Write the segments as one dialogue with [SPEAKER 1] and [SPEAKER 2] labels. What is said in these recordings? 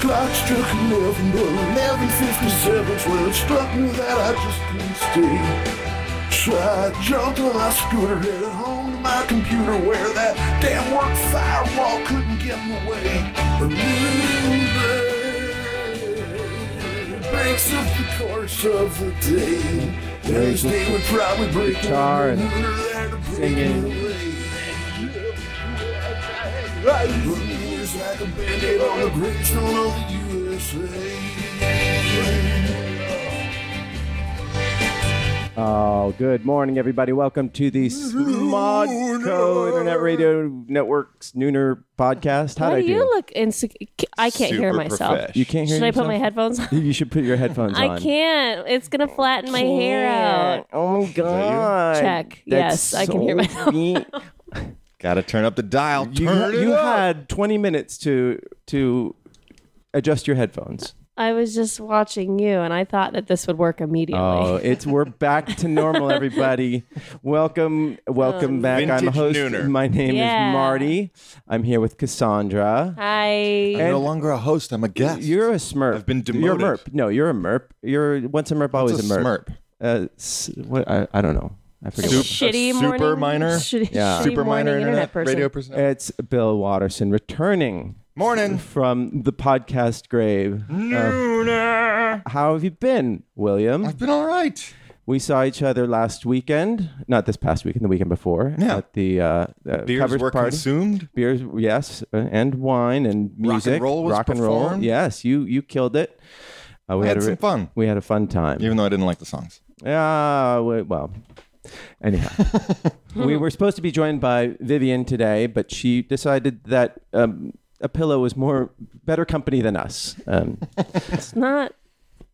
[SPEAKER 1] clock struck 11, but 11.57's when it struck me that I just couldn't stay. So I jumped on my scooter, headed home to my computer where that damn work firewall couldn't get in the way. The moon breaks up the course of the day. There's day would probably break
[SPEAKER 2] Guitar and singing.
[SPEAKER 1] Years like a band-aid on the gravestone of the USA.
[SPEAKER 2] Oh, good morning, everybody. Welcome to the Smodco Internet Radio Network's Nooner podcast. How'd
[SPEAKER 3] Why
[SPEAKER 2] I
[SPEAKER 3] do
[SPEAKER 2] do?
[SPEAKER 3] you look insecure? I can't hear
[SPEAKER 4] Super
[SPEAKER 3] myself.
[SPEAKER 4] profesh.
[SPEAKER 2] You can't hear
[SPEAKER 3] Should I put
[SPEAKER 2] yourself?
[SPEAKER 3] my headphones on?
[SPEAKER 2] You should put your headphones on.
[SPEAKER 3] I can't. It's gonna flatten my hair out.
[SPEAKER 2] Oh my god.
[SPEAKER 3] Check. Yes, I can hear myself.
[SPEAKER 2] You,
[SPEAKER 4] Gotta turn up the dial.
[SPEAKER 2] you,
[SPEAKER 4] turn it
[SPEAKER 2] you
[SPEAKER 4] up.
[SPEAKER 2] had 20 minutes to to adjust your headphones.
[SPEAKER 3] I was just watching you, and I thought that this would work immediately.
[SPEAKER 2] Oh, it's we're back to normal, everybody. welcome, welcome back. I'm the
[SPEAKER 4] Vintage
[SPEAKER 2] host.
[SPEAKER 4] nooner.
[SPEAKER 2] My name
[SPEAKER 3] Um, Yeah.
[SPEAKER 2] is Marty. I'm here with Cassandra.
[SPEAKER 3] I
[SPEAKER 4] I'm no
[SPEAKER 2] and-
[SPEAKER 4] longer a host. I'm a guest.
[SPEAKER 2] You're a smurf.
[SPEAKER 4] I've been
[SPEAKER 2] You're a
[SPEAKER 4] demoted.
[SPEAKER 2] merp. No, you're a merp. You're once a merp,
[SPEAKER 4] What's
[SPEAKER 2] always
[SPEAKER 4] a
[SPEAKER 2] merp.
[SPEAKER 4] smurp.
[SPEAKER 2] Uh, s- what I, I don't know. I
[SPEAKER 3] a
[SPEAKER 2] forget.
[SPEAKER 4] Soup-
[SPEAKER 2] what-
[SPEAKER 3] shitty
[SPEAKER 4] a
[SPEAKER 3] morning.
[SPEAKER 4] super minor-
[SPEAKER 3] shitty,
[SPEAKER 2] Yeah.
[SPEAKER 3] shitty
[SPEAKER 4] Super
[SPEAKER 3] morning
[SPEAKER 4] minor internet,
[SPEAKER 3] person.
[SPEAKER 4] radio person.
[SPEAKER 2] It's Bill Watterson returning
[SPEAKER 4] Morning.
[SPEAKER 2] from the podcast grave. Uh,
[SPEAKER 4] Nooner.
[SPEAKER 2] How have you been, William?
[SPEAKER 4] I've been all right.
[SPEAKER 2] We saw each other last weekend, not this past weekend, the weekend before,
[SPEAKER 4] Yeah.
[SPEAKER 2] at the uh, uh,
[SPEAKER 4] Beers
[SPEAKER 2] coverage
[SPEAKER 4] were
[SPEAKER 2] party.
[SPEAKER 4] consumed.
[SPEAKER 2] Beers, yes, uh, and wine and
[SPEAKER 4] and
[SPEAKER 2] music.
[SPEAKER 4] roll was
[SPEAKER 2] rock and roll.
[SPEAKER 4] performed.
[SPEAKER 2] Yes, you you killed it. Uh, we
[SPEAKER 4] I had
[SPEAKER 2] a
[SPEAKER 4] some
[SPEAKER 2] re-
[SPEAKER 4] fun.
[SPEAKER 2] We had a fun time.
[SPEAKER 4] Even though I didn't like the songs.
[SPEAKER 2] Ah, we- well. Anyhow, we were supposed to be joined by Vivian today, but she decided that um, a pillow was more better company than us. Um,
[SPEAKER 3] It's not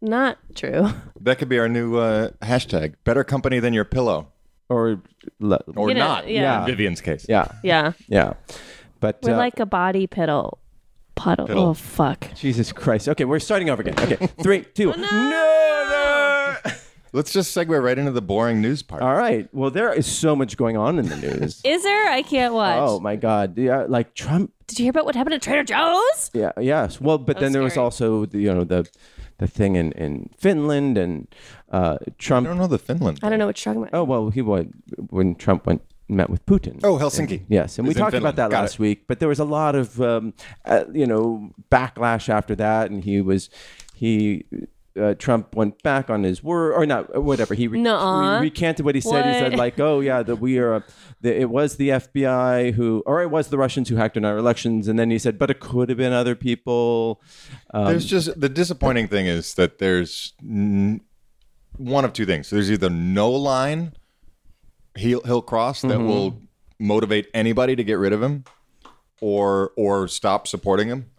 [SPEAKER 3] not true.
[SPEAKER 4] That could be our new uh, hashtag. Better company than your pillow.
[SPEAKER 2] or le-
[SPEAKER 4] Or
[SPEAKER 3] You know,
[SPEAKER 4] not.
[SPEAKER 3] yeah.
[SPEAKER 4] In Vivian's case.
[SPEAKER 2] yeah,
[SPEAKER 3] Yeah,
[SPEAKER 2] yeah. But
[SPEAKER 3] we're
[SPEAKER 2] uh,
[SPEAKER 3] like a body piddle. Puddle.
[SPEAKER 4] Piddle.
[SPEAKER 3] Oh fuck.
[SPEAKER 2] Jesus Christ. Okay, we're starting over again. Okay, three,
[SPEAKER 3] Oh,
[SPEAKER 2] two.
[SPEAKER 4] Nooner. Let's just segue right into the boring news part.
[SPEAKER 2] All right. Well, there is so much going on in the news.
[SPEAKER 3] Is there? I can't watch.
[SPEAKER 2] oh my God. Yeah, like Trump.
[SPEAKER 3] Did you hear about what happened at Trader Joe's?
[SPEAKER 2] Yeah. Yes. Well, but then there was
[SPEAKER 3] scary.
[SPEAKER 2] also the, you know the the thing in in Finland and uh, Trump
[SPEAKER 4] I don't know the Finland.
[SPEAKER 3] I don't know what you're talking about.
[SPEAKER 2] Oh well, he went when Trump went met with Putin.
[SPEAKER 4] Oh, Helsinki.
[SPEAKER 2] Yes, and we
[SPEAKER 4] It's in
[SPEAKER 2] talked about
[SPEAKER 4] Finland.
[SPEAKER 2] that
[SPEAKER 4] Got
[SPEAKER 2] last
[SPEAKER 4] it.
[SPEAKER 2] week. But there was a lot of um, uh, you know backlash after that, and he was he. Uh, Trump went back on his word, or not, whatever. He re-
[SPEAKER 3] Nuh-uh.
[SPEAKER 2] re- recanted what he said. He said
[SPEAKER 3] What?
[SPEAKER 2] like, "Oh yeah, that we are. A, the, it was the FBI who, or it was the Russians who hacked in our elections." And then he said, "But it could have been other people." Um,
[SPEAKER 4] there's just the disappointing thing is that there's n- one of two things. There's either no line he'll he'll cross that
[SPEAKER 2] Mm-hmm.
[SPEAKER 4] will motivate anybody to get rid of him, or or stop supporting him,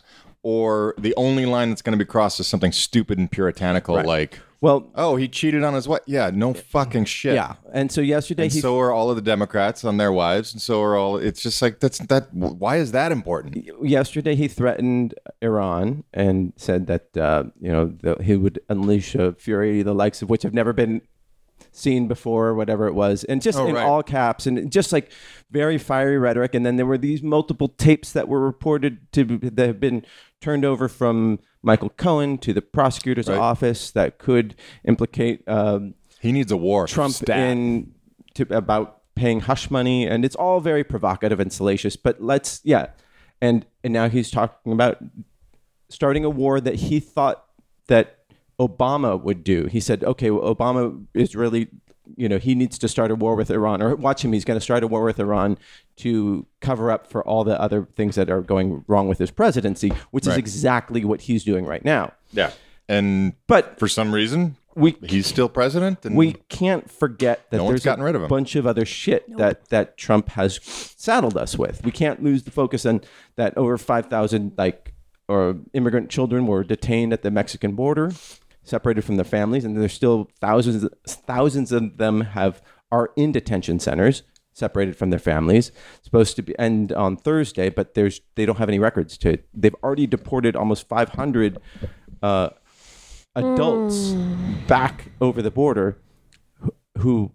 [SPEAKER 4] or the only line that's going to be crossed is something stupid and puritanical like,
[SPEAKER 2] Well,
[SPEAKER 4] "Oh, he cheated on his what? Yeah, no fucking shit."
[SPEAKER 2] yeah. And so yesterday,
[SPEAKER 4] Oh, And
[SPEAKER 2] he
[SPEAKER 4] so are all of the Democrats on their wives, and so are all. It's just like that's that. Why is that important?
[SPEAKER 2] yesterday he threatened Iran and said that uh, you know the, he would unleash a fury the likes of which have never been seen before, or whatever it was, and just
[SPEAKER 4] Oh,
[SPEAKER 2] in
[SPEAKER 4] right.
[SPEAKER 2] all caps and just like very fiery rhetoric. And then there were these multiple tapes that were reported to be- that have been turned over from Michael Cohen to the prosecutor's
[SPEAKER 4] Right.
[SPEAKER 2] office that could implicate um,
[SPEAKER 4] He needs a war.
[SPEAKER 2] Trump
[SPEAKER 4] Stat.
[SPEAKER 2] in to, about paying hush money, and it's all very provocative and salacious. But let's yeah, and and now he's talking about starting a war that he thought that Obama would do. He said, okay, well, Obama is really you know he needs to start a war with Iran, or watch him, he's going to start a war with Iran to cover up for all the other things that are going wrong with his presidency, which is
[SPEAKER 4] Right.
[SPEAKER 2] exactly what he's doing right now.
[SPEAKER 4] Yeah. And
[SPEAKER 2] But
[SPEAKER 4] for some reason,
[SPEAKER 2] we
[SPEAKER 4] he's still president, and
[SPEAKER 2] we can't forget that
[SPEAKER 4] No one's
[SPEAKER 2] there's
[SPEAKER 4] gotten
[SPEAKER 2] a
[SPEAKER 4] rid of him.
[SPEAKER 2] bunch of other shit that that Trump has saddled us with. We can't lose the focus on that over 5,000 like or immigrant children were detained at the Mexican border, separated from their families and there's still thousands thousands of them have are in detention centers separated from their families supposed to be end on Thursday but there's they don't have any records to it. They've already deported almost 500 uh, adults back over the border who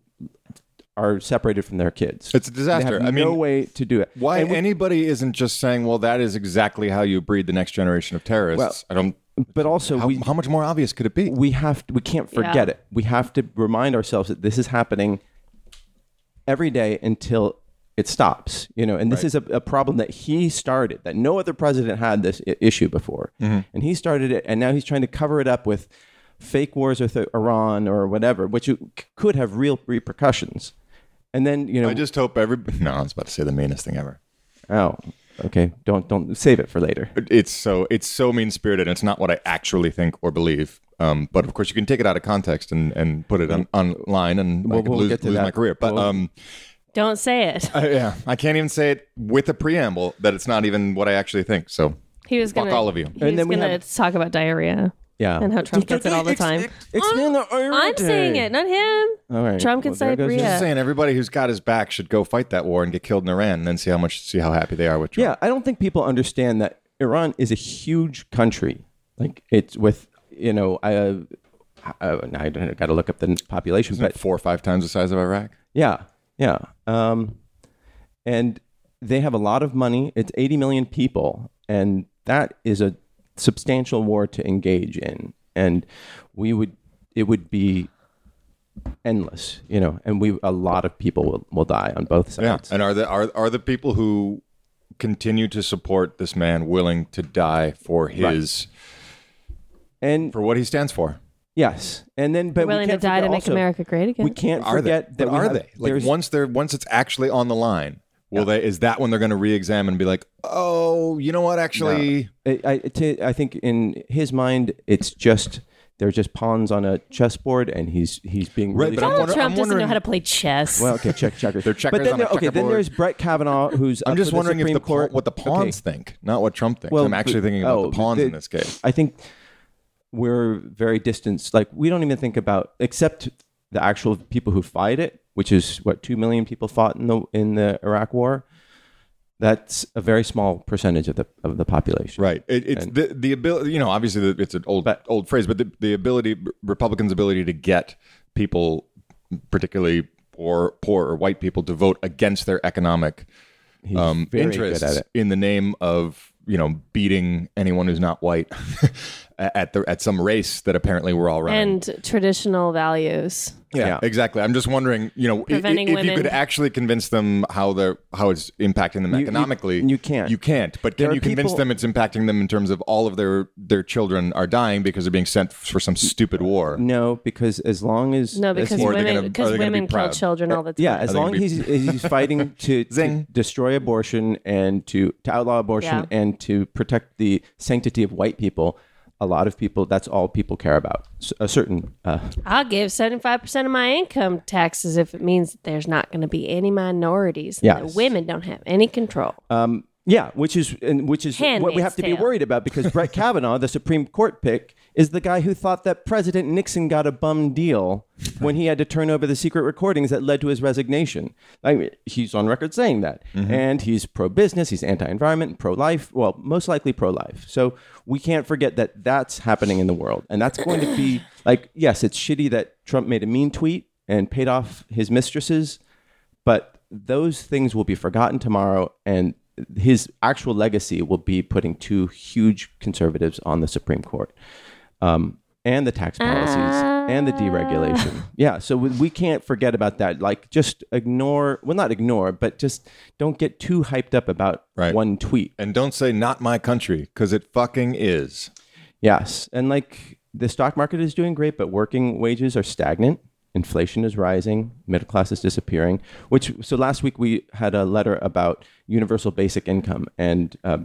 [SPEAKER 2] are separated from their kids.
[SPEAKER 4] It's a disaster.
[SPEAKER 2] They have
[SPEAKER 4] I
[SPEAKER 2] no
[SPEAKER 4] mean,
[SPEAKER 2] way to do it.
[SPEAKER 4] Why
[SPEAKER 2] And we-
[SPEAKER 4] anybody isn't just saying, well, that is exactly how you breed the next generation of terrorists? I don't.
[SPEAKER 2] but also,
[SPEAKER 4] How,
[SPEAKER 2] we,
[SPEAKER 4] how much more obvious could it be?
[SPEAKER 2] we have to, we can't forget
[SPEAKER 3] Yeah.
[SPEAKER 2] it. We have to remind ourselves that this is happening every day until it stops. You know, and this is a, a problem that he started that no other president had this I- issue before,
[SPEAKER 4] Mm-hmm.
[SPEAKER 2] and he started it, and now he's trying to cover it up with fake wars with uh, Iran or whatever, which it c- could have real repercussions. And then you know,
[SPEAKER 4] I just hope every. No, I was about to say the meanest thing ever.
[SPEAKER 2] oh, okay, don't don't save it for later.
[SPEAKER 4] It's so it's so mean spirited, and it's not what I actually think or believe. Um, but of course, you can take it out of context and, and put it on, online, and I
[SPEAKER 2] We'll-
[SPEAKER 4] could
[SPEAKER 2] we'll
[SPEAKER 4] lose,
[SPEAKER 2] get to
[SPEAKER 4] lose
[SPEAKER 2] that.
[SPEAKER 4] my career. But
[SPEAKER 2] We'll- uh,
[SPEAKER 4] um,
[SPEAKER 3] Don't say it.
[SPEAKER 4] I, yeah, I can't even say it with a preamble that it's not even what I actually think. So
[SPEAKER 3] He was
[SPEAKER 4] fuck
[SPEAKER 3] gonna.
[SPEAKER 4] all of you.
[SPEAKER 3] He was
[SPEAKER 2] then we
[SPEAKER 3] gonna
[SPEAKER 2] have-
[SPEAKER 3] talk about diarrhea
[SPEAKER 2] Yeah,
[SPEAKER 3] and how Trump gets it all the time. Oh,
[SPEAKER 2] Expand the iron
[SPEAKER 3] I'm
[SPEAKER 2] day. Uh,
[SPEAKER 3] saying it, not him.
[SPEAKER 2] All right.
[SPEAKER 3] Trump can
[SPEAKER 2] Well,
[SPEAKER 3] say
[SPEAKER 2] there goes your-
[SPEAKER 4] I'm
[SPEAKER 3] Bria.
[SPEAKER 4] just saying everybody who's got his back should go fight that war and get killed in Iran, and then see how much see how happy they are with Trump.
[SPEAKER 2] Yeah, I don't think people understand that Iran is a huge country. Like it's with you know I uh, I, I got to look up the population, but
[SPEAKER 4] four or five times the size of Iraq.
[SPEAKER 2] yeah, yeah. Um, and they have a lot of money. It's 80 million people, and that is a substantial war to engage in. And we would it would be endless, you know. And we a lot of people will, will die on both
[SPEAKER 4] Yeah,
[SPEAKER 2] sides.
[SPEAKER 4] and are the are are the people who continue to support this man willing to die for his
[SPEAKER 2] And
[SPEAKER 4] for what he stands for?
[SPEAKER 2] Yes, and then but we
[SPEAKER 3] willing to
[SPEAKER 2] can't
[SPEAKER 3] die to
[SPEAKER 2] forget
[SPEAKER 3] make
[SPEAKER 2] also-
[SPEAKER 3] America great again.
[SPEAKER 2] We can't
[SPEAKER 4] Are they?
[SPEAKER 2] forget
[SPEAKER 4] But
[SPEAKER 2] that we
[SPEAKER 4] are
[SPEAKER 2] have-
[SPEAKER 4] they? Like
[SPEAKER 2] there's-
[SPEAKER 4] once they're once it's actually on the line, will they? Is that when they're going to re-examine and be like, oh, you know what? Actually,
[SPEAKER 2] I, I, to- I think in his mind, it's just they're just pawns on a chessboard, and he's he's being
[SPEAKER 4] Right,
[SPEAKER 2] really
[SPEAKER 4] but I'm
[SPEAKER 3] Donald
[SPEAKER 4] wonder-
[SPEAKER 3] Trump
[SPEAKER 4] I'm
[SPEAKER 3] doesn't know
[SPEAKER 4] wondering-
[SPEAKER 3] how to play chess.
[SPEAKER 2] well. Okay, check checker. they're
[SPEAKER 4] checkers
[SPEAKER 2] But then
[SPEAKER 4] on a
[SPEAKER 2] there- okay, then
[SPEAKER 4] checkerboard.
[SPEAKER 2] there's Brett Kavanaugh, who's
[SPEAKER 4] I'm
[SPEAKER 2] up
[SPEAKER 4] just
[SPEAKER 2] for the
[SPEAKER 4] wondering if
[SPEAKER 2] Supreme
[SPEAKER 4] the pawn-
[SPEAKER 2] court.
[SPEAKER 4] what the
[SPEAKER 2] Okay.
[SPEAKER 4] pawns think, not what Trump thinks. I'm actually
[SPEAKER 2] but-
[SPEAKER 4] thinking about
[SPEAKER 2] oh,
[SPEAKER 4] the pawns
[SPEAKER 2] the-
[SPEAKER 4] in this case.
[SPEAKER 2] I think we're very distant. Like we don't even think about except the actual people who fight it, which is what two million people fought in the in the Iraq War. That's a very small percentage of the of the population.
[SPEAKER 4] Right. It, it's the the ability. You know, obviously the, it's an old
[SPEAKER 2] But-
[SPEAKER 4] old phrase, but the the ability Republicans' ability to get people, particularly poor poor or white people, to vote against their economic um,
[SPEAKER 2] very good
[SPEAKER 4] interests
[SPEAKER 2] at it.
[SPEAKER 4] in the name of you know beating anyone who's not white at the at some race that apparently we're all running.
[SPEAKER 3] and traditional values.
[SPEAKER 4] Yeah,
[SPEAKER 2] Yeah.
[SPEAKER 4] exactly. I'm just wondering, you know, i- i-
[SPEAKER 3] Preventing
[SPEAKER 4] if you
[SPEAKER 3] women-
[SPEAKER 4] could actually convince them how they're how it's impacting them
[SPEAKER 2] you-
[SPEAKER 4] economically.
[SPEAKER 2] you can't.
[SPEAKER 4] You can't. But
[SPEAKER 2] There
[SPEAKER 4] can
[SPEAKER 2] are
[SPEAKER 4] you convince
[SPEAKER 2] people-
[SPEAKER 4] them it's impacting them in terms of all of their their children are dying because they're being sent for some stupid war?
[SPEAKER 2] No, because as long as
[SPEAKER 3] No,
[SPEAKER 2] as
[SPEAKER 3] because
[SPEAKER 2] he-
[SPEAKER 4] Or are they
[SPEAKER 3] women
[SPEAKER 4] gonna- are
[SPEAKER 3] because
[SPEAKER 4] they gonna be
[SPEAKER 3] women kill
[SPEAKER 4] proud?
[SPEAKER 3] children all the time.
[SPEAKER 2] yeah, as long as he's, as he's fighting to, to
[SPEAKER 4] Zing.
[SPEAKER 2] destroy abortion and to, to outlaw abortion
[SPEAKER 3] Yeah.
[SPEAKER 2] and to protect the sanctity of white people, a lot of people that's all people care about. S- A certain uh,
[SPEAKER 3] I'll give seventy five percent of my income taxes if it means that there's not going to be any minorities. and that
[SPEAKER 2] Yes.
[SPEAKER 3] women don't have any control.
[SPEAKER 2] Uh, yeah, which is and which is what we
[SPEAKER 3] Handmaid's
[SPEAKER 2] have to be
[SPEAKER 3] Tale.
[SPEAKER 2] worried about because Brett Kavanaugh, the Supreme Court pick, is the guy who thought that President Nixon got a bum deal when he had to turn over the secret recordings that led to his resignation. I mean, he's on record saying that, and he's pro-business, he's anti-environment, pro-life. Well, most likely pro-life. So we can't forget that that's happening in the world, and that's going to be like, yes, it's shitty that Trump made a mean tweet and paid off his mistresses but those things will be forgotten tomorrow and his actual legacy will be putting two huge conservatives on the supreme court um, and the tax policies and the deregulation yeah so we, we can't forget about that like just ignore well not ignore but just don't get too hyped up about
[SPEAKER 4] Right.
[SPEAKER 2] one tweet
[SPEAKER 4] And don't say not my country because it fucking is.
[SPEAKER 2] Yes. And like the stock market is doing great, but working wages are stagnant. Inflation is rising. Middle class is disappearing. Which, so last week we had a letter about universal basic income, and uh,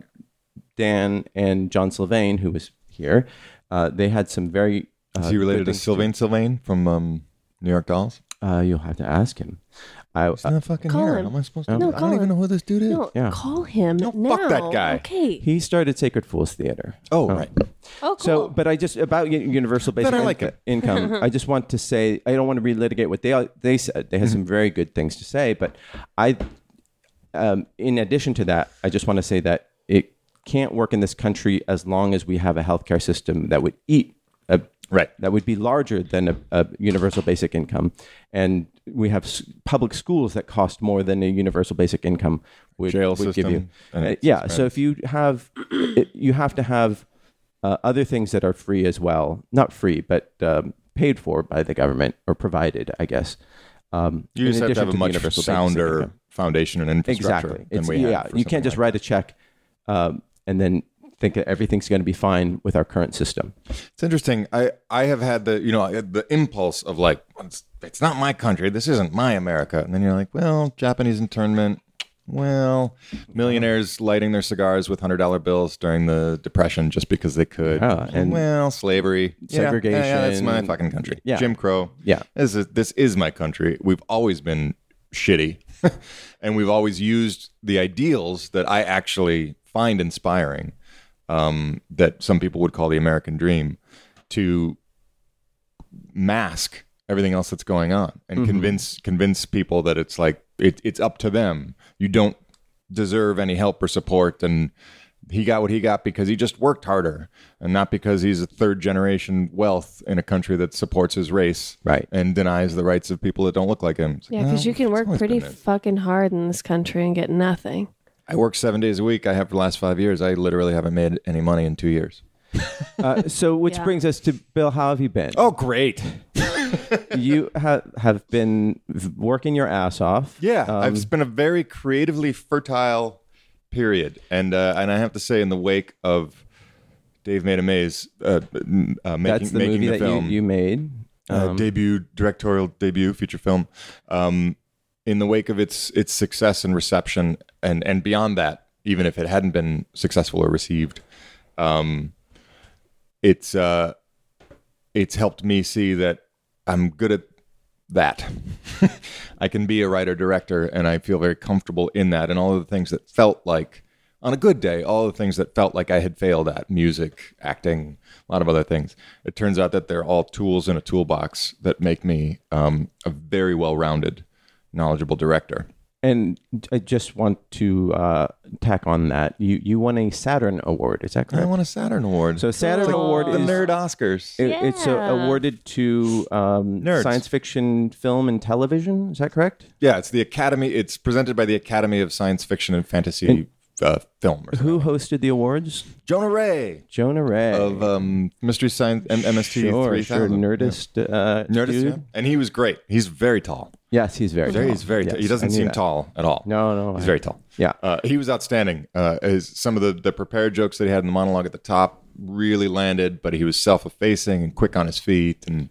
[SPEAKER 2] Dan and John Sylvain, who was here, uh, they had some very.
[SPEAKER 4] Is
[SPEAKER 2] Uh,
[SPEAKER 4] he related
[SPEAKER 2] good
[SPEAKER 4] to
[SPEAKER 2] things-
[SPEAKER 4] Sylvain Sylvain from um, New York Dolls?
[SPEAKER 2] Uh, you'll have to ask him. I, uh,
[SPEAKER 4] He's not fucking
[SPEAKER 3] call
[SPEAKER 4] here.
[SPEAKER 3] him.
[SPEAKER 4] How am I supposed to?
[SPEAKER 3] No,
[SPEAKER 4] I
[SPEAKER 3] call
[SPEAKER 4] don't even
[SPEAKER 3] him.
[SPEAKER 4] know who this dude is.
[SPEAKER 3] No,
[SPEAKER 2] Yeah.
[SPEAKER 3] call him.
[SPEAKER 4] No, fuck that
[SPEAKER 3] now.
[SPEAKER 4] guy.
[SPEAKER 3] Okay.
[SPEAKER 2] he started Sacred Fools Theater.
[SPEAKER 4] Oh, right.
[SPEAKER 3] oh, cool.
[SPEAKER 2] So, but I just about u- universal basic
[SPEAKER 4] I
[SPEAKER 2] in-
[SPEAKER 4] like it.
[SPEAKER 2] income. I just want to say I don't want to relitigate what they they said. They had
[SPEAKER 4] Mm-hmm.
[SPEAKER 2] some very good things to say, but I, um, in addition to that, I just want to say that it can't work in this country as long as we have a healthcare system that would eat a
[SPEAKER 4] Right.
[SPEAKER 2] that would be larger than a, a universal basic income. And we have s- public schools that cost more than a universal basic income would,
[SPEAKER 4] Jail
[SPEAKER 2] would give
[SPEAKER 4] system,
[SPEAKER 2] you.
[SPEAKER 4] and
[SPEAKER 2] Uh,
[SPEAKER 4] it's-
[SPEAKER 2] yeah. So if you have, it, you have to have uh, other things that are free as well. Not free, but um, paid for by the government or provided, I guess. Um,
[SPEAKER 4] You
[SPEAKER 2] in
[SPEAKER 4] just have to
[SPEAKER 2] addition
[SPEAKER 4] have a
[SPEAKER 2] the
[SPEAKER 4] much
[SPEAKER 2] universal basic
[SPEAKER 4] sounder
[SPEAKER 2] income.
[SPEAKER 4] foundation and infrastructure
[SPEAKER 2] Exactly.
[SPEAKER 4] than
[SPEAKER 2] It's-
[SPEAKER 4] we have.
[SPEAKER 2] yeah.
[SPEAKER 4] for
[SPEAKER 2] You can't
[SPEAKER 4] something
[SPEAKER 2] just
[SPEAKER 4] like
[SPEAKER 2] write a check um, and then think that everything's going to be fine with our current system.
[SPEAKER 4] It's interesting. I I have had the you know I had the impulse of like it's, it's not my country. This isn't my America. And then you're like, well, Japanese internment. Well, millionaires lighting their cigars with hundred dollar bills during the depression just because they could.
[SPEAKER 2] Yeah, and-
[SPEAKER 4] well, slavery, Yeah, yeah, Yeah, that's my
[SPEAKER 2] Segregation.
[SPEAKER 4] fucking country.
[SPEAKER 2] Yeah.
[SPEAKER 4] Jim Crow.
[SPEAKER 2] Yeah.
[SPEAKER 4] this is this is my country. We've always been shitty, and we've always used the ideals that I actually find inspiring um, that some people would call the American dream to mask everything else that's going on and convince convince people that it's like it, it's up to them. You don't deserve any help or support and he got what he got because he just worked harder and not because he's a third generation wealth in a country that supports his race
[SPEAKER 2] Right.
[SPEAKER 4] and denies the rights of people that don't look like him. It's like,
[SPEAKER 3] Yeah, because
[SPEAKER 4] no,
[SPEAKER 3] you can
[SPEAKER 4] Um, it's
[SPEAKER 3] work
[SPEAKER 4] always
[SPEAKER 3] pretty
[SPEAKER 4] been it.
[SPEAKER 3] fucking hard in this country and get nothing.
[SPEAKER 4] I work seven days a week. I have for the last five years. I literally haven't made any money in two years.
[SPEAKER 2] Uh, so, which
[SPEAKER 3] Yeah.
[SPEAKER 2] brings us to Bill. How have you been?
[SPEAKER 4] Oh, great.
[SPEAKER 2] you ha- have been v- working your ass off.
[SPEAKER 4] Yeah,
[SPEAKER 2] Um,
[SPEAKER 4] I've been a very creatively fertile period, and uh, and I have to say, in the wake of Dave Made a Maze, uh, m- uh, making,
[SPEAKER 2] that's the
[SPEAKER 4] making
[SPEAKER 2] movie
[SPEAKER 4] the
[SPEAKER 2] that
[SPEAKER 4] film,
[SPEAKER 2] you, um, you made.
[SPEAKER 4] uh, debut directorial debut feature film, um, in the wake of its its success and reception, and and beyond that, even if it hadn't been successful or received, um, it's uh, it's helped me see that I'm good at that. I can be a writer director and I feel very comfortable in that. And all of the things that felt like, on a good day, all the things that felt like I had failed at music, acting, a lot of other things. It turns out that they're all tools in a toolbox that make me um, a very well rounded, knowledgeable director.
[SPEAKER 2] And I just want to uh, tack on that. You you won a Saturn Award. Is that
[SPEAKER 4] I
[SPEAKER 2] correct?
[SPEAKER 4] won a Saturn Award.
[SPEAKER 2] So Saturn Award
[SPEAKER 4] the
[SPEAKER 2] is
[SPEAKER 4] Nerd Oscars.
[SPEAKER 2] it- it's uh,
[SPEAKER 3] Yeah.
[SPEAKER 2] awarded to um,
[SPEAKER 4] Nerds.
[SPEAKER 2] science fiction, film, and television. Is that correct?
[SPEAKER 4] yeah, it's the Academy. It's presented by the Academy of Science Fiction and Fantasy uh, Film. or something.
[SPEAKER 2] Who hosted the awards?
[SPEAKER 4] Jonah Ray
[SPEAKER 2] Jonah Ray
[SPEAKER 4] of um, Mystery Science M- MST
[SPEAKER 2] sure,
[SPEAKER 4] 3000.
[SPEAKER 2] sure, Nerdist. Uh,
[SPEAKER 4] Nerdist,
[SPEAKER 2] dude.
[SPEAKER 4] yeah. and he was great. He's very tall.
[SPEAKER 2] Yes, he's very.
[SPEAKER 4] Very,
[SPEAKER 2] tall.
[SPEAKER 4] he's very.
[SPEAKER 2] Yes,
[SPEAKER 4] t- he
[SPEAKER 2] I
[SPEAKER 4] doesn't
[SPEAKER 2] knew
[SPEAKER 4] seem
[SPEAKER 2] that.
[SPEAKER 4] tall at all.
[SPEAKER 2] No, no,
[SPEAKER 4] he's
[SPEAKER 2] I-
[SPEAKER 4] very tall.
[SPEAKER 2] yeah.
[SPEAKER 4] uh, he was outstanding. Uh, his, some of the the prepared jokes that he had in the monologue at the top really landed, but he was self effacing and quick on his feet, and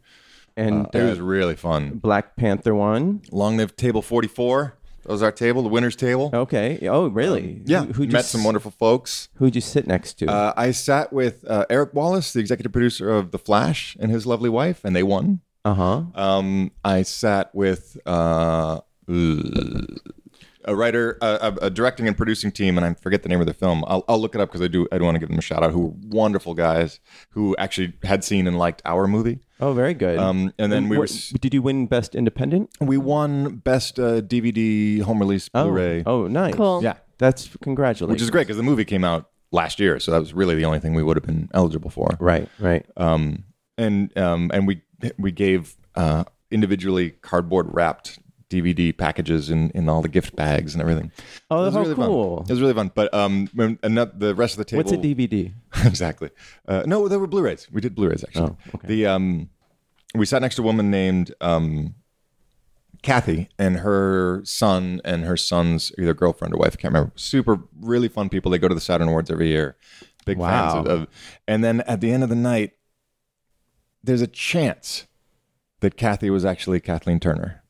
[SPEAKER 2] And
[SPEAKER 4] it
[SPEAKER 2] uh,
[SPEAKER 4] was really fun.
[SPEAKER 2] Black Panther won.
[SPEAKER 4] Long live table forty four. That was our table, the winners table.
[SPEAKER 2] Okay. Oh, really?
[SPEAKER 4] Um, Yeah,
[SPEAKER 2] Who, who
[SPEAKER 4] met
[SPEAKER 2] just,
[SPEAKER 4] some wonderful folks.
[SPEAKER 2] Who'd you sit next to?
[SPEAKER 4] Uh, I sat with uh, Eric Wallace, the executive producer of The Flash, and his lovely wife, and they won.
[SPEAKER 2] Uh huh.
[SPEAKER 4] Um, I sat with uh, a writer, a, a, a directing and producing team, and I forget the name of the film. I'll, I'll look it up because I do. I do want to give them a shout out. Who were wonderful guys who actually had seen and liked our movie.
[SPEAKER 2] Oh, very good.
[SPEAKER 4] Um, and then we were
[SPEAKER 2] what-
[SPEAKER 4] s-
[SPEAKER 2] did you win Best Independent?
[SPEAKER 4] We won best uh, DVD home release
[SPEAKER 2] Oh,
[SPEAKER 4] Blu-ray,
[SPEAKER 2] Oh, nice.
[SPEAKER 3] Cool.
[SPEAKER 4] Yeah.
[SPEAKER 2] That's congratulations.
[SPEAKER 4] which is great because the movie came out last year, so that was really the only thing we would have been eligible for.
[SPEAKER 2] Right. Right.
[SPEAKER 4] um, and um, and we we gave uh, individually cardboard wrapped DVD packages in, in all the gift bags and everything.
[SPEAKER 2] Oh,
[SPEAKER 4] It was
[SPEAKER 2] how
[SPEAKER 4] fun.
[SPEAKER 2] cool.
[SPEAKER 4] It was really fun. But um, when another, the rest of the table.
[SPEAKER 2] What's a DVD?
[SPEAKER 4] exactly. Uh, no, there were Blu-rays. We did Blu-rays actually.
[SPEAKER 2] Oh, okay.
[SPEAKER 4] The um, we sat next to a woman named um, Kathy and her son and her son's either girlfriend or wife. I can't remember. Super, really fun people. They go to the Saturn Awards every year. Big
[SPEAKER 2] Wow.
[SPEAKER 4] fans of, of. And then at the end of the night, there's a chance that Kathy was actually Kathleen Turner,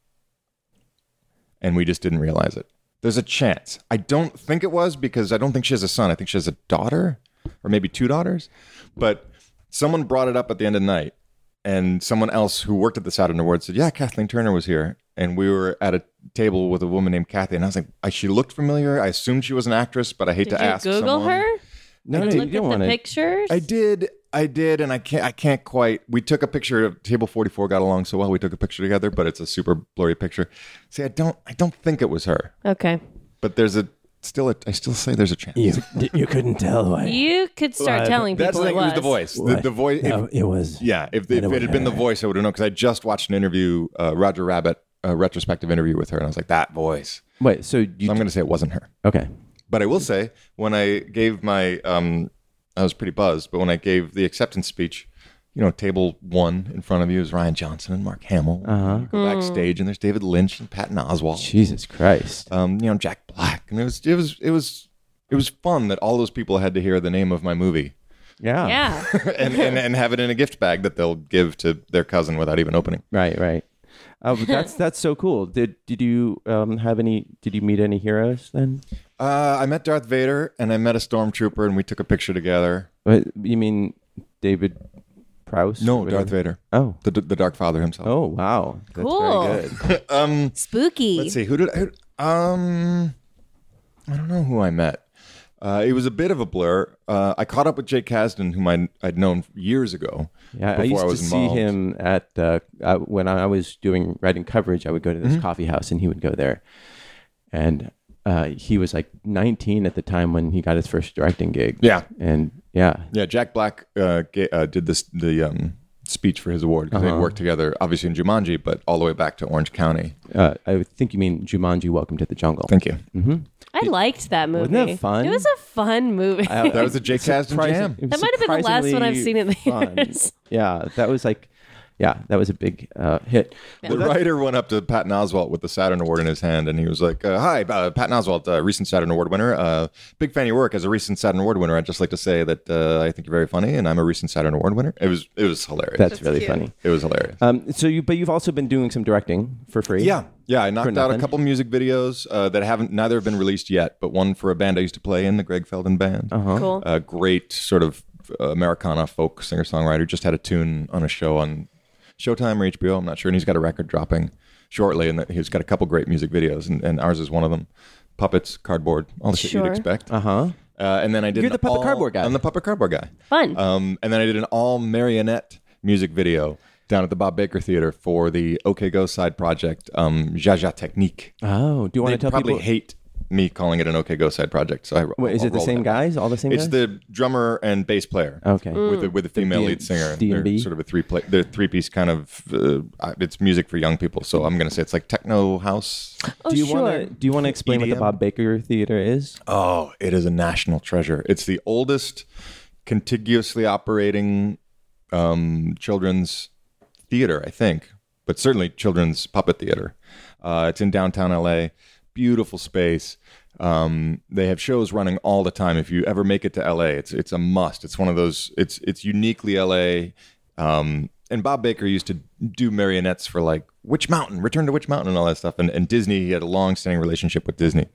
[SPEAKER 4] and we just didn't realize it. There's a chance. I don't think it was because I don't think she has a son. I think she has a daughter or maybe two daughters. But someone brought it up at the end of the night, and someone else who worked at the Saturn Awards said, "Yeah, Kathleen Turner was here." And we were at a table with a woman named Kathy, and I was like, "I- "She looked familiar. I assumed she was an actress, but I hate
[SPEAKER 3] Did
[SPEAKER 4] to
[SPEAKER 3] you
[SPEAKER 4] ask."
[SPEAKER 3] Google
[SPEAKER 4] someone.
[SPEAKER 3] her?
[SPEAKER 2] No, no,
[SPEAKER 3] Look
[SPEAKER 2] you
[SPEAKER 3] at
[SPEAKER 2] don't
[SPEAKER 3] the
[SPEAKER 2] want to.
[SPEAKER 3] pictures.
[SPEAKER 4] I did. I did, and I can't. I can't quite. We took a picture of table forty four. Got along so well. We took a picture together, but it's a super blurry picture. See, I don't. I don't think it was her,
[SPEAKER 3] okay.
[SPEAKER 4] but there's a still, a, I still say there's a chance.
[SPEAKER 5] You, you couldn't tell why.
[SPEAKER 3] You could start
[SPEAKER 5] Well,
[SPEAKER 3] telling people
[SPEAKER 4] That's the thing. It was the voice. The,
[SPEAKER 5] why-
[SPEAKER 4] the voice.
[SPEAKER 5] No, it was.
[SPEAKER 4] Yeah, if,
[SPEAKER 5] I
[SPEAKER 4] if
[SPEAKER 5] know
[SPEAKER 4] it
[SPEAKER 5] what
[SPEAKER 4] had been the
[SPEAKER 5] happened.
[SPEAKER 4] voice, I would have known because I just watched an interview, uh, Roger Rabbit, a retrospective interview with her, and I was like, that voice.
[SPEAKER 2] Wait, so you
[SPEAKER 4] I'm going to say it wasn't her.
[SPEAKER 2] okay?
[SPEAKER 4] But I will say, when I gave my, um, I was pretty buzzed, but when I gave the acceptance speech, you know, table one in front of you is Ryan Johnson and Mark Hamill. You go backstage, and there's David Lynch and Patton Oswalt.
[SPEAKER 2] Jesus Christ!
[SPEAKER 4] Um, you know, Jack Black, and it was, it was, it was, it was fun that all those people had to hear the name of my movie.
[SPEAKER 2] Yeah.
[SPEAKER 3] Yeah.
[SPEAKER 4] and, and, and have it in a gift bag that they'll give to their cousin without even opening.
[SPEAKER 2] Right. Right. Oh, but that's that's so cool. Did did you um, have any? Did you meet any heroes then?
[SPEAKER 4] Uh, I met Darth Vader and I met a stormtrooper and we took a picture together.
[SPEAKER 2] What, you mean David Prowse? or
[SPEAKER 4] No,
[SPEAKER 2] whatever?
[SPEAKER 4] Darth Vader,
[SPEAKER 2] Oh.
[SPEAKER 4] the, the Dark Father himself.
[SPEAKER 2] Oh wow. That's
[SPEAKER 3] Cool.
[SPEAKER 2] Very good.
[SPEAKER 3] Spooky.
[SPEAKER 4] Let's see, who did I? who- Um, I don't know who I met. Uh, it was a bit of a blur. Uh, I caught up with Jake Kasdan, whom I, I'd known years ago.
[SPEAKER 2] Yeah, I used to see him at uh, uh, when I was doing writing coverage. I would go to
[SPEAKER 4] Mm-hmm.
[SPEAKER 2] this coffee house, and he would go there. And uh, he was like 19 at the time when he got his first directing gig.
[SPEAKER 4] Yeah.
[SPEAKER 2] and yeah,
[SPEAKER 4] Yeah, Jack Black uh, ga- uh, did this the um, speech for his award
[SPEAKER 2] Uh-huh.
[SPEAKER 4] because they worked together, obviously in Jumanji, but all the way back to Orange County.
[SPEAKER 2] uh, I think you mean Jumanji: Welcome to the Jungle.
[SPEAKER 4] Thank you.
[SPEAKER 3] I liked that movie.
[SPEAKER 2] that fun?
[SPEAKER 3] It was a fun movie.
[SPEAKER 4] That was a Jake Kasdan
[SPEAKER 2] Surprising-
[SPEAKER 4] jam.
[SPEAKER 2] it was
[SPEAKER 3] That might have been the last one I've seen in the
[SPEAKER 2] surprisingly fun.
[SPEAKER 3] years.
[SPEAKER 2] Yeah, that was like, yeah, that was a big uh, hit.
[SPEAKER 4] The writer went up to Patton Oswalt with the Saturn Award in his hand, and he was like, uh, "Hi, uh, Patton Oswalt, uh, recent Saturn Award winner. Uh, big fan of your work. As a recent Saturn Award winner, I'd just like to say that uh, I think you're very funny, and I'm a recent Saturn Award winner. It was it was hilarious.
[SPEAKER 2] That's, really funny.
[SPEAKER 4] it was hilarious.
[SPEAKER 2] Um, so you, but you've also been doing some directing for free.
[SPEAKER 4] yeah, yeah. I knocked out a
[SPEAKER 2] nothing.
[SPEAKER 4] couple music videos uh, that haven't neither have been released yet, but one for a band I used to play in, the Greg Felden Band. Uh-huh.
[SPEAKER 3] Cool.
[SPEAKER 4] A great sort of uh, Americana folk singer songwriter. Just had a tune on a show on Showtime or HBO. I'm not sure. And he's got a record dropping shortly, and that- he's got a couple great music videos, and, and ours is one of them. Puppets, cardboard, all the shit you'd
[SPEAKER 3] Sure.
[SPEAKER 4] expect. Uh-huh. and then I did.
[SPEAKER 2] You're
[SPEAKER 4] an
[SPEAKER 2] the puppet
[SPEAKER 4] all-
[SPEAKER 2] cardboard guy.
[SPEAKER 4] I'm the puppet cardboard guy.
[SPEAKER 3] Fun.
[SPEAKER 4] Um, and then I did an all marionette music video down at the Bob Baker Theater for the OK Go Side project, um, Jaja Technique.
[SPEAKER 2] Oh, do you want
[SPEAKER 4] They
[SPEAKER 2] to tell
[SPEAKER 4] probably
[SPEAKER 2] people?
[SPEAKER 4] hate me calling it an OK Go Side project. So I
[SPEAKER 2] Wait, is
[SPEAKER 4] I'll
[SPEAKER 2] it the
[SPEAKER 4] roll
[SPEAKER 2] same
[SPEAKER 4] that.
[SPEAKER 2] guys? All the same
[SPEAKER 4] It's
[SPEAKER 2] guys?
[SPEAKER 4] the drummer and bass player.
[SPEAKER 2] Okay.
[SPEAKER 4] With a, with a female
[SPEAKER 2] D-
[SPEAKER 4] lead singer.
[SPEAKER 2] D&B?
[SPEAKER 4] They're sort of a three play. They're three piece kind of. Uh, uh, it's music for young people, so I'm gonna say it's like techno house.
[SPEAKER 3] oh,
[SPEAKER 2] do you
[SPEAKER 3] sure.
[SPEAKER 2] want to do you want to explain what the
[SPEAKER 4] EDM?
[SPEAKER 2] Bob Baker Theater is?
[SPEAKER 4] Oh, it is a national treasure. It's the oldest contiguously operating um, children's theater, I think, but certainly children's puppet theater. Uh, it's in downtown LA. Beautiful space. Um, they have shows running all the time. If you ever make it to LA, it's it's a must. It's one of those. It's it's uniquely LA. Um, and Bob Baker used to do marionettes for like Witch Mountain, Return to Witch Mountain, and all that stuff. And, and Disney, he had a long-standing relationship with Disney,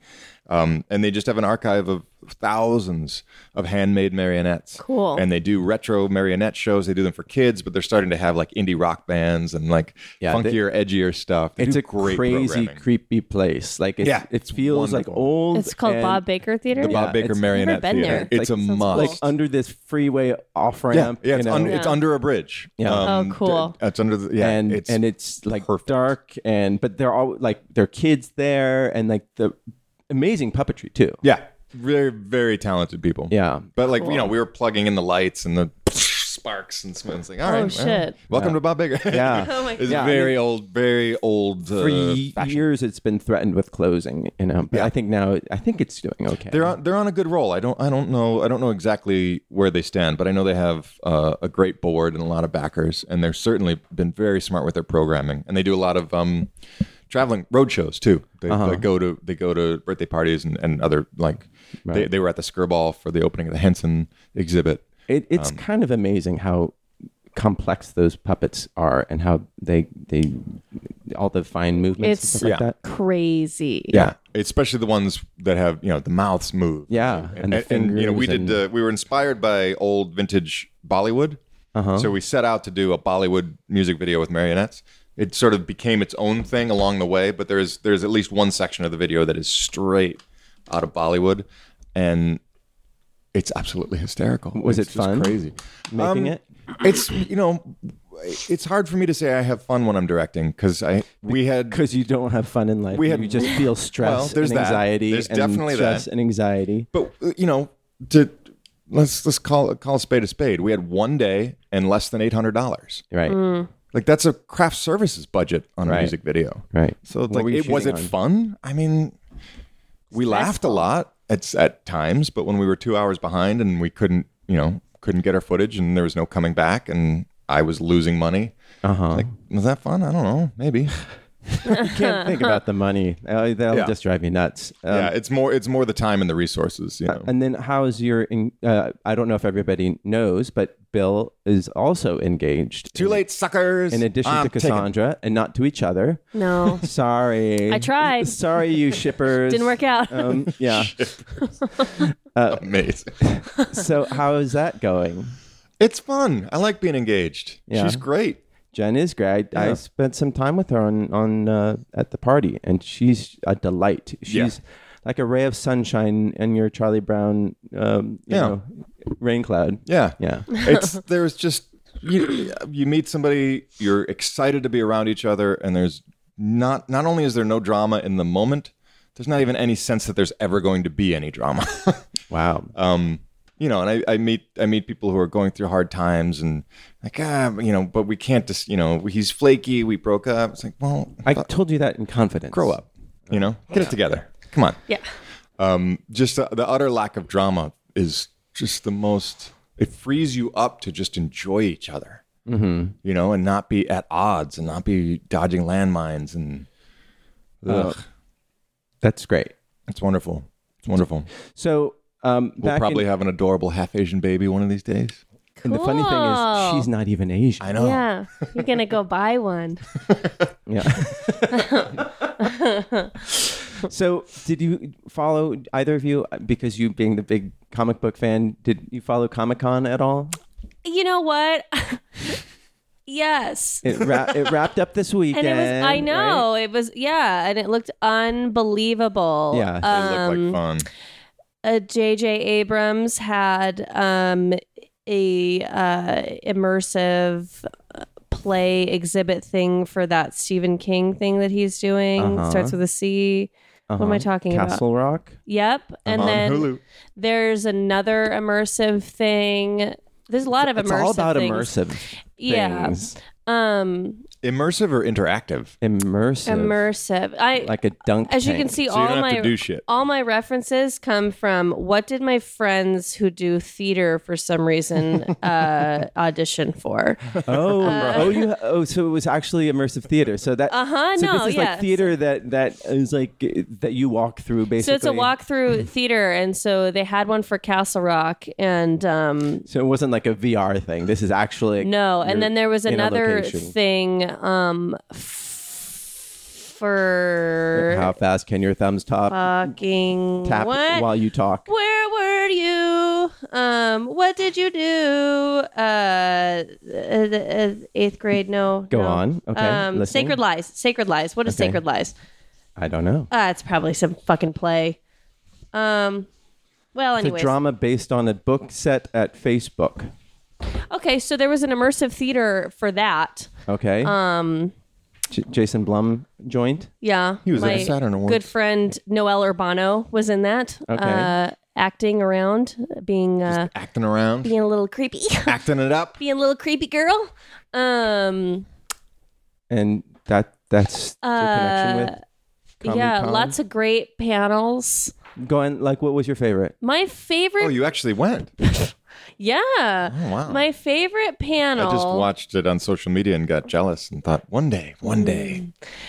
[SPEAKER 4] um, and they just have an archive of thousands of handmade marionettes.
[SPEAKER 3] Cool.
[SPEAKER 4] And they do retro marionette shows. They do them for kids, but they're starting to have like indie rock bands and like
[SPEAKER 2] Yeah, they-
[SPEAKER 4] funkier, edgier stuff. They
[SPEAKER 2] It's
[SPEAKER 4] do
[SPEAKER 2] a crazy,
[SPEAKER 4] programming.
[SPEAKER 2] creepy place. Like it's,
[SPEAKER 4] Yeah,
[SPEAKER 2] it
[SPEAKER 4] it's
[SPEAKER 2] feels like
[SPEAKER 4] wonderful.
[SPEAKER 2] old.
[SPEAKER 3] It's called
[SPEAKER 2] and-
[SPEAKER 3] Bob Baker Theater.
[SPEAKER 4] the Bob
[SPEAKER 2] Yeah,
[SPEAKER 4] Baker
[SPEAKER 2] it's-
[SPEAKER 4] Marionette
[SPEAKER 3] Never been
[SPEAKER 4] Theater.
[SPEAKER 3] there.
[SPEAKER 4] It's a
[SPEAKER 3] Sounds
[SPEAKER 4] must.
[SPEAKER 2] Like under this freeway off
[SPEAKER 4] yeah,
[SPEAKER 2] ramp.
[SPEAKER 4] yeah, it's,
[SPEAKER 2] you know,
[SPEAKER 4] un- it's under a bridge.
[SPEAKER 2] Yeah.
[SPEAKER 3] Oh, cool.
[SPEAKER 4] d- It's under the yeah,
[SPEAKER 2] and
[SPEAKER 4] it's,
[SPEAKER 2] and it's like
[SPEAKER 4] perfect.
[SPEAKER 2] dark and but they're all like there are kids there and like the amazing puppetry too.
[SPEAKER 4] yeah, very very talented people.
[SPEAKER 2] Yeah.
[SPEAKER 4] but like you know, we were plugging in the lights and the sparks and smoke. It's like all
[SPEAKER 3] Oh,
[SPEAKER 4] right, well,
[SPEAKER 3] shit.
[SPEAKER 4] welcome to Bob Baker.
[SPEAKER 2] Yeah.
[SPEAKER 3] Oh my
[SPEAKER 4] it's
[SPEAKER 2] Yeah, I
[SPEAKER 4] very old, very old.
[SPEAKER 2] For
[SPEAKER 4] uh,
[SPEAKER 2] ye- years, it's been threatened with closing. You know, but I think now I think it's doing okay.
[SPEAKER 4] They're on, they're on a good roll. I don't I don't know I don't know exactly where they stand, but I know they have uh, a great board and a lot of backers, and they're certainly been very smart with their programming, and they do a lot of um, traveling road shows too. They, they go to they go to birthday parties and, and other like they, they were at the Skirball for the opening of the Henson exhibit.
[SPEAKER 2] It, it's
[SPEAKER 4] Um,
[SPEAKER 2] kind of amazing how complex those puppets are and how they they all the fine movements
[SPEAKER 3] It's-
[SPEAKER 2] and stuff
[SPEAKER 4] Yeah.
[SPEAKER 2] like that.
[SPEAKER 3] Crazy.
[SPEAKER 4] Yeah, especially the ones that have you know the mouths move.
[SPEAKER 2] Yeah, and
[SPEAKER 4] and,
[SPEAKER 2] the
[SPEAKER 4] and, you know we
[SPEAKER 2] fingers
[SPEAKER 4] did uh, we were inspired by old vintage Bollywood,
[SPEAKER 2] Uh-huh.
[SPEAKER 4] so we set out to do a Bollywood music video with marionettes. It sort of became its own thing along the way, but there's there's at least one section of the video that is straight out of Bollywood, and it's absolutely hysterical.
[SPEAKER 2] Was
[SPEAKER 4] It's
[SPEAKER 2] it
[SPEAKER 4] just
[SPEAKER 2] fun
[SPEAKER 4] Crazy
[SPEAKER 2] making
[SPEAKER 4] Um,
[SPEAKER 2] it?
[SPEAKER 4] it's you know it's hard for me to say I have fun when I'm directing because I we had
[SPEAKER 2] because you don't have fun in life.
[SPEAKER 4] We
[SPEAKER 2] We
[SPEAKER 4] had-
[SPEAKER 2] you just feel stress
[SPEAKER 4] Well, there's
[SPEAKER 2] and
[SPEAKER 4] that.
[SPEAKER 2] anxiety.
[SPEAKER 4] There's
[SPEAKER 2] and
[SPEAKER 4] definitely
[SPEAKER 2] stress
[SPEAKER 4] that.
[SPEAKER 2] and anxiety.
[SPEAKER 4] But uh, you know, to let's let's call call a spade a spade. We had one day and less than eight hundred dollars.
[SPEAKER 2] Right.
[SPEAKER 4] Like that's a craft services budget on a
[SPEAKER 2] Right.
[SPEAKER 4] music video.
[SPEAKER 2] Right.
[SPEAKER 4] So it's
[SPEAKER 2] What were
[SPEAKER 4] like,
[SPEAKER 2] you
[SPEAKER 4] it, was it
[SPEAKER 2] shooting on?
[SPEAKER 4] fun? I mean, we laughed a lot at at times, but when we were two hours behind and we couldn't, you know, couldn't get our footage and there was no coming back and I was losing money. Uh-huh. Like, was that fun? I don't know. Maybe.
[SPEAKER 2] Can't think about the money. Uh, that'll
[SPEAKER 4] Yeah.
[SPEAKER 2] just drive you nuts. Um,
[SPEAKER 4] yeah. It's more. It's more the time and the resources. You know.
[SPEAKER 2] And then how is your? en- Uh, I don't know if everybody knows, but Bill is also engaged.
[SPEAKER 4] Too late, suckers. Um,
[SPEAKER 2] In addition
[SPEAKER 4] I'm
[SPEAKER 2] to
[SPEAKER 4] taken.
[SPEAKER 2] Cassandra, and not to each other.
[SPEAKER 6] No.
[SPEAKER 2] Sorry.
[SPEAKER 6] I tried.
[SPEAKER 2] Sorry, you shippers.
[SPEAKER 6] Didn't work out.
[SPEAKER 2] Um, yeah.
[SPEAKER 4] Amazing.
[SPEAKER 2] so how is that going?
[SPEAKER 4] It's fun. I like being engaged.
[SPEAKER 2] Yeah.
[SPEAKER 4] She's great.
[SPEAKER 2] Jen is great. I
[SPEAKER 4] Yeah.
[SPEAKER 2] spent some time with her on on uh, at the party, and she's a delight. She's
[SPEAKER 4] Yeah.
[SPEAKER 2] like a ray of sunshine in your Charlie Brown, um, you
[SPEAKER 4] Yeah.
[SPEAKER 2] know, rain cloud.
[SPEAKER 4] Yeah.
[SPEAKER 2] yeah.
[SPEAKER 4] It's there's just you, you meet somebody, you're excited to be around each other, and there's not not only is there no drama in the moment, there's not even any sense that there's ever going to be any drama.
[SPEAKER 2] Wow.
[SPEAKER 6] Uh,
[SPEAKER 4] um, you know, and I, I meet I meet people who are going through hard times and like ah, you know, but we can't just you know, he's flaky, we broke up. It's like, well,
[SPEAKER 2] I
[SPEAKER 6] uh,
[SPEAKER 2] told you that in confidence.
[SPEAKER 4] grow up, you know, get it together. Come on.
[SPEAKER 6] Yeah.
[SPEAKER 4] um, just the, the utter lack of drama is just the most it frees you up to just enjoy each other mm-hmm. you know and not be at odds and not be dodging landmines and ugh,
[SPEAKER 2] That's great.
[SPEAKER 4] it's wonderful it's wonderful
[SPEAKER 2] So um,
[SPEAKER 4] we'll
[SPEAKER 2] back
[SPEAKER 4] probably
[SPEAKER 2] in,
[SPEAKER 4] have an adorable half asian baby one of these days
[SPEAKER 2] and the funny thing is, she's not even Asian.
[SPEAKER 4] i know
[SPEAKER 6] Yeah. You're going to go buy one.
[SPEAKER 2] Yeah. so, did you follow either of you uh, because you being the big comic book fan? Did you follow Comic Con at all?
[SPEAKER 6] You know what? yes.
[SPEAKER 2] It, wra- it wrapped up this weekend.
[SPEAKER 6] And it was, I
[SPEAKER 2] right?
[SPEAKER 6] know. It was, yeah. And it looked unbelievable.
[SPEAKER 2] Yeah.
[SPEAKER 4] it looked
[SPEAKER 6] Um,
[SPEAKER 4] like fun
[SPEAKER 6] uh, J.J. Abrams had um, a uh, immersive uh, play exhibit thing for that Stephen King thing that he's doing. Starts with a C. What am I talking about?
[SPEAKER 2] Uh-huh. Castle Uh-huh. Rock.
[SPEAKER 6] Yep. And
[SPEAKER 4] on
[SPEAKER 6] then
[SPEAKER 4] Hulu.
[SPEAKER 6] there's another immersive thing. There's a lot of immersive.
[SPEAKER 2] it's all about
[SPEAKER 6] things.
[SPEAKER 2] immersive.
[SPEAKER 6] Yeah.
[SPEAKER 2] Things.
[SPEAKER 6] Um,
[SPEAKER 4] immersive or interactive
[SPEAKER 2] Immersive.
[SPEAKER 6] immersive. I
[SPEAKER 2] like a dunk.
[SPEAKER 6] as you
[SPEAKER 2] tank.
[SPEAKER 6] can see,
[SPEAKER 4] So you
[SPEAKER 6] all
[SPEAKER 4] don't have
[SPEAKER 6] my
[SPEAKER 4] to do shit.
[SPEAKER 6] all my references come from what did my friends who do theater for some reason uh, audition for?
[SPEAKER 2] Oh,
[SPEAKER 6] Uh,
[SPEAKER 2] oh, you, oh, so it was actually immersive theater. So that,
[SPEAKER 6] Uh-huh,
[SPEAKER 2] so
[SPEAKER 6] no,
[SPEAKER 2] this is
[SPEAKER 6] yes.
[SPEAKER 2] like theater that that is like uh, that you walk through
[SPEAKER 6] So
[SPEAKER 2] basically.
[SPEAKER 6] it's a walkthrough theater, and so they had one for Castle Rock, and um,
[SPEAKER 2] So it wasn't like a VR thing. This is actually
[SPEAKER 6] no,
[SPEAKER 2] you're
[SPEAKER 6] and then there was
[SPEAKER 2] in a
[SPEAKER 6] another
[SPEAKER 2] location.
[SPEAKER 6] thing um, f- for
[SPEAKER 2] How fast can your thumbs top
[SPEAKER 6] fucking
[SPEAKER 2] tap
[SPEAKER 6] Uh, what?
[SPEAKER 2] while you talk?
[SPEAKER 6] Where were you? Um, what did you do? Uh, uh, uh, eighth grade? No.
[SPEAKER 2] Go
[SPEAKER 6] no.
[SPEAKER 2] on. Okay,
[SPEAKER 6] Um,
[SPEAKER 2] listening.
[SPEAKER 6] sacred lies. Sacred lies. What is
[SPEAKER 2] Okay.
[SPEAKER 6] sacred lies?
[SPEAKER 2] I don't know.
[SPEAKER 6] Uh, it's probably some fucking play. Um, well,
[SPEAKER 2] It's
[SPEAKER 6] anyways.
[SPEAKER 2] a drama based on a book set at Facebook.
[SPEAKER 6] Okay, so there was an immersive theater for that.
[SPEAKER 2] Okay. Um, Jason Blum joined.
[SPEAKER 6] Yeah. He
[SPEAKER 4] was at a Saturn Awards.
[SPEAKER 6] Good friend Noel Urbano was in that.
[SPEAKER 2] Okay.
[SPEAKER 6] Uh, acting around, being uh,
[SPEAKER 4] acting around
[SPEAKER 6] being a little creepy,
[SPEAKER 4] acting it up
[SPEAKER 6] being a little creepy girl. Um.
[SPEAKER 2] and that that's your connection
[SPEAKER 6] Uh,
[SPEAKER 2] with
[SPEAKER 6] yeah,
[SPEAKER 2] Comic-Con?
[SPEAKER 6] lots of great panels.
[SPEAKER 2] go on like what was your favorite
[SPEAKER 6] My
[SPEAKER 4] oh
[SPEAKER 6] favorite,
[SPEAKER 4] you actually went
[SPEAKER 6] yeah,
[SPEAKER 4] Oh, wow.
[SPEAKER 6] my favorite panel.
[SPEAKER 4] i just watched it on social media and got jealous and thought one day one
[SPEAKER 6] Mm.
[SPEAKER 4] day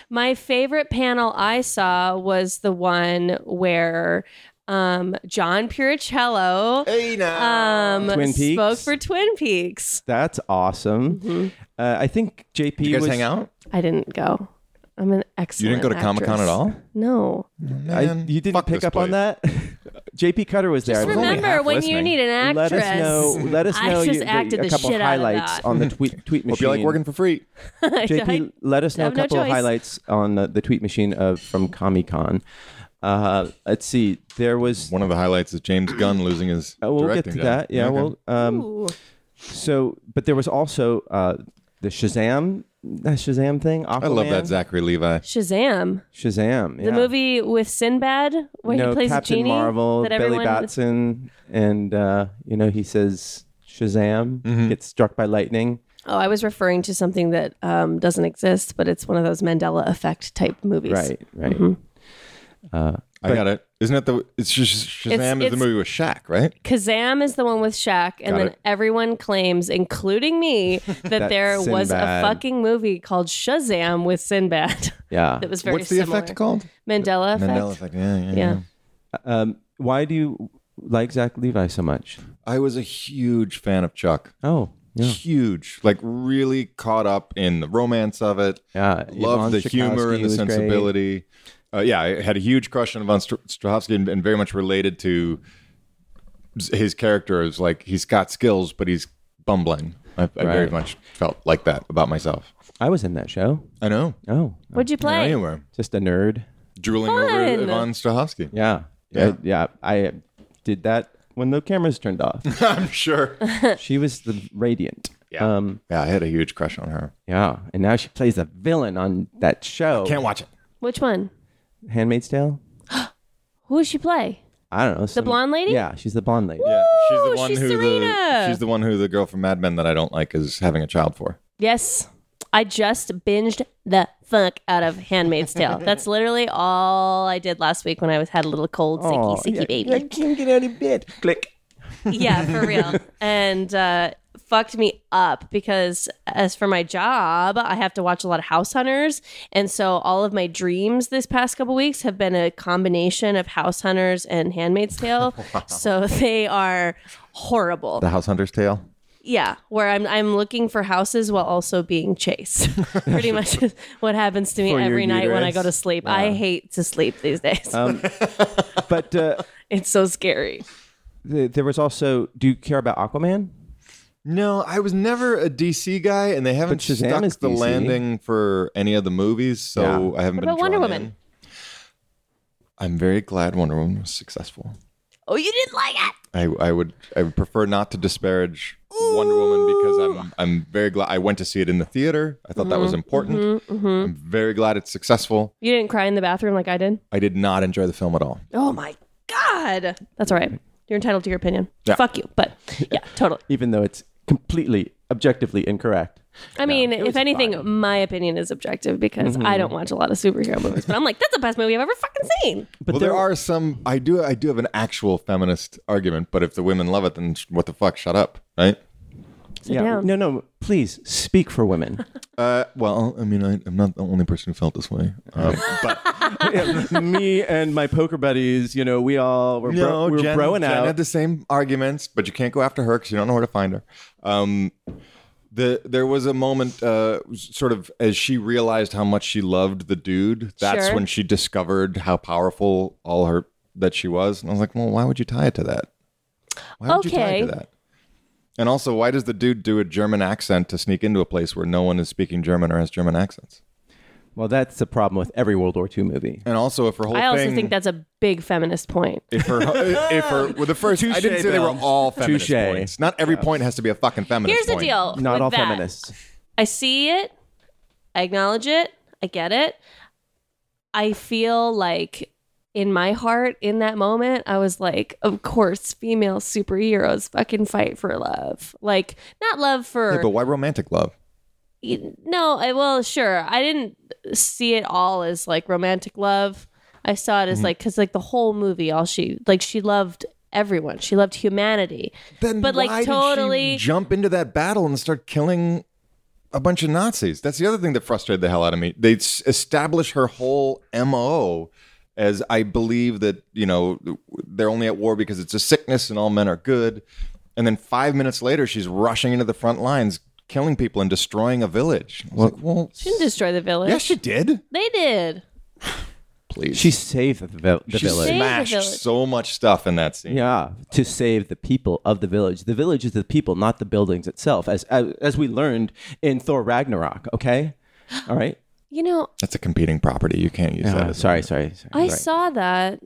[SPEAKER 6] My favorite panel I saw was the one where um, John Puricello
[SPEAKER 4] hey now
[SPEAKER 6] um,
[SPEAKER 2] Twin Peaks?
[SPEAKER 6] spoke for Twin Peaks.
[SPEAKER 2] that's awesome
[SPEAKER 6] Mm-hmm.
[SPEAKER 2] uh, i think jp
[SPEAKER 4] you guys
[SPEAKER 2] was
[SPEAKER 4] hang out
[SPEAKER 6] I didn't go. I'm an
[SPEAKER 4] You
[SPEAKER 6] excellent.
[SPEAKER 4] didn't go to Comic Con
[SPEAKER 6] actress.
[SPEAKER 4] at all?
[SPEAKER 6] No.
[SPEAKER 2] I- you didn't
[SPEAKER 4] Fuck
[SPEAKER 2] pick
[SPEAKER 4] this
[SPEAKER 2] up on
[SPEAKER 4] place.
[SPEAKER 2] that jp cutter was there I
[SPEAKER 6] Just
[SPEAKER 2] believe.
[SPEAKER 4] only
[SPEAKER 6] remember
[SPEAKER 4] half
[SPEAKER 6] when you
[SPEAKER 4] listening.
[SPEAKER 6] need an actress.
[SPEAKER 2] let us know let us
[SPEAKER 6] I
[SPEAKER 2] know
[SPEAKER 6] just
[SPEAKER 2] you, the-
[SPEAKER 6] acted
[SPEAKER 2] a
[SPEAKER 6] the
[SPEAKER 2] couple
[SPEAKER 6] shit out of
[SPEAKER 2] highlights
[SPEAKER 6] that.
[SPEAKER 2] on the tweet tweet machine
[SPEAKER 4] Hope you like working for free.
[SPEAKER 2] jp let us know a
[SPEAKER 6] have no
[SPEAKER 2] couple of
[SPEAKER 6] choice.
[SPEAKER 2] highlights on the, the tweet machine of from comic-con uh, let's see there was
[SPEAKER 4] One of the highlights is James Gunn losing his.
[SPEAKER 2] Uh, we'll get
[SPEAKER 4] directing
[SPEAKER 2] to
[SPEAKER 4] job.
[SPEAKER 2] that. Yeah.
[SPEAKER 4] Okay.
[SPEAKER 2] Well, um,
[SPEAKER 6] Ooh.
[SPEAKER 2] so, but there was also uh, the Shazam, that Shazam thing. Aquaman,
[SPEAKER 4] I love that Zachary Levi.
[SPEAKER 6] Shazam,
[SPEAKER 2] Shazam.
[SPEAKER 6] the
[SPEAKER 2] yeah.
[SPEAKER 6] movie with Sinbad, where
[SPEAKER 2] no,
[SPEAKER 6] he plays
[SPEAKER 2] Captain
[SPEAKER 6] a genie.
[SPEAKER 2] Marvel,
[SPEAKER 6] that
[SPEAKER 2] Billy
[SPEAKER 6] everyone-
[SPEAKER 2] Batson, and uh, you know he says Shazam gets struck by lightning.
[SPEAKER 6] Oh, I was referring to something that um, doesn't exist, but it's one of those Mandela effect type movies.
[SPEAKER 2] Right, right.
[SPEAKER 6] Mm-hmm.
[SPEAKER 4] I got it. Isn't it the? It's just Shazam
[SPEAKER 6] It's-
[SPEAKER 4] is
[SPEAKER 6] it's-
[SPEAKER 4] the movie with Shaq, right?
[SPEAKER 6] Kazam is the one with Shaq, and
[SPEAKER 4] Got
[SPEAKER 6] then
[SPEAKER 4] it.
[SPEAKER 6] everyone claims, including me, that, there was a
[SPEAKER 2] Sinbad.
[SPEAKER 6] fucking movie called Shazam with Sinbad.
[SPEAKER 2] Yeah.
[SPEAKER 6] that was very
[SPEAKER 4] What's the
[SPEAKER 6] similar.
[SPEAKER 4] effect called?
[SPEAKER 6] Mandela effect.
[SPEAKER 4] Mandela effect. Yeah, yeah, yeah.
[SPEAKER 6] Yeah.
[SPEAKER 2] Why do you like Zach Levi so much?
[SPEAKER 4] I was a huge fan of Chuck.
[SPEAKER 2] Oh, yeah,
[SPEAKER 4] Huge, like really caught up in the romance of it.
[SPEAKER 2] yeah. Yvonne
[SPEAKER 4] Loved the humor
[SPEAKER 2] Strahovski
[SPEAKER 4] and the
[SPEAKER 2] was great.
[SPEAKER 4] sensibility. Uh, yeah, I had a huge crush on Von Str- Strahovski and, and very much related to s- his character. Is like he's got skills, but he's bumbling. I, I very
[SPEAKER 2] Right.
[SPEAKER 4] much felt like that about myself.
[SPEAKER 2] I was in that show.
[SPEAKER 4] I know.
[SPEAKER 2] Oh,
[SPEAKER 6] What'd you
[SPEAKER 4] I
[SPEAKER 6] play?
[SPEAKER 4] know you were.
[SPEAKER 2] just a nerd.
[SPEAKER 4] drooling
[SPEAKER 6] Fun.
[SPEAKER 4] over Yvonne Strahovski.
[SPEAKER 2] Yeah,
[SPEAKER 4] Yeah.
[SPEAKER 2] I, yeah. I did that when the cameras turned off.
[SPEAKER 4] I'm sure.
[SPEAKER 2] she was the radiant.
[SPEAKER 4] Yeah. yeah, I had a huge crush on her.
[SPEAKER 2] Yeah, and now she plays a villain on that show.
[SPEAKER 4] Can't watch it.
[SPEAKER 6] Which one?
[SPEAKER 2] Handmaid's Tale.
[SPEAKER 6] Who does she play?
[SPEAKER 2] I don't know. The
[SPEAKER 6] blonde lady?
[SPEAKER 2] Yeah, she's the blonde lady.
[SPEAKER 4] Yeah, she's the
[SPEAKER 6] Ooh,
[SPEAKER 4] one
[SPEAKER 6] Oh, she's
[SPEAKER 4] who
[SPEAKER 6] Serena.
[SPEAKER 4] the she's the one who the girl from Mad Men that I don't like is having a child for.
[SPEAKER 6] Yes. I just binged the fuck out of Handmaid's Tale. That's literally all I did last week when I was had a little cold, sicky,
[SPEAKER 2] Oh,
[SPEAKER 6] sicky
[SPEAKER 2] yeah,
[SPEAKER 6] baby.
[SPEAKER 2] I can't get out of bed. Click.
[SPEAKER 6] Yeah, for real. and uh, fucked me up because, as for my job, I have to watch a lot of House Hunters. And so, all of my dreams this past couple weeks have been a combination of House Hunters and Handmaid's Tale. So, they are horrible.
[SPEAKER 4] The House Hunter's Tale.
[SPEAKER 6] yeah, where I'm, I'm looking for houses while also being chased. Pretty much is what happens to me
[SPEAKER 2] For your
[SPEAKER 6] every night when I go to
[SPEAKER 2] uterus.
[SPEAKER 6] sleep. I hate to sleep these days.
[SPEAKER 2] But uh,
[SPEAKER 6] it's so scary.
[SPEAKER 2] th- there was also. Do you care about Aquaman?
[SPEAKER 4] No, I was never a DC guy, and they haven't
[SPEAKER 2] But Shazam
[SPEAKER 4] stuck
[SPEAKER 2] is
[SPEAKER 4] the
[SPEAKER 2] DC.
[SPEAKER 4] landing for any of the movies, so
[SPEAKER 2] Yeah.
[SPEAKER 4] I haven't
[SPEAKER 6] What
[SPEAKER 4] been
[SPEAKER 6] about Wonder
[SPEAKER 4] drawn
[SPEAKER 6] Woman?
[SPEAKER 4] in. I'm very glad Wonder Woman was successful.
[SPEAKER 6] Oh, you didn't like it?
[SPEAKER 4] I, I would I would prefer not to disparage Wonder Woman because I'm I'm very glad I went to see it in the theater. I thought that
[SPEAKER 6] Mm-hmm,
[SPEAKER 4] was important. I'm very glad it's successful.
[SPEAKER 6] You didn't cry in the bathroom like I did?
[SPEAKER 4] I did not enjoy the film at all.
[SPEAKER 6] Oh my god. That's all right. You're entitled to your opinion.
[SPEAKER 4] Yeah.
[SPEAKER 6] Fuck you. But yeah, totally.
[SPEAKER 2] Even though it's completely objectively incorrect.
[SPEAKER 6] I mean, if anything, my opinion is objective because I don't watch a lot of superhero movies. But I'm like, that's the best movie I've ever fucking seen.
[SPEAKER 2] But
[SPEAKER 4] well, there, are some. I do. I do have an actual feminist argument, but if the women love it, then sh- what the fuck? Shut up, right?
[SPEAKER 2] yeah,
[SPEAKER 6] down.
[SPEAKER 2] No, no. Please speak for women.
[SPEAKER 4] Uh, well, I mean, I, I'm not the only person who felt this way. Um,
[SPEAKER 2] oh,
[SPEAKER 4] but
[SPEAKER 2] Me and my poker buddies. You know, we all were bro- we were
[SPEAKER 4] oh, Jen,
[SPEAKER 2] broing
[SPEAKER 4] Jen
[SPEAKER 2] out.
[SPEAKER 4] had the same arguments, but you can't go after her because you don't know where to find her. Um, the there was a moment, uh, sort of as she realized how much she loved the dude. That's
[SPEAKER 6] Sure.
[SPEAKER 4] when she discovered how powerful all her that she was. And I was like, well, why would you tie it to that? Why would you tie it to
[SPEAKER 6] Okay.
[SPEAKER 4] that? And also, why does the dude do a German accent to sneak into a place where no one is speaking German or has German accents?
[SPEAKER 2] well, that's the problem with every World War II movie.
[SPEAKER 4] And also, if her whole
[SPEAKER 6] I also
[SPEAKER 4] thing,
[SPEAKER 6] think that's a big feminist point.
[SPEAKER 4] if her, if her, well, the first, I didn't
[SPEAKER 2] Touche,
[SPEAKER 4] say they were
[SPEAKER 2] Bill.
[SPEAKER 4] all feminist
[SPEAKER 2] Touche.
[SPEAKER 4] points. Not every point has to be a fucking feminist.
[SPEAKER 6] Here's the
[SPEAKER 4] point.
[SPEAKER 6] deal.
[SPEAKER 2] Not
[SPEAKER 6] with
[SPEAKER 2] all
[SPEAKER 6] that.
[SPEAKER 2] feminists.
[SPEAKER 6] I see it. I acknowledge it. I get it. I feel like in my heart, in that moment, I was like, of course, female superheroes fucking fight for love. Like, not love for.
[SPEAKER 4] Yeah, but why romantic love?
[SPEAKER 6] you- no, I well, sure. I didn't see it all as like romantic love. I saw
[SPEAKER 4] Mm-hmm.
[SPEAKER 6] it as like because like the whole movie, all she like she loved everyone. She loved humanity.
[SPEAKER 4] Then
[SPEAKER 6] But, like,
[SPEAKER 4] why did she
[SPEAKER 6] totally-
[SPEAKER 4] jump into that battle and start killing a bunch of Nazis. That's the other thing that frustrated the hell out of me. They s- establish her whole mo as I believe that you know they're only at war because it's a sickness and all men are good, and then five minutes later she's rushing into the front lines, killing people and destroying a village. I was like, well,
[SPEAKER 6] She didn't destroy the village.
[SPEAKER 4] yes, she did.
[SPEAKER 6] they did.
[SPEAKER 4] Please,
[SPEAKER 2] She saved the, vil- the
[SPEAKER 4] she
[SPEAKER 2] village.
[SPEAKER 6] saved-
[SPEAKER 4] smashed
[SPEAKER 6] village.
[SPEAKER 4] so much stuff in that scene.
[SPEAKER 2] Yeah, to save the people of the village. The village is the people, not the buildings itself, as as, as we learned in Thor Ragnarok. Okay, all right.
[SPEAKER 6] You know,
[SPEAKER 4] That's a competing property. You can't use that.
[SPEAKER 2] Uh,
[SPEAKER 4] as a-
[SPEAKER 2] sorry, sorry, sorry.
[SPEAKER 6] I
[SPEAKER 2] Right.
[SPEAKER 6] saw that.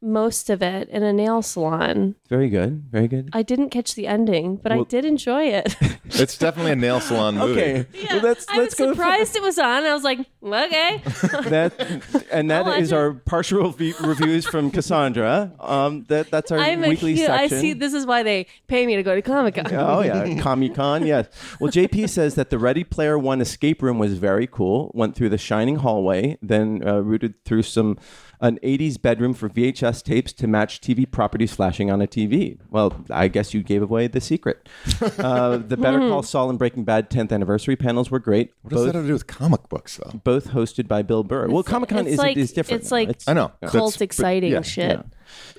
[SPEAKER 6] most of it in a nail salon.
[SPEAKER 2] Very good. Very good.
[SPEAKER 6] I didn't catch the ending, but I
[SPEAKER 2] Well-
[SPEAKER 6] did enjoy it.
[SPEAKER 4] It's definitely a nail salon movie.
[SPEAKER 2] Okay. well, let's
[SPEAKER 6] I was
[SPEAKER 2] let's go. for-
[SPEAKER 6] surprised it was on. and I was like, okay.
[SPEAKER 2] that and that
[SPEAKER 6] watch
[SPEAKER 2] is
[SPEAKER 6] it.
[SPEAKER 2] our partial re- reviews from Cassandra. Um, that that's our
[SPEAKER 6] I'm a
[SPEAKER 2] weekly
[SPEAKER 6] huge. I
[SPEAKER 2] section.
[SPEAKER 6] see. This is why they pay me to go to Comic Con.
[SPEAKER 2] Oh yeah, Comic Con. Yes. Well, JP says that the Ready Player One escape room was very cool. Went through the shining hallway, then uh, rooted through some an '80s bedroom for VHS tapes to match TV properties flashing on a TV. Well, I guess you gave away the secret. Uh, the Better Call
[SPEAKER 6] Hmm.
[SPEAKER 2] Saul and Breaking Bad 10th anniversary panels were great.
[SPEAKER 4] What does that
[SPEAKER 2] Both,
[SPEAKER 4] have to do with comic books, though?
[SPEAKER 2] both hosted by Bill Burr. well, Comic Con
[SPEAKER 6] it's
[SPEAKER 2] is
[SPEAKER 6] like-
[SPEAKER 2] is different.
[SPEAKER 6] it's like-
[SPEAKER 4] I know.
[SPEAKER 6] Cult exciting
[SPEAKER 4] yeah,
[SPEAKER 6] shit.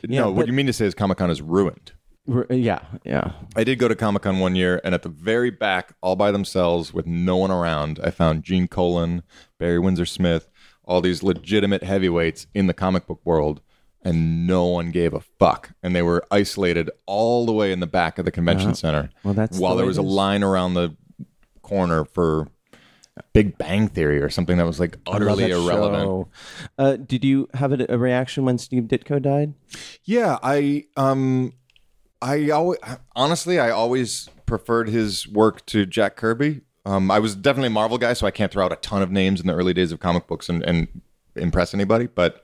[SPEAKER 4] no, what
[SPEAKER 2] but-
[SPEAKER 4] you mean to say is Comic Con is ruined.
[SPEAKER 2] We're- Yeah, yeah.
[SPEAKER 4] I did go to Comic Con one year, and at the very back, all by themselves with no one around, I found Gene Colan, Barry Windsor Smith, all these legitimate heavyweights in the comic book world, and no one gave a fuck. And they were isolated all the way in the back of the convention center.
[SPEAKER 2] Uh-huh. Well, that's
[SPEAKER 4] while
[SPEAKER 2] the
[SPEAKER 4] there
[SPEAKER 2] way
[SPEAKER 4] was
[SPEAKER 2] it
[SPEAKER 4] a
[SPEAKER 2] is.
[SPEAKER 4] line around the corner for Big Bang Theory or something that was like utterly
[SPEAKER 2] Love that
[SPEAKER 4] irrelevant.
[SPEAKER 2] show. Uh, did you have a, a reaction when Steve Ditko died?
[SPEAKER 4] Yeah, I um I always honestly I always preferred his work to Jack Kirby. Um, I was definitely a Marvel guy, so I can't throw out a ton of names in the early days of comic books and, and impress anybody. But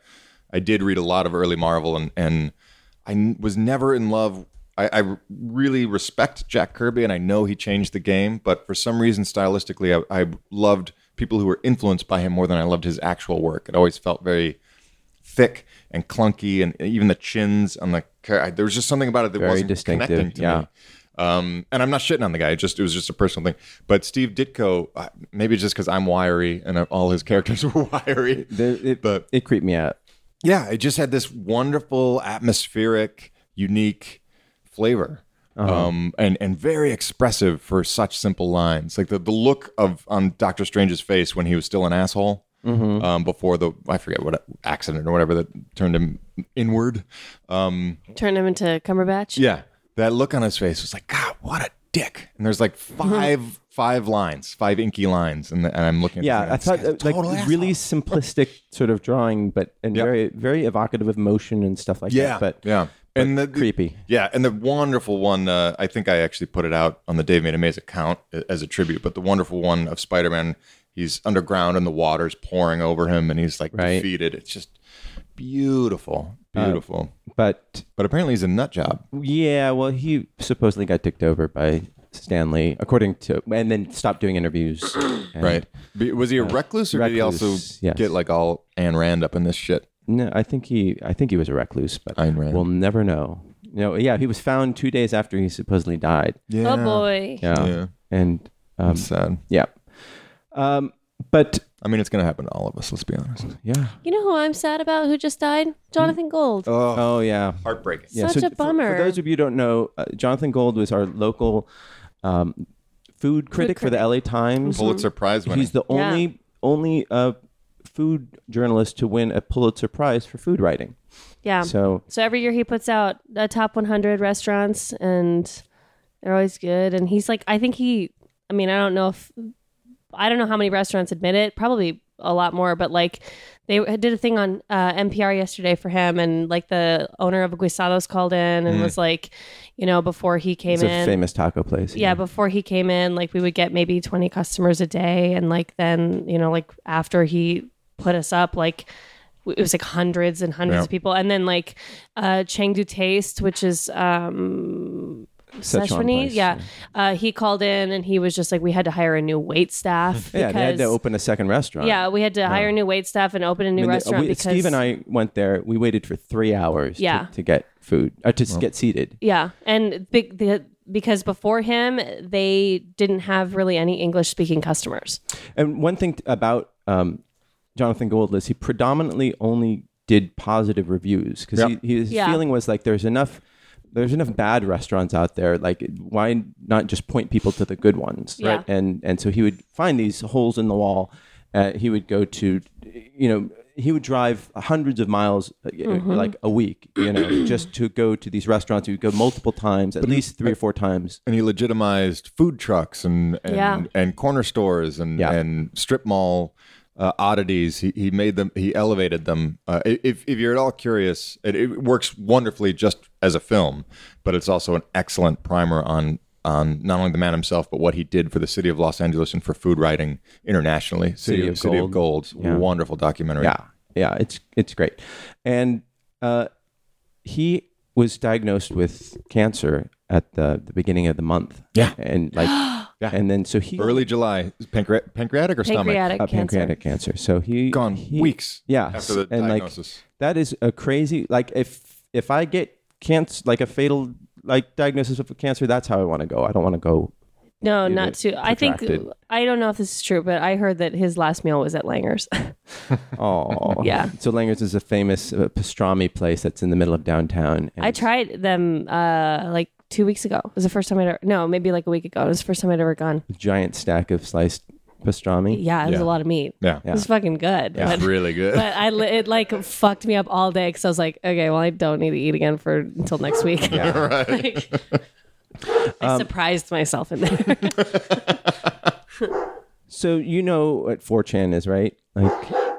[SPEAKER 4] I did read a lot of early Marvel, and and I n- was never in love. I, I really respect Jack Kirby, and I know he changed the game. But for some reason, stylistically, I, I loved people who were influenced by him more than I loved his actual work. It always felt very thick and clunky, and even the chins on the char- I, there was just something about it that
[SPEAKER 2] Very
[SPEAKER 4] wasn't
[SPEAKER 2] distinctive,
[SPEAKER 4] connecting to
[SPEAKER 2] yeah.
[SPEAKER 4] me. Um, and I'm not shitting on the guy. It just it was just a personal thing. But Steve Ditko, uh, maybe just because I'm wiry and uh, all his characters were wiry,
[SPEAKER 2] The- it,
[SPEAKER 4] but
[SPEAKER 2] it creeped me out.
[SPEAKER 4] yeah, it just had this wonderful, atmospheric, unique flavor.
[SPEAKER 2] Uh-huh.
[SPEAKER 4] Um, and and very expressive for such simple lines. Like the, the look of on Doctor Strange's face when he was still an asshole.
[SPEAKER 2] Mm-hmm.
[SPEAKER 4] Um, before the I forget what accident or whatever that turned him inward. Um,
[SPEAKER 6] Turn him into Cumberbatch.
[SPEAKER 4] yeah. That look on his face was like, God, what a dick. And there's like
[SPEAKER 2] Mm-hmm.
[SPEAKER 4] five five lines, five inky lines, and, and I'm looking at
[SPEAKER 2] Yeah, I
[SPEAKER 4] this thing,
[SPEAKER 2] thought
[SPEAKER 4] this
[SPEAKER 2] uh,
[SPEAKER 4] guy's a
[SPEAKER 2] like
[SPEAKER 4] total asshole.
[SPEAKER 2] really simplistic sort of drawing, but and
[SPEAKER 4] Yep.
[SPEAKER 2] very very evocative of motion and stuff like
[SPEAKER 4] Yeah,
[SPEAKER 2] that. But
[SPEAKER 4] yeah, and the, the-
[SPEAKER 2] creepy.
[SPEAKER 4] Yeah, and the wonderful one. Uh, I think I actually put it out on the Dave Made Amaze account a- as a tribute. But the wonderful one of Spider Man. He's underground and the water's pouring over him, and he's like
[SPEAKER 2] Right. Uh,
[SPEAKER 4] defeated. It's just beautiful, beautiful.
[SPEAKER 2] but
[SPEAKER 4] but apparently, he's a nut job.
[SPEAKER 2] yeah, well, he supposedly got dicked over by Stanley, according to, and then stopped doing interviews. And-
[SPEAKER 4] Right? B- Was he a recluse, or did he also
[SPEAKER 2] Uh, recluse, yes.
[SPEAKER 4] get like all Ayn Rand up in this shit?
[SPEAKER 2] No, I think he I think he was a recluse, but
[SPEAKER 4] Ayn Rand.
[SPEAKER 2] we'll never know. You know, yeah, he was found two days after he supposedly died.
[SPEAKER 6] Oh boy.
[SPEAKER 2] Yeah,
[SPEAKER 4] Yeah.
[SPEAKER 2] and um,
[SPEAKER 4] Sad.
[SPEAKER 2] yeah, um, but
[SPEAKER 4] I mean, it's gonna happen to all of us. Let's be honest.
[SPEAKER 2] yeah,
[SPEAKER 6] You know who I'm sad about? Who just died? Jonathan Gold.
[SPEAKER 2] oh yeah,
[SPEAKER 4] Heartbreaking.
[SPEAKER 2] yeah.
[SPEAKER 6] Such a
[SPEAKER 2] for- For,
[SPEAKER 6] bummer.
[SPEAKER 2] those of you who don't know, uh, Jonathan Gold was our local um, food, critic for the LA Times.
[SPEAKER 4] Pulitzer Prize winning.
[SPEAKER 2] He's the
[SPEAKER 6] Yeah.
[SPEAKER 2] only only uh, food journalist to win a Pulitzer Prize for food writing.
[SPEAKER 6] yeah.
[SPEAKER 2] So
[SPEAKER 6] So every year he puts out the top 100 restaurants, and they're always good. And he's like, I think he, I mean, I don't know if, I don't know how many restaurants admit it. Probably a lot more, but like they did a thing on uh, NPR yesterday for him, and like the owner of Guisados called in and was like, you know, before he came
[SPEAKER 2] it's
[SPEAKER 6] in,
[SPEAKER 2] Mm. a famous taco place.
[SPEAKER 6] yeah, before he came in, like we would get maybe 20 customers a day. And like then, you know, like after he put us up, like w- it was like hundreds and hundreds
[SPEAKER 4] Yeah.
[SPEAKER 6] of people. And then like uh Chengdu Taste, which is um
[SPEAKER 2] Sichuan
[SPEAKER 6] Szechuanese,
[SPEAKER 2] place,
[SPEAKER 6] yeah. Uh, he called in and he was just like, we had to hire a new wait staff.
[SPEAKER 2] Yeah, they had to
[SPEAKER 6] because-
[SPEAKER 2] open a second restaurant.
[SPEAKER 6] Yeah, we had to hire new wait staff and open a
[SPEAKER 2] I
[SPEAKER 6] new
[SPEAKER 2] mean, the-
[SPEAKER 6] restaurant
[SPEAKER 2] we-
[SPEAKER 6] because
[SPEAKER 2] Steve and I went there. We waited for three hours to-
[SPEAKER 6] Yeah.
[SPEAKER 2] to, get food, uh, to s- get seated.
[SPEAKER 6] Yeah, and big the because before him they didn't have really any English speaking customers.
[SPEAKER 2] And one thing t- about um, Jonathan Gold is he predominantly only did positive reviews because
[SPEAKER 4] Yep.
[SPEAKER 2] his
[SPEAKER 6] Yeah.
[SPEAKER 2] feeling was like there's enough. There's enough bad restaurants out there. Like, why not just point people to the good ones?
[SPEAKER 6] Yeah. Right.
[SPEAKER 2] And and so he would find these holes in the wall. Uh, he would go to, you know, he would drive hundreds of miles uh,
[SPEAKER 6] Mm-hmm.
[SPEAKER 2] like a week, you know, just to go to these restaurants. He would go multiple times, at least three or four times.
[SPEAKER 4] and he legitimized food trucks and and,
[SPEAKER 6] Yeah.
[SPEAKER 4] and corner stores and
[SPEAKER 2] Yeah.
[SPEAKER 4] and strip mall uh, oddities. He, he made them. He elevated them. Uh, i- if if you're at all curious, it, it works wonderfully just as a film, but it's also an excellent primer on on not only the man himself, but what he did for the city of Los Angeles and for food writing internationally. City,
[SPEAKER 2] of
[SPEAKER 4] City of Gold. Wonderful documentary.
[SPEAKER 2] Yeah, yeah, it's it's great, and uh, he was diagnosed with cancer at the, the beginning of the month.
[SPEAKER 4] Yeah.
[SPEAKER 2] and like, and then so he
[SPEAKER 4] Early July, pancre- pancreatic or stomach?
[SPEAKER 3] Pancreatic
[SPEAKER 2] uh,
[SPEAKER 3] cancer.
[SPEAKER 2] pancreatic cancer. So he
[SPEAKER 4] Gone
[SPEAKER 2] he-
[SPEAKER 4] weeks
[SPEAKER 2] Yeah,
[SPEAKER 4] after the
[SPEAKER 2] and
[SPEAKER 4] diagnosis.
[SPEAKER 2] Like, that is a crazy. Like if if I get cancer, like a fatal like diagnosis of cancer, that's how I want to go. I don't want to go.
[SPEAKER 3] No, not too. I think
[SPEAKER 2] protracted.
[SPEAKER 3] I don't know if this is true, but I heard that his last meal was at Langer's.
[SPEAKER 2] Oh,
[SPEAKER 3] Yeah.
[SPEAKER 2] So Langer's is a famous uh, pastrami place that's in the middle of downtown. And
[SPEAKER 3] I tried them uh like two weeks ago. It was the first time I'd ever no, maybe like a week ago. It was the first time I'd ever gone.
[SPEAKER 2] a giant stack of sliced pastrami.
[SPEAKER 3] Yeah, it was
[SPEAKER 4] Yeah.
[SPEAKER 3] a lot of meat.
[SPEAKER 4] Yeah.
[SPEAKER 3] It was fucking good.
[SPEAKER 4] That's
[SPEAKER 3] But,
[SPEAKER 4] really good.
[SPEAKER 3] but I li- it like fucked me up all day because I was like, okay, well I don't need to eat again for until next week. Like,
[SPEAKER 2] Um,
[SPEAKER 3] I surprised myself in there.
[SPEAKER 2] So you know what 4chan is, right? Like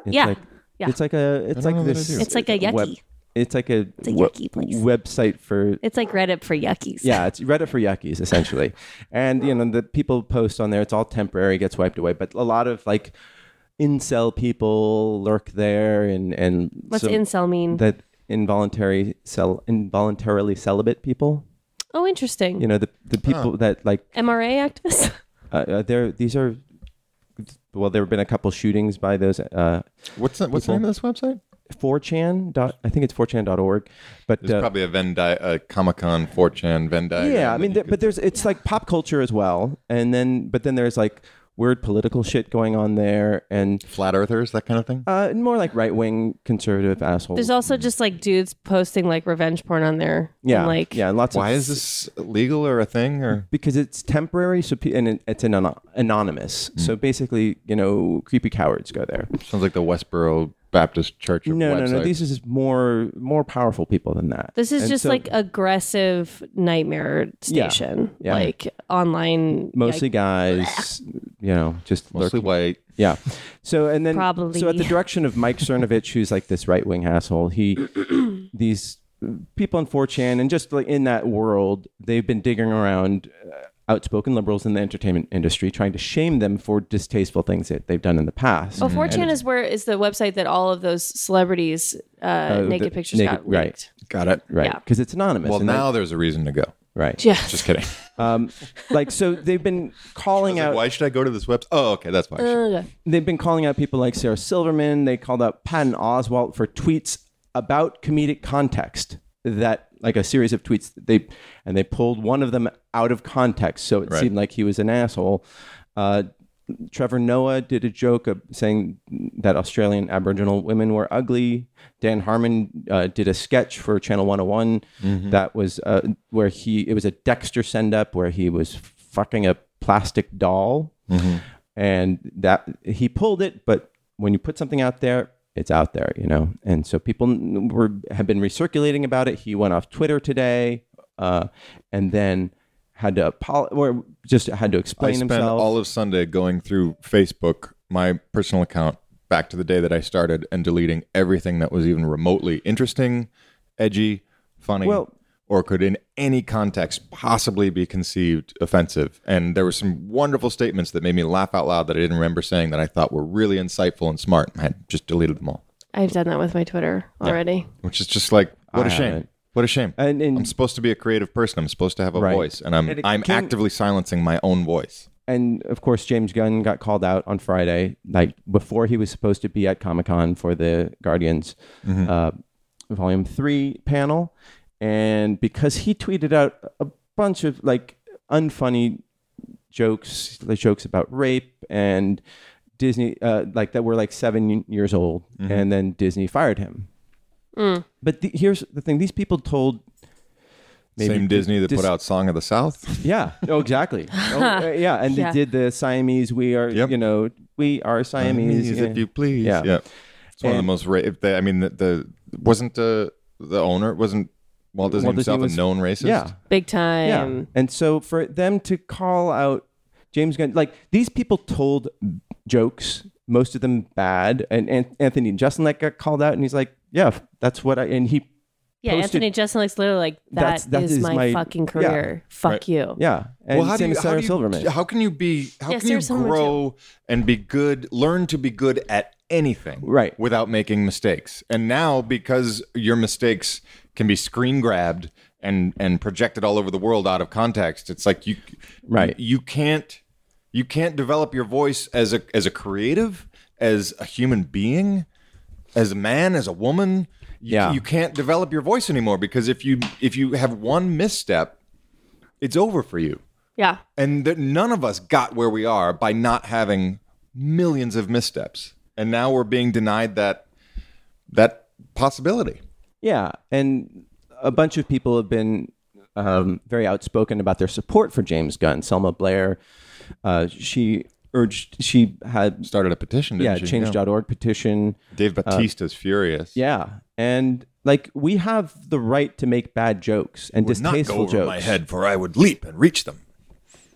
[SPEAKER 2] it's
[SPEAKER 3] Yeah.
[SPEAKER 2] like
[SPEAKER 3] Yeah.
[SPEAKER 2] it's like a it's like
[SPEAKER 4] know what
[SPEAKER 2] this
[SPEAKER 4] it is.
[SPEAKER 3] It's like a yucky.
[SPEAKER 2] it's like a,
[SPEAKER 3] a
[SPEAKER 2] web-
[SPEAKER 3] yucky place.
[SPEAKER 2] website for
[SPEAKER 3] it's like Reddit for yuckies.
[SPEAKER 2] yeah, it's Reddit for yuckies essentially. and you know, the people post on there, it's all temporary, gets wiped away, but a lot of like incel people lurk there and and
[SPEAKER 3] What's
[SPEAKER 2] so
[SPEAKER 3] incel mean?
[SPEAKER 2] that involuntary cel involuntarily celibate people.
[SPEAKER 3] oh, interesting.
[SPEAKER 2] You know, the the people that like
[SPEAKER 3] MRA activists.
[SPEAKER 2] uh, uh, there these are well, there have been a couple shootings by those uh,
[SPEAKER 4] what's the, what's the name of this website?
[SPEAKER 2] 4chan. Dot, I think it's 4chan.org. But
[SPEAKER 4] There's
[SPEAKER 2] uh,
[SPEAKER 4] probably a Venn di- a Comic Con 4chan Venn diagram.
[SPEAKER 2] yeah, I mean,
[SPEAKER 4] that you
[SPEAKER 2] there, but there's it's like pop culture as well, and then but then there's like weird political shit going on there, and
[SPEAKER 4] could- flat earthers, that kind of thing.
[SPEAKER 2] uh, and more like right wing conservative assholes.
[SPEAKER 3] There's also just like dudes posting like revenge porn on there.
[SPEAKER 2] yeah,
[SPEAKER 3] And, like
[SPEAKER 2] yeah, and lots
[SPEAKER 4] Why
[SPEAKER 2] of
[SPEAKER 4] is this legal or a thing? Or
[SPEAKER 2] because it's temporary, so pe- and it, it's an ano- anonymous.
[SPEAKER 4] Hmm.
[SPEAKER 2] So basically, you know, creepy cowards go there.
[SPEAKER 4] sounds like the Westboro Baptist Church.
[SPEAKER 2] No, no,
[SPEAKER 4] website.
[SPEAKER 2] no. These are just more more powerful people than that.
[SPEAKER 3] This is
[SPEAKER 2] And
[SPEAKER 3] just
[SPEAKER 2] so
[SPEAKER 3] like aggressive nightmare station,
[SPEAKER 2] Yeah.
[SPEAKER 3] like online.
[SPEAKER 2] mostly guys, you know, just
[SPEAKER 4] mostly
[SPEAKER 2] lurking.
[SPEAKER 4] white.
[SPEAKER 2] Yeah. So and then
[SPEAKER 3] Probably.
[SPEAKER 2] so at the direction of Mike Cernovich, who's like this right wing asshole, he these people in 4chan and just like in that world, they've been digging around uh, outspoken liberals in the entertainment industry, trying to shame them for distasteful things that they've done in the past. Mm-hmm.
[SPEAKER 3] Oh, 4chan is where is the website that all of those celebrities' uh, naked
[SPEAKER 2] Oh, the-
[SPEAKER 3] pictures
[SPEAKER 2] naked-
[SPEAKER 3] got leaked.
[SPEAKER 2] right.
[SPEAKER 4] Got it.
[SPEAKER 2] right,
[SPEAKER 3] yeah.
[SPEAKER 2] because it's anonymous.
[SPEAKER 4] Well,
[SPEAKER 2] and they-
[SPEAKER 4] now there's a reason to go.
[SPEAKER 2] right,
[SPEAKER 3] Yes.
[SPEAKER 4] Just kidding.
[SPEAKER 2] like so they've been calling out.
[SPEAKER 4] Why should I go to this website? Oh, okay, that's why. I should.
[SPEAKER 3] Okay.
[SPEAKER 2] they've been calling out people like Sarah Silverman. They called out Patton Oswalt for tweets about comedic context that like a series of tweets that they and they pulled one of them out of context so it
[SPEAKER 4] Right.
[SPEAKER 2] seemed like he was an asshole uh, trevor noah did a joke of saying that australian aboriginal women were ugly dan harmon uh, did a sketch for channel 101
[SPEAKER 4] Mm-hmm.
[SPEAKER 2] that was uh, where he it was a dexter send up where he was fucking a plastic doll
[SPEAKER 4] Mm-hmm.
[SPEAKER 2] and that he pulled it but when you put something out there it's out there you know and so people n- were have been recirculating about it he went off twitter today uh, and then had to apol or just had to
[SPEAKER 4] I
[SPEAKER 2] explain
[SPEAKER 4] spent
[SPEAKER 2] himself
[SPEAKER 4] all of Sunday going through Facebook, my personal account, back to the day that I started, and deleting everything that was even remotely interesting, edgy, funny,
[SPEAKER 2] Well-
[SPEAKER 4] or could in any context possibly be conceived offensive. And there were some wonderful statements that made me laugh out loud that I didn't remember saying that I thought were really insightful and smart. I had just deleted them all,
[SPEAKER 3] I've done that with my Twitter already.
[SPEAKER 4] which is just like what a
[SPEAKER 2] I
[SPEAKER 4] shame.
[SPEAKER 2] haven't.
[SPEAKER 4] What a shame.
[SPEAKER 2] and,
[SPEAKER 4] I'm
[SPEAKER 2] and,
[SPEAKER 4] supposed to be a creative person. I'm supposed to have a
[SPEAKER 2] Right.
[SPEAKER 4] voice, and I'm
[SPEAKER 2] And it
[SPEAKER 4] I'm
[SPEAKER 2] can-
[SPEAKER 4] actively silencing my own voice.
[SPEAKER 2] and of course james gunn got called out on friday like before he was supposed to be at comic-con for the guardians uh, volume 3 panel and because he tweeted out a bunch of like unfunny jokes, like jokes about rape and Disney, uh, like that were like seven years old, and then Disney fired him. But the, here's the thing: these people told
[SPEAKER 4] Same Disney that
[SPEAKER 2] dis-
[SPEAKER 4] put out Song of the South.
[SPEAKER 2] yeah. Oh, exactly. Oh, uh, yeah, and
[SPEAKER 3] Yeah.
[SPEAKER 2] they did the Siamese. We are,
[SPEAKER 4] Yep.
[SPEAKER 2] you know, we are Siamese.
[SPEAKER 4] Please,
[SPEAKER 2] yeah.
[SPEAKER 4] if you please.
[SPEAKER 2] Yeah.
[SPEAKER 4] It's one of the
[SPEAKER 2] And-
[SPEAKER 4] most. Ra- if they, I mean, the, the wasn't the the owner wasn't Walt Disney
[SPEAKER 2] Walt Disney
[SPEAKER 4] himself
[SPEAKER 2] was-
[SPEAKER 4] a known racist.
[SPEAKER 2] yeah,
[SPEAKER 3] Big
[SPEAKER 2] yeah.
[SPEAKER 3] time.
[SPEAKER 2] and so for them to call out James Gunn, like these people told jokes, most of them bad. And, An- Anthony Justin like got called out, and he's like, "Yeah, f- that's what I." And he,
[SPEAKER 6] Yeah,
[SPEAKER 2] posted-
[SPEAKER 6] Anthony Justin looks literally like
[SPEAKER 2] That's- that
[SPEAKER 6] is,
[SPEAKER 2] is
[SPEAKER 6] my,
[SPEAKER 2] my-
[SPEAKER 6] fucking
[SPEAKER 2] yeah.
[SPEAKER 6] career. Fuck
[SPEAKER 4] Right.
[SPEAKER 6] you.
[SPEAKER 2] yeah, and
[SPEAKER 4] how do
[SPEAKER 2] same
[SPEAKER 4] you-
[SPEAKER 2] as Sarah
[SPEAKER 4] how do you-
[SPEAKER 2] Silverman.
[SPEAKER 4] How can you be? How
[SPEAKER 6] Yeah,
[SPEAKER 4] can
[SPEAKER 6] Sarah
[SPEAKER 4] you
[SPEAKER 6] Silverman, too.
[SPEAKER 4] grow and be good? Learn to be good at anything,
[SPEAKER 2] Right.
[SPEAKER 4] Without making mistakes. And now, because your mistakes can be screen grabbed and and projected all over the world out of context, it's like you,
[SPEAKER 2] Right.
[SPEAKER 4] You can't you can't develop your voice as a as a creative, as a human being, as a man, as a woman. You,
[SPEAKER 2] Yeah.
[SPEAKER 4] you can't develop your voice anymore because if you if you have one misstep, it's over for you
[SPEAKER 6] Yeah.
[SPEAKER 4] and that none of us got where we are by not having millions of missteps and now we're being denied that that possibility
[SPEAKER 2] Yeah, and a bunch of people have been um, very outspoken about their support for James Gunn. Selma Blair, uh, she urged, she had
[SPEAKER 4] started a petition didn't
[SPEAKER 2] yeah,
[SPEAKER 4] she?
[SPEAKER 2] Change.org petition.
[SPEAKER 4] dave batista's furious
[SPEAKER 2] uh, Yeah, and like we have the right to make bad jokes and
[SPEAKER 4] Would not go
[SPEAKER 2] distasteful
[SPEAKER 4] over
[SPEAKER 2] jokes.
[SPEAKER 4] my head for i would leap and reach them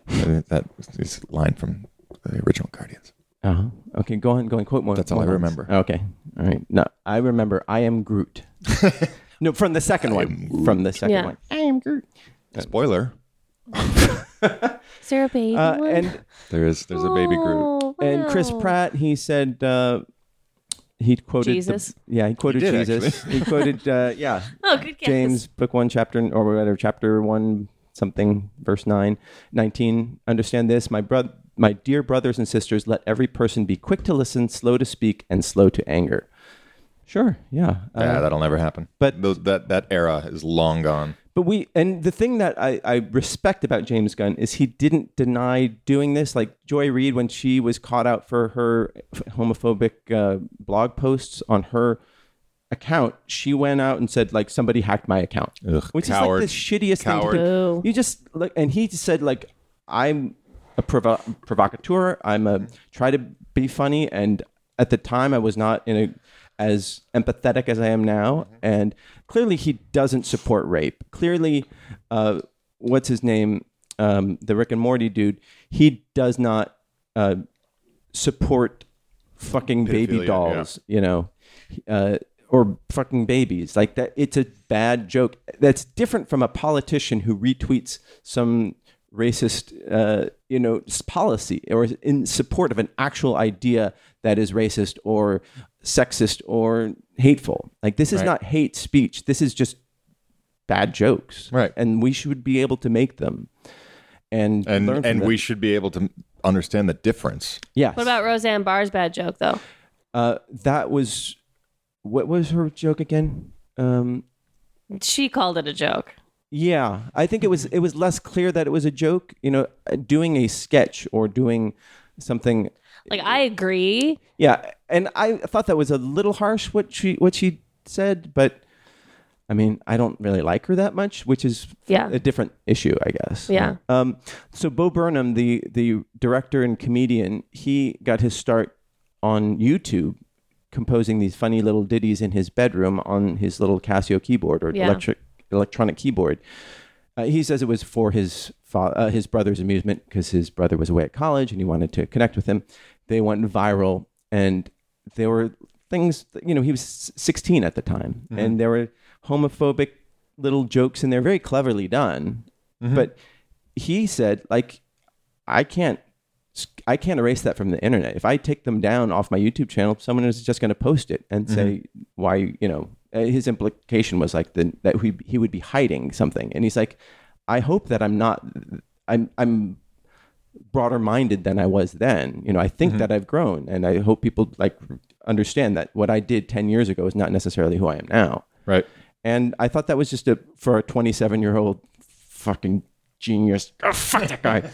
[SPEAKER 4] And that is a line from the original guardians
[SPEAKER 2] Uh-huh. Okay, go on, go on, quote more.
[SPEAKER 4] That's all
[SPEAKER 2] more
[SPEAKER 4] I
[SPEAKER 2] lines.
[SPEAKER 4] remember.
[SPEAKER 2] Okay, all right. No, I remember. I am Groot. no, from the second one. From the second
[SPEAKER 6] Yeah.
[SPEAKER 2] one. I am Groot.
[SPEAKER 4] spoiler
[SPEAKER 6] Sarah baby.
[SPEAKER 2] Uh,
[SPEAKER 3] Oh,
[SPEAKER 2] and
[SPEAKER 4] there is there's a baby
[SPEAKER 2] Oh.
[SPEAKER 4] group
[SPEAKER 2] and Chris Pratt, he said uh, he quoted the-
[SPEAKER 6] Jesus.
[SPEAKER 2] yeah, he quoted
[SPEAKER 4] did,
[SPEAKER 2] Jesus. he quoted uh, yeah,
[SPEAKER 6] Oh, good guess.
[SPEAKER 2] James book one chapter or whatever chapter one something verse 9 19 understand this my brother my dear brothers and sisters let every person be quick to listen slow to speak and slow to anger sure yeah Uh,
[SPEAKER 4] yeah that'll never happen
[SPEAKER 2] but-
[SPEAKER 4] Those, that that era is long gone
[SPEAKER 2] but we and the thing that I, I respect about James Gunn is he didn't deny doing this. Like Joy Reid, when she was caught out for her homophobic uh, blog posts on her account, she went out and said like somebody hacked my account,
[SPEAKER 4] Ugh,
[SPEAKER 2] which is
[SPEAKER 4] coward.
[SPEAKER 2] like the shittiest thing.
[SPEAKER 4] Coward.
[SPEAKER 2] To
[SPEAKER 6] Boo.
[SPEAKER 2] do. You just like, and he just said like I'm a provo- provocateur. I'm a try to be funny, and at the time I was not in a as empathetic as I am now, and clearly he doesn't support rape. Clearly, uh, what's his name, um, the Rick and Morty dude, he does not uh, support fucking baby
[SPEAKER 4] Pedophilia,
[SPEAKER 2] dolls, you know, uh, or fucking babies. Like that, it's a bad joke. That's different from a politician who retweets some racist, uh, you know, s- policy or is in support of an actual idea that is racist or sexist or hateful. Like this is not hate speech. This is just bad jokes,
[SPEAKER 4] Right.
[SPEAKER 2] And we should be able to make them. And
[SPEAKER 4] and
[SPEAKER 2] learn from
[SPEAKER 4] and
[SPEAKER 2] them.
[SPEAKER 4] we should be able to understand the difference
[SPEAKER 2] yes.
[SPEAKER 6] What about Roseanne Barr's bad joke though?
[SPEAKER 2] Uh, that was what was her joke again? Um,
[SPEAKER 6] She called it a joke.
[SPEAKER 2] yeah, I think it was it was less clear that it was a joke. You know, uh, doing a sketch or doing something.
[SPEAKER 6] Like I agree.
[SPEAKER 2] Yeah, and I thought that was a little harsh what she what she said, but I mean, I don't really like her that much, which is
[SPEAKER 6] Yeah.
[SPEAKER 2] a different issue, I guess.
[SPEAKER 6] Yeah.
[SPEAKER 2] Um, so Bo Burnham, the the director and comedian, he got his start on YouTube, composing these funny little ditties in his bedroom on his little Casio keyboard or
[SPEAKER 6] Yeah.
[SPEAKER 2] electric electronic keyboard. Uh, he says it was for his fa- uh, his brother's amusement because his brother was away at college and he wanted to connect with him. They went viral and there were things. that- you know, he was 16 at the time, and there were homophobic little jokes and they're very cleverly done. But he said, like, I can't. I can't erase that from the internet. If I take them down off my YouTube channel, someone is just going to post it and say why, you know, uh, his implication was like the, that he, he would be hiding something. And he's like, I hope that I'm not, I'm, I'm broader minded than I was then. You know, I think that I've grown and I hope people like understand that what I did 10 years ago is not necessarily who I am now.
[SPEAKER 4] right
[SPEAKER 2] And I thought that was just a for a 27 year old fucking genius. Oh, fuck that guy.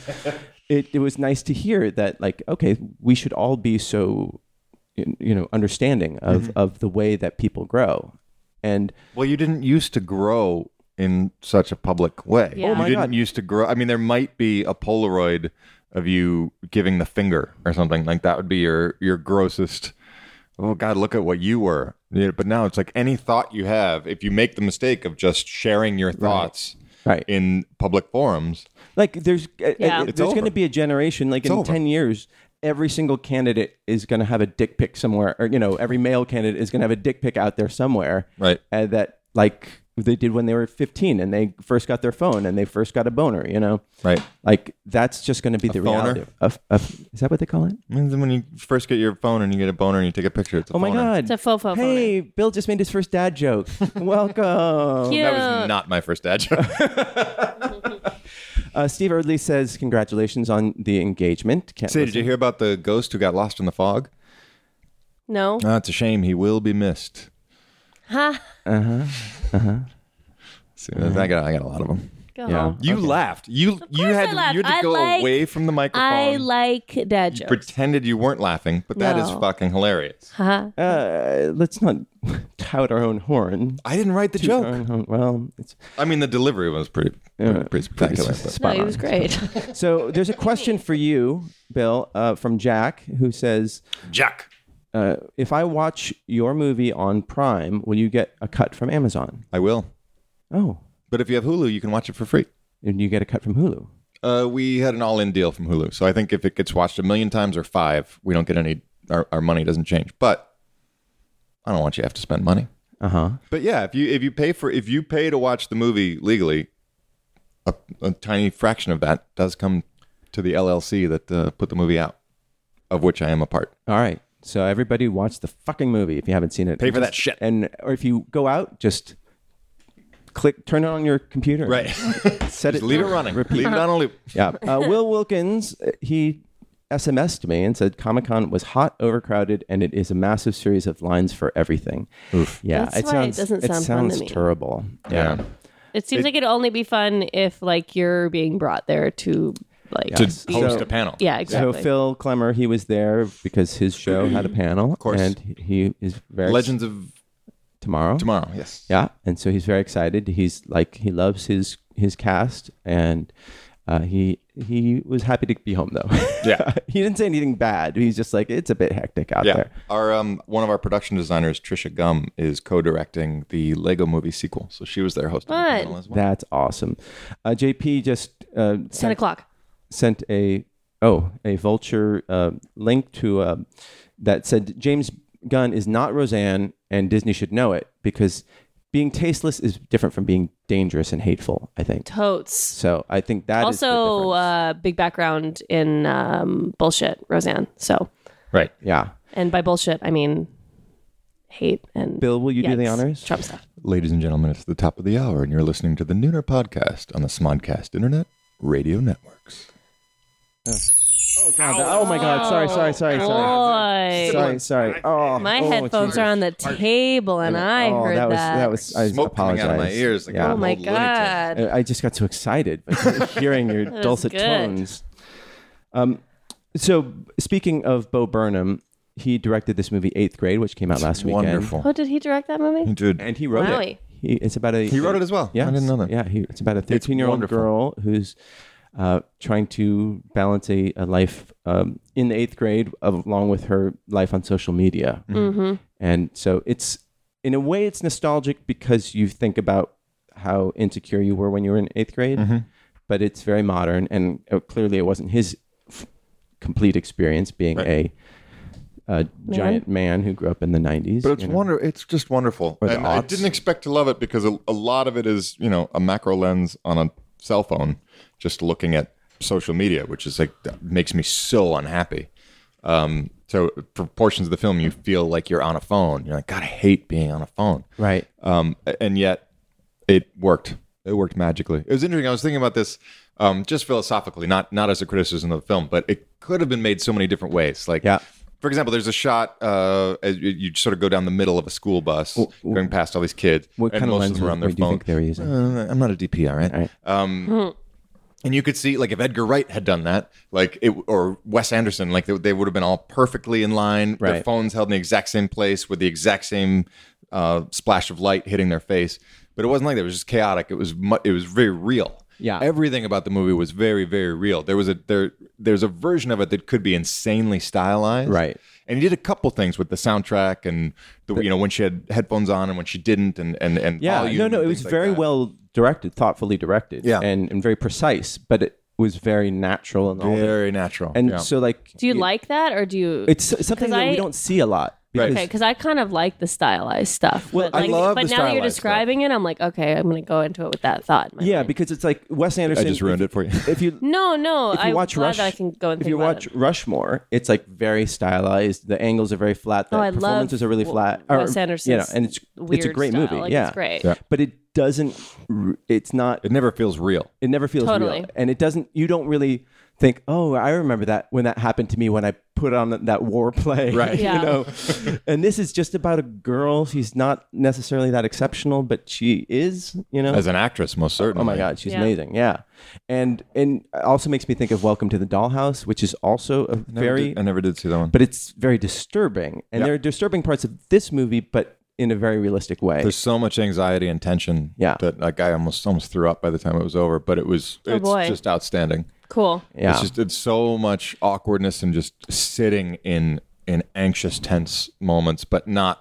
[SPEAKER 2] it, it was nice to hear that, like, okay, we should all be so, you you know, understanding of, of the way that people grow. And
[SPEAKER 4] Well, you didn't used to grow in such a public way.
[SPEAKER 6] Yeah. Oh,
[SPEAKER 2] my
[SPEAKER 4] you didn't
[SPEAKER 2] God.
[SPEAKER 4] used to grow. I mean, there might be a Polaroid of you giving the finger or something like that would be your your grossest. Oh God, look at what you were. Yeah, but now it's like any thought you have, if you make the mistake of just sharing your thoughts
[SPEAKER 2] Right.
[SPEAKER 4] in public forums,
[SPEAKER 2] like, there's uh, uh,
[SPEAKER 6] Yeah. It's
[SPEAKER 2] there's going
[SPEAKER 4] over.
[SPEAKER 2] to be a generation like in
[SPEAKER 4] over.
[SPEAKER 2] 10 years every single candidate is going to have a dick pic somewhere, or you know, every male candidate is going to have a dick pic out there somewhere,
[SPEAKER 4] Right.
[SPEAKER 2] And that like they did when they were 15 and they first got their phone and they first got a boner, you know,
[SPEAKER 4] Right.
[SPEAKER 2] Like that's just going to be the
[SPEAKER 4] boner?
[SPEAKER 2] reality. Of, of, is that what they call it?
[SPEAKER 4] I mean, when you first get your phone and you get a boner and you take a picture, it's a
[SPEAKER 2] Oh my
[SPEAKER 4] phoner.
[SPEAKER 2] god,
[SPEAKER 6] It's a fofo.
[SPEAKER 2] Hey, Bill just made his first dad joke. Welcome.
[SPEAKER 6] Cute.
[SPEAKER 4] That was not my first dad joke.
[SPEAKER 2] Uh, Steve Erdley says, Congratulations on the engagement. Can't
[SPEAKER 4] Say, did
[SPEAKER 2] listen-
[SPEAKER 4] you hear about the ghost who got lost in the fog?
[SPEAKER 6] no.
[SPEAKER 4] Ah, it's a shame. He will be missed.
[SPEAKER 6] Ha.
[SPEAKER 4] See, I got, I got a lot of them.
[SPEAKER 6] Go
[SPEAKER 2] Yeah.
[SPEAKER 6] home.
[SPEAKER 4] You laughed. You you
[SPEAKER 6] course
[SPEAKER 4] had
[SPEAKER 6] I laughed.
[SPEAKER 4] you had to
[SPEAKER 6] I
[SPEAKER 4] go
[SPEAKER 6] like-
[SPEAKER 4] away from the microphone.
[SPEAKER 6] I like dad
[SPEAKER 4] You
[SPEAKER 6] jokes.
[SPEAKER 4] pretended you weren't laughing, but that is
[SPEAKER 6] No.
[SPEAKER 4] fucking hilarious.
[SPEAKER 6] Ha.
[SPEAKER 2] Uh, let's not tout our own horn.
[SPEAKER 4] I didn't write the
[SPEAKER 2] Our
[SPEAKER 4] joke.
[SPEAKER 2] own horn- Uh, Well, it's
[SPEAKER 4] I mean, the delivery was pretty pretty spectacular. but-
[SPEAKER 2] spot
[SPEAKER 6] No, he
[SPEAKER 2] on.
[SPEAKER 6] was great.
[SPEAKER 2] So there's a question for you, Bill, uh, from Jack, who says,
[SPEAKER 4] Jack.
[SPEAKER 2] uh, If I watch your movie on Prime, will you get a cut from Amazon?
[SPEAKER 4] I will.
[SPEAKER 2] Oh,
[SPEAKER 4] But if you have Hulu, you can watch it for free.
[SPEAKER 2] and you get a cut from Hulu.
[SPEAKER 4] Uh, we had an all-in deal from Hulu, so I think if it gets watched a million times or five, we don't get any. Our, our money doesn't change, but I don't want you to have to spend money.
[SPEAKER 2] Uh huh.
[SPEAKER 4] But yeah, if you if you pay for if you pay to watch the movie legally, a, a tiny fraction of that does come to the LLC that uh, put the movie out, of which I am a part.
[SPEAKER 2] All right. So everybody watch the fucking movie if you haven't seen it.
[SPEAKER 4] Pay for
[SPEAKER 2] Just-
[SPEAKER 4] that shit.
[SPEAKER 2] And or if you go out, just click turn it on your computer. Set it
[SPEAKER 4] leave it running.
[SPEAKER 2] Repeat.
[SPEAKER 4] Leave it on a loop.
[SPEAKER 2] Yeah. Uh, Will Wilkins, uh, he SMS'd me and said Comic Con was hot, overcrowded, and it is a massive series of lines for everything. Yeah,
[SPEAKER 6] That's
[SPEAKER 2] it
[SPEAKER 6] why it
[SPEAKER 2] sounds
[SPEAKER 6] doesn't sound fun
[SPEAKER 2] it sounds
[SPEAKER 6] to me.
[SPEAKER 2] terrible. Yeah.
[SPEAKER 4] Yeah.
[SPEAKER 6] It seems like it'd only be fun if like you're being brought there to like
[SPEAKER 2] To
[SPEAKER 6] be-
[SPEAKER 4] Host
[SPEAKER 2] So-
[SPEAKER 4] a panel.
[SPEAKER 6] yeah
[SPEAKER 2] So
[SPEAKER 6] exactly.
[SPEAKER 2] Phil Clemmer, he was there because his show had a panel, of
[SPEAKER 4] course.
[SPEAKER 2] and he is very
[SPEAKER 4] Legends of
[SPEAKER 2] tomorrow.
[SPEAKER 4] Tomorrow. Yes.
[SPEAKER 2] Yeah, and so he's very excited. He's like he loves his his cast, and uh, he he was happy to be home though.
[SPEAKER 4] Yeah.
[SPEAKER 2] he didn't say anything bad. He's just like it's a bit hectic out
[SPEAKER 4] Yeah.
[SPEAKER 2] there.
[SPEAKER 4] Our um, one of our production designers, Trisha Gum, is co-directing the Lego Movie sequel, so she was there hosting the
[SPEAKER 6] Fun.
[SPEAKER 4] panel as well.
[SPEAKER 2] That's awesome. Uh, JP just uh,
[SPEAKER 6] ten
[SPEAKER 2] sent,
[SPEAKER 6] o'clock.
[SPEAKER 2] sent a oh a vulture uh, link to uh, that said James Gunn is not Roseanne, and Disney should know it because being tasteless is different from being dangerous and hateful. I think.
[SPEAKER 6] Totes.
[SPEAKER 2] So I think that is the
[SPEAKER 6] Also,
[SPEAKER 2] difference.
[SPEAKER 6] uh, big background in um, bullshit, Roseanne. So,
[SPEAKER 4] Right.
[SPEAKER 2] yeah.
[SPEAKER 6] and by bullshit, I mean hate and
[SPEAKER 2] Bill, will you do the
[SPEAKER 6] yikes,
[SPEAKER 2] honors?
[SPEAKER 6] Trump stuff.
[SPEAKER 4] Ladies and gentlemen, it's the top of the hour, and you're listening to the Nooner Podcast on the Smodcast Internet Radio Networks.
[SPEAKER 2] Oh my God! Sorry, sorry, sorry, sorry,
[SPEAKER 6] Boy,
[SPEAKER 2] sorry, sorry. Oh,
[SPEAKER 6] my
[SPEAKER 2] oh,
[SPEAKER 6] headphones
[SPEAKER 2] Jesus.
[SPEAKER 6] are on the table, and I
[SPEAKER 2] oh,
[SPEAKER 6] heard
[SPEAKER 2] that
[SPEAKER 6] that.
[SPEAKER 2] was that was I
[SPEAKER 4] Smoke coming
[SPEAKER 2] apologize.
[SPEAKER 4] out of my ears. Like
[SPEAKER 2] Yeah.
[SPEAKER 6] oh my
[SPEAKER 4] Old Looney Tunes.
[SPEAKER 6] god.
[SPEAKER 2] I I just got so excited by hearing your dulcet
[SPEAKER 6] good.
[SPEAKER 2] tones. Um, so speaking of Bo Burnham, he directed this movie Eighth Grade, which came out last weekend.
[SPEAKER 4] Wonderful.
[SPEAKER 6] Oh, did he direct that movie?
[SPEAKER 4] Dude,
[SPEAKER 2] and he wrote
[SPEAKER 6] Wowie.
[SPEAKER 2] it. He, it's about a
[SPEAKER 4] He wrote it as well? I
[SPEAKER 2] Yes.
[SPEAKER 4] didn't know that.
[SPEAKER 2] Yeah, he, it's about a 13 year old
[SPEAKER 4] wonderful.
[SPEAKER 2] girl who's uh, trying to balance a, a life um, in the eighth grade of, along with her life on social media,
[SPEAKER 4] Mm-hmm.
[SPEAKER 2] and so it's in a way it's nostalgic because you think about how insecure you were when you were in eighth grade,
[SPEAKER 4] Mm-hmm.
[SPEAKER 2] but it's very modern and uh, clearly it wasn't his f- complete experience being a. A giant man who grew up in the 90s.
[SPEAKER 4] but it's
[SPEAKER 2] you know?
[SPEAKER 4] wonder. It's just wonderful.
[SPEAKER 2] the
[SPEAKER 4] And I
[SPEAKER 2] aughts.
[SPEAKER 4] didn't expect to love it because a, a lot of it is, you know, a macro lens on a cell phone, just looking at social media, which is like that makes me so unhappy. Um, so for portions of the film, you feel like you're on a phone. You're like, God, I hate being on a phone.
[SPEAKER 2] Right.
[SPEAKER 4] um, a- and yet it worked. It worked magically. It was interesting. I was thinking about this um, just philosophically, not not as a criticism of the film, but it could have been made so many different ways. Like,
[SPEAKER 2] Yeah.
[SPEAKER 4] for example, there's a shot uh, as you- you sort of go down the middle of a school bus, going past all these kids,
[SPEAKER 2] What
[SPEAKER 4] and
[SPEAKER 2] kind of
[SPEAKER 4] most
[SPEAKER 2] lens
[SPEAKER 4] of them are on their
[SPEAKER 2] would you
[SPEAKER 4] phone.
[SPEAKER 2] think they were using?
[SPEAKER 4] Uh, I'm not a DP, all right. Um,
[SPEAKER 2] All right.
[SPEAKER 4] And you could see, like, if Edgar Wright had done that, like, it, or Wes Anderson, like, they, they would have been all perfectly in line. Their
[SPEAKER 2] Right.
[SPEAKER 4] phones held in the exact same place with the exact same uh, splash of light hitting their face. But it wasn't like that. It was just chaotic. It was mu- it was very real.
[SPEAKER 2] Yeah.
[SPEAKER 4] Everything about the movie was very, very real. There was a there there's a version of it that could be insanely stylized.
[SPEAKER 2] Right.
[SPEAKER 4] And he did a couple things with the soundtrack and the, you know when she had headphones on and when she didn't and and and
[SPEAKER 2] yeah
[SPEAKER 4] volume
[SPEAKER 2] no
[SPEAKER 4] and
[SPEAKER 2] no it
[SPEAKER 4] things
[SPEAKER 2] was
[SPEAKER 4] like
[SPEAKER 2] very
[SPEAKER 4] that.
[SPEAKER 2] well directed thoughtfully directed
[SPEAKER 4] Yeah.
[SPEAKER 2] and, and very precise but it was very natural and all.
[SPEAKER 4] Very natural.
[SPEAKER 2] And
[SPEAKER 4] yeah.
[SPEAKER 2] so like
[SPEAKER 6] Do you
[SPEAKER 2] it-
[SPEAKER 6] like that or do you?
[SPEAKER 2] it's something
[SPEAKER 6] 'Cause
[SPEAKER 2] that we
[SPEAKER 6] I-
[SPEAKER 2] don't see a lot.
[SPEAKER 4] Right.
[SPEAKER 2] because-
[SPEAKER 6] Okay, because I kind of like the stylized stuff.
[SPEAKER 2] Well,
[SPEAKER 6] but
[SPEAKER 2] I
[SPEAKER 6] like,
[SPEAKER 4] love
[SPEAKER 6] But now that
[SPEAKER 4] the
[SPEAKER 6] you're
[SPEAKER 4] stylized stuff.
[SPEAKER 6] describing it, I'm like, okay, I'm gonna go into it with that thought. in my
[SPEAKER 2] yeah,
[SPEAKER 6] mind.
[SPEAKER 2] because it's like Wes Anderson.
[SPEAKER 4] I just ruined it for you.
[SPEAKER 2] If you
[SPEAKER 6] no, no.
[SPEAKER 2] if you
[SPEAKER 6] I'm
[SPEAKER 2] watch
[SPEAKER 6] glad
[SPEAKER 2] Rush,
[SPEAKER 6] that I can go and
[SPEAKER 2] if
[SPEAKER 6] think
[SPEAKER 2] you
[SPEAKER 6] about
[SPEAKER 2] watch
[SPEAKER 6] it.
[SPEAKER 2] Rushmore, it's like very stylized. The angles are very flat. The
[SPEAKER 6] Oh, I love
[SPEAKER 2] performances are really
[SPEAKER 6] W-
[SPEAKER 2] flat.
[SPEAKER 6] Wes
[SPEAKER 2] you know,
[SPEAKER 6] Anderson's
[SPEAKER 2] and it's it's a
[SPEAKER 6] weird
[SPEAKER 2] great
[SPEAKER 6] style.
[SPEAKER 2] movie.
[SPEAKER 6] Like,
[SPEAKER 2] yeah,
[SPEAKER 6] it's great.
[SPEAKER 4] Yeah.
[SPEAKER 2] But it doesn't. r- It's not.
[SPEAKER 4] it never feels real.
[SPEAKER 2] It never feels real,
[SPEAKER 6] Totally.
[SPEAKER 2] and it doesn't. You don't really think. Oh, I remember that when that happened to me when I put on that war play. Right.
[SPEAKER 6] Yeah.
[SPEAKER 2] You know, and this is just about a girl. She's not necessarily that exceptional, but she is. You know,
[SPEAKER 4] As an actress, most certainly.
[SPEAKER 2] Oh my god, she's
[SPEAKER 6] Yeah.
[SPEAKER 2] amazing. Yeah, and and it also makes me think of Welcome to the Dollhouse, which is also a
[SPEAKER 4] Never
[SPEAKER 2] very,
[SPEAKER 4] did- I never did see that one.
[SPEAKER 2] but it's very disturbing, and
[SPEAKER 4] Yeah.
[SPEAKER 2] there are disturbing parts of this movie, but in a very realistic way.
[SPEAKER 4] There's so much anxiety and tension
[SPEAKER 2] Yeah.
[SPEAKER 4] that like I almost almost threw up by the time it was over, but it was it's
[SPEAKER 6] boy.
[SPEAKER 4] just outstanding.
[SPEAKER 6] Cool.
[SPEAKER 2] yeah,
[SPEAKER 4] It's just it's so much awkwardness and just sitting in in anxious tense moments, but not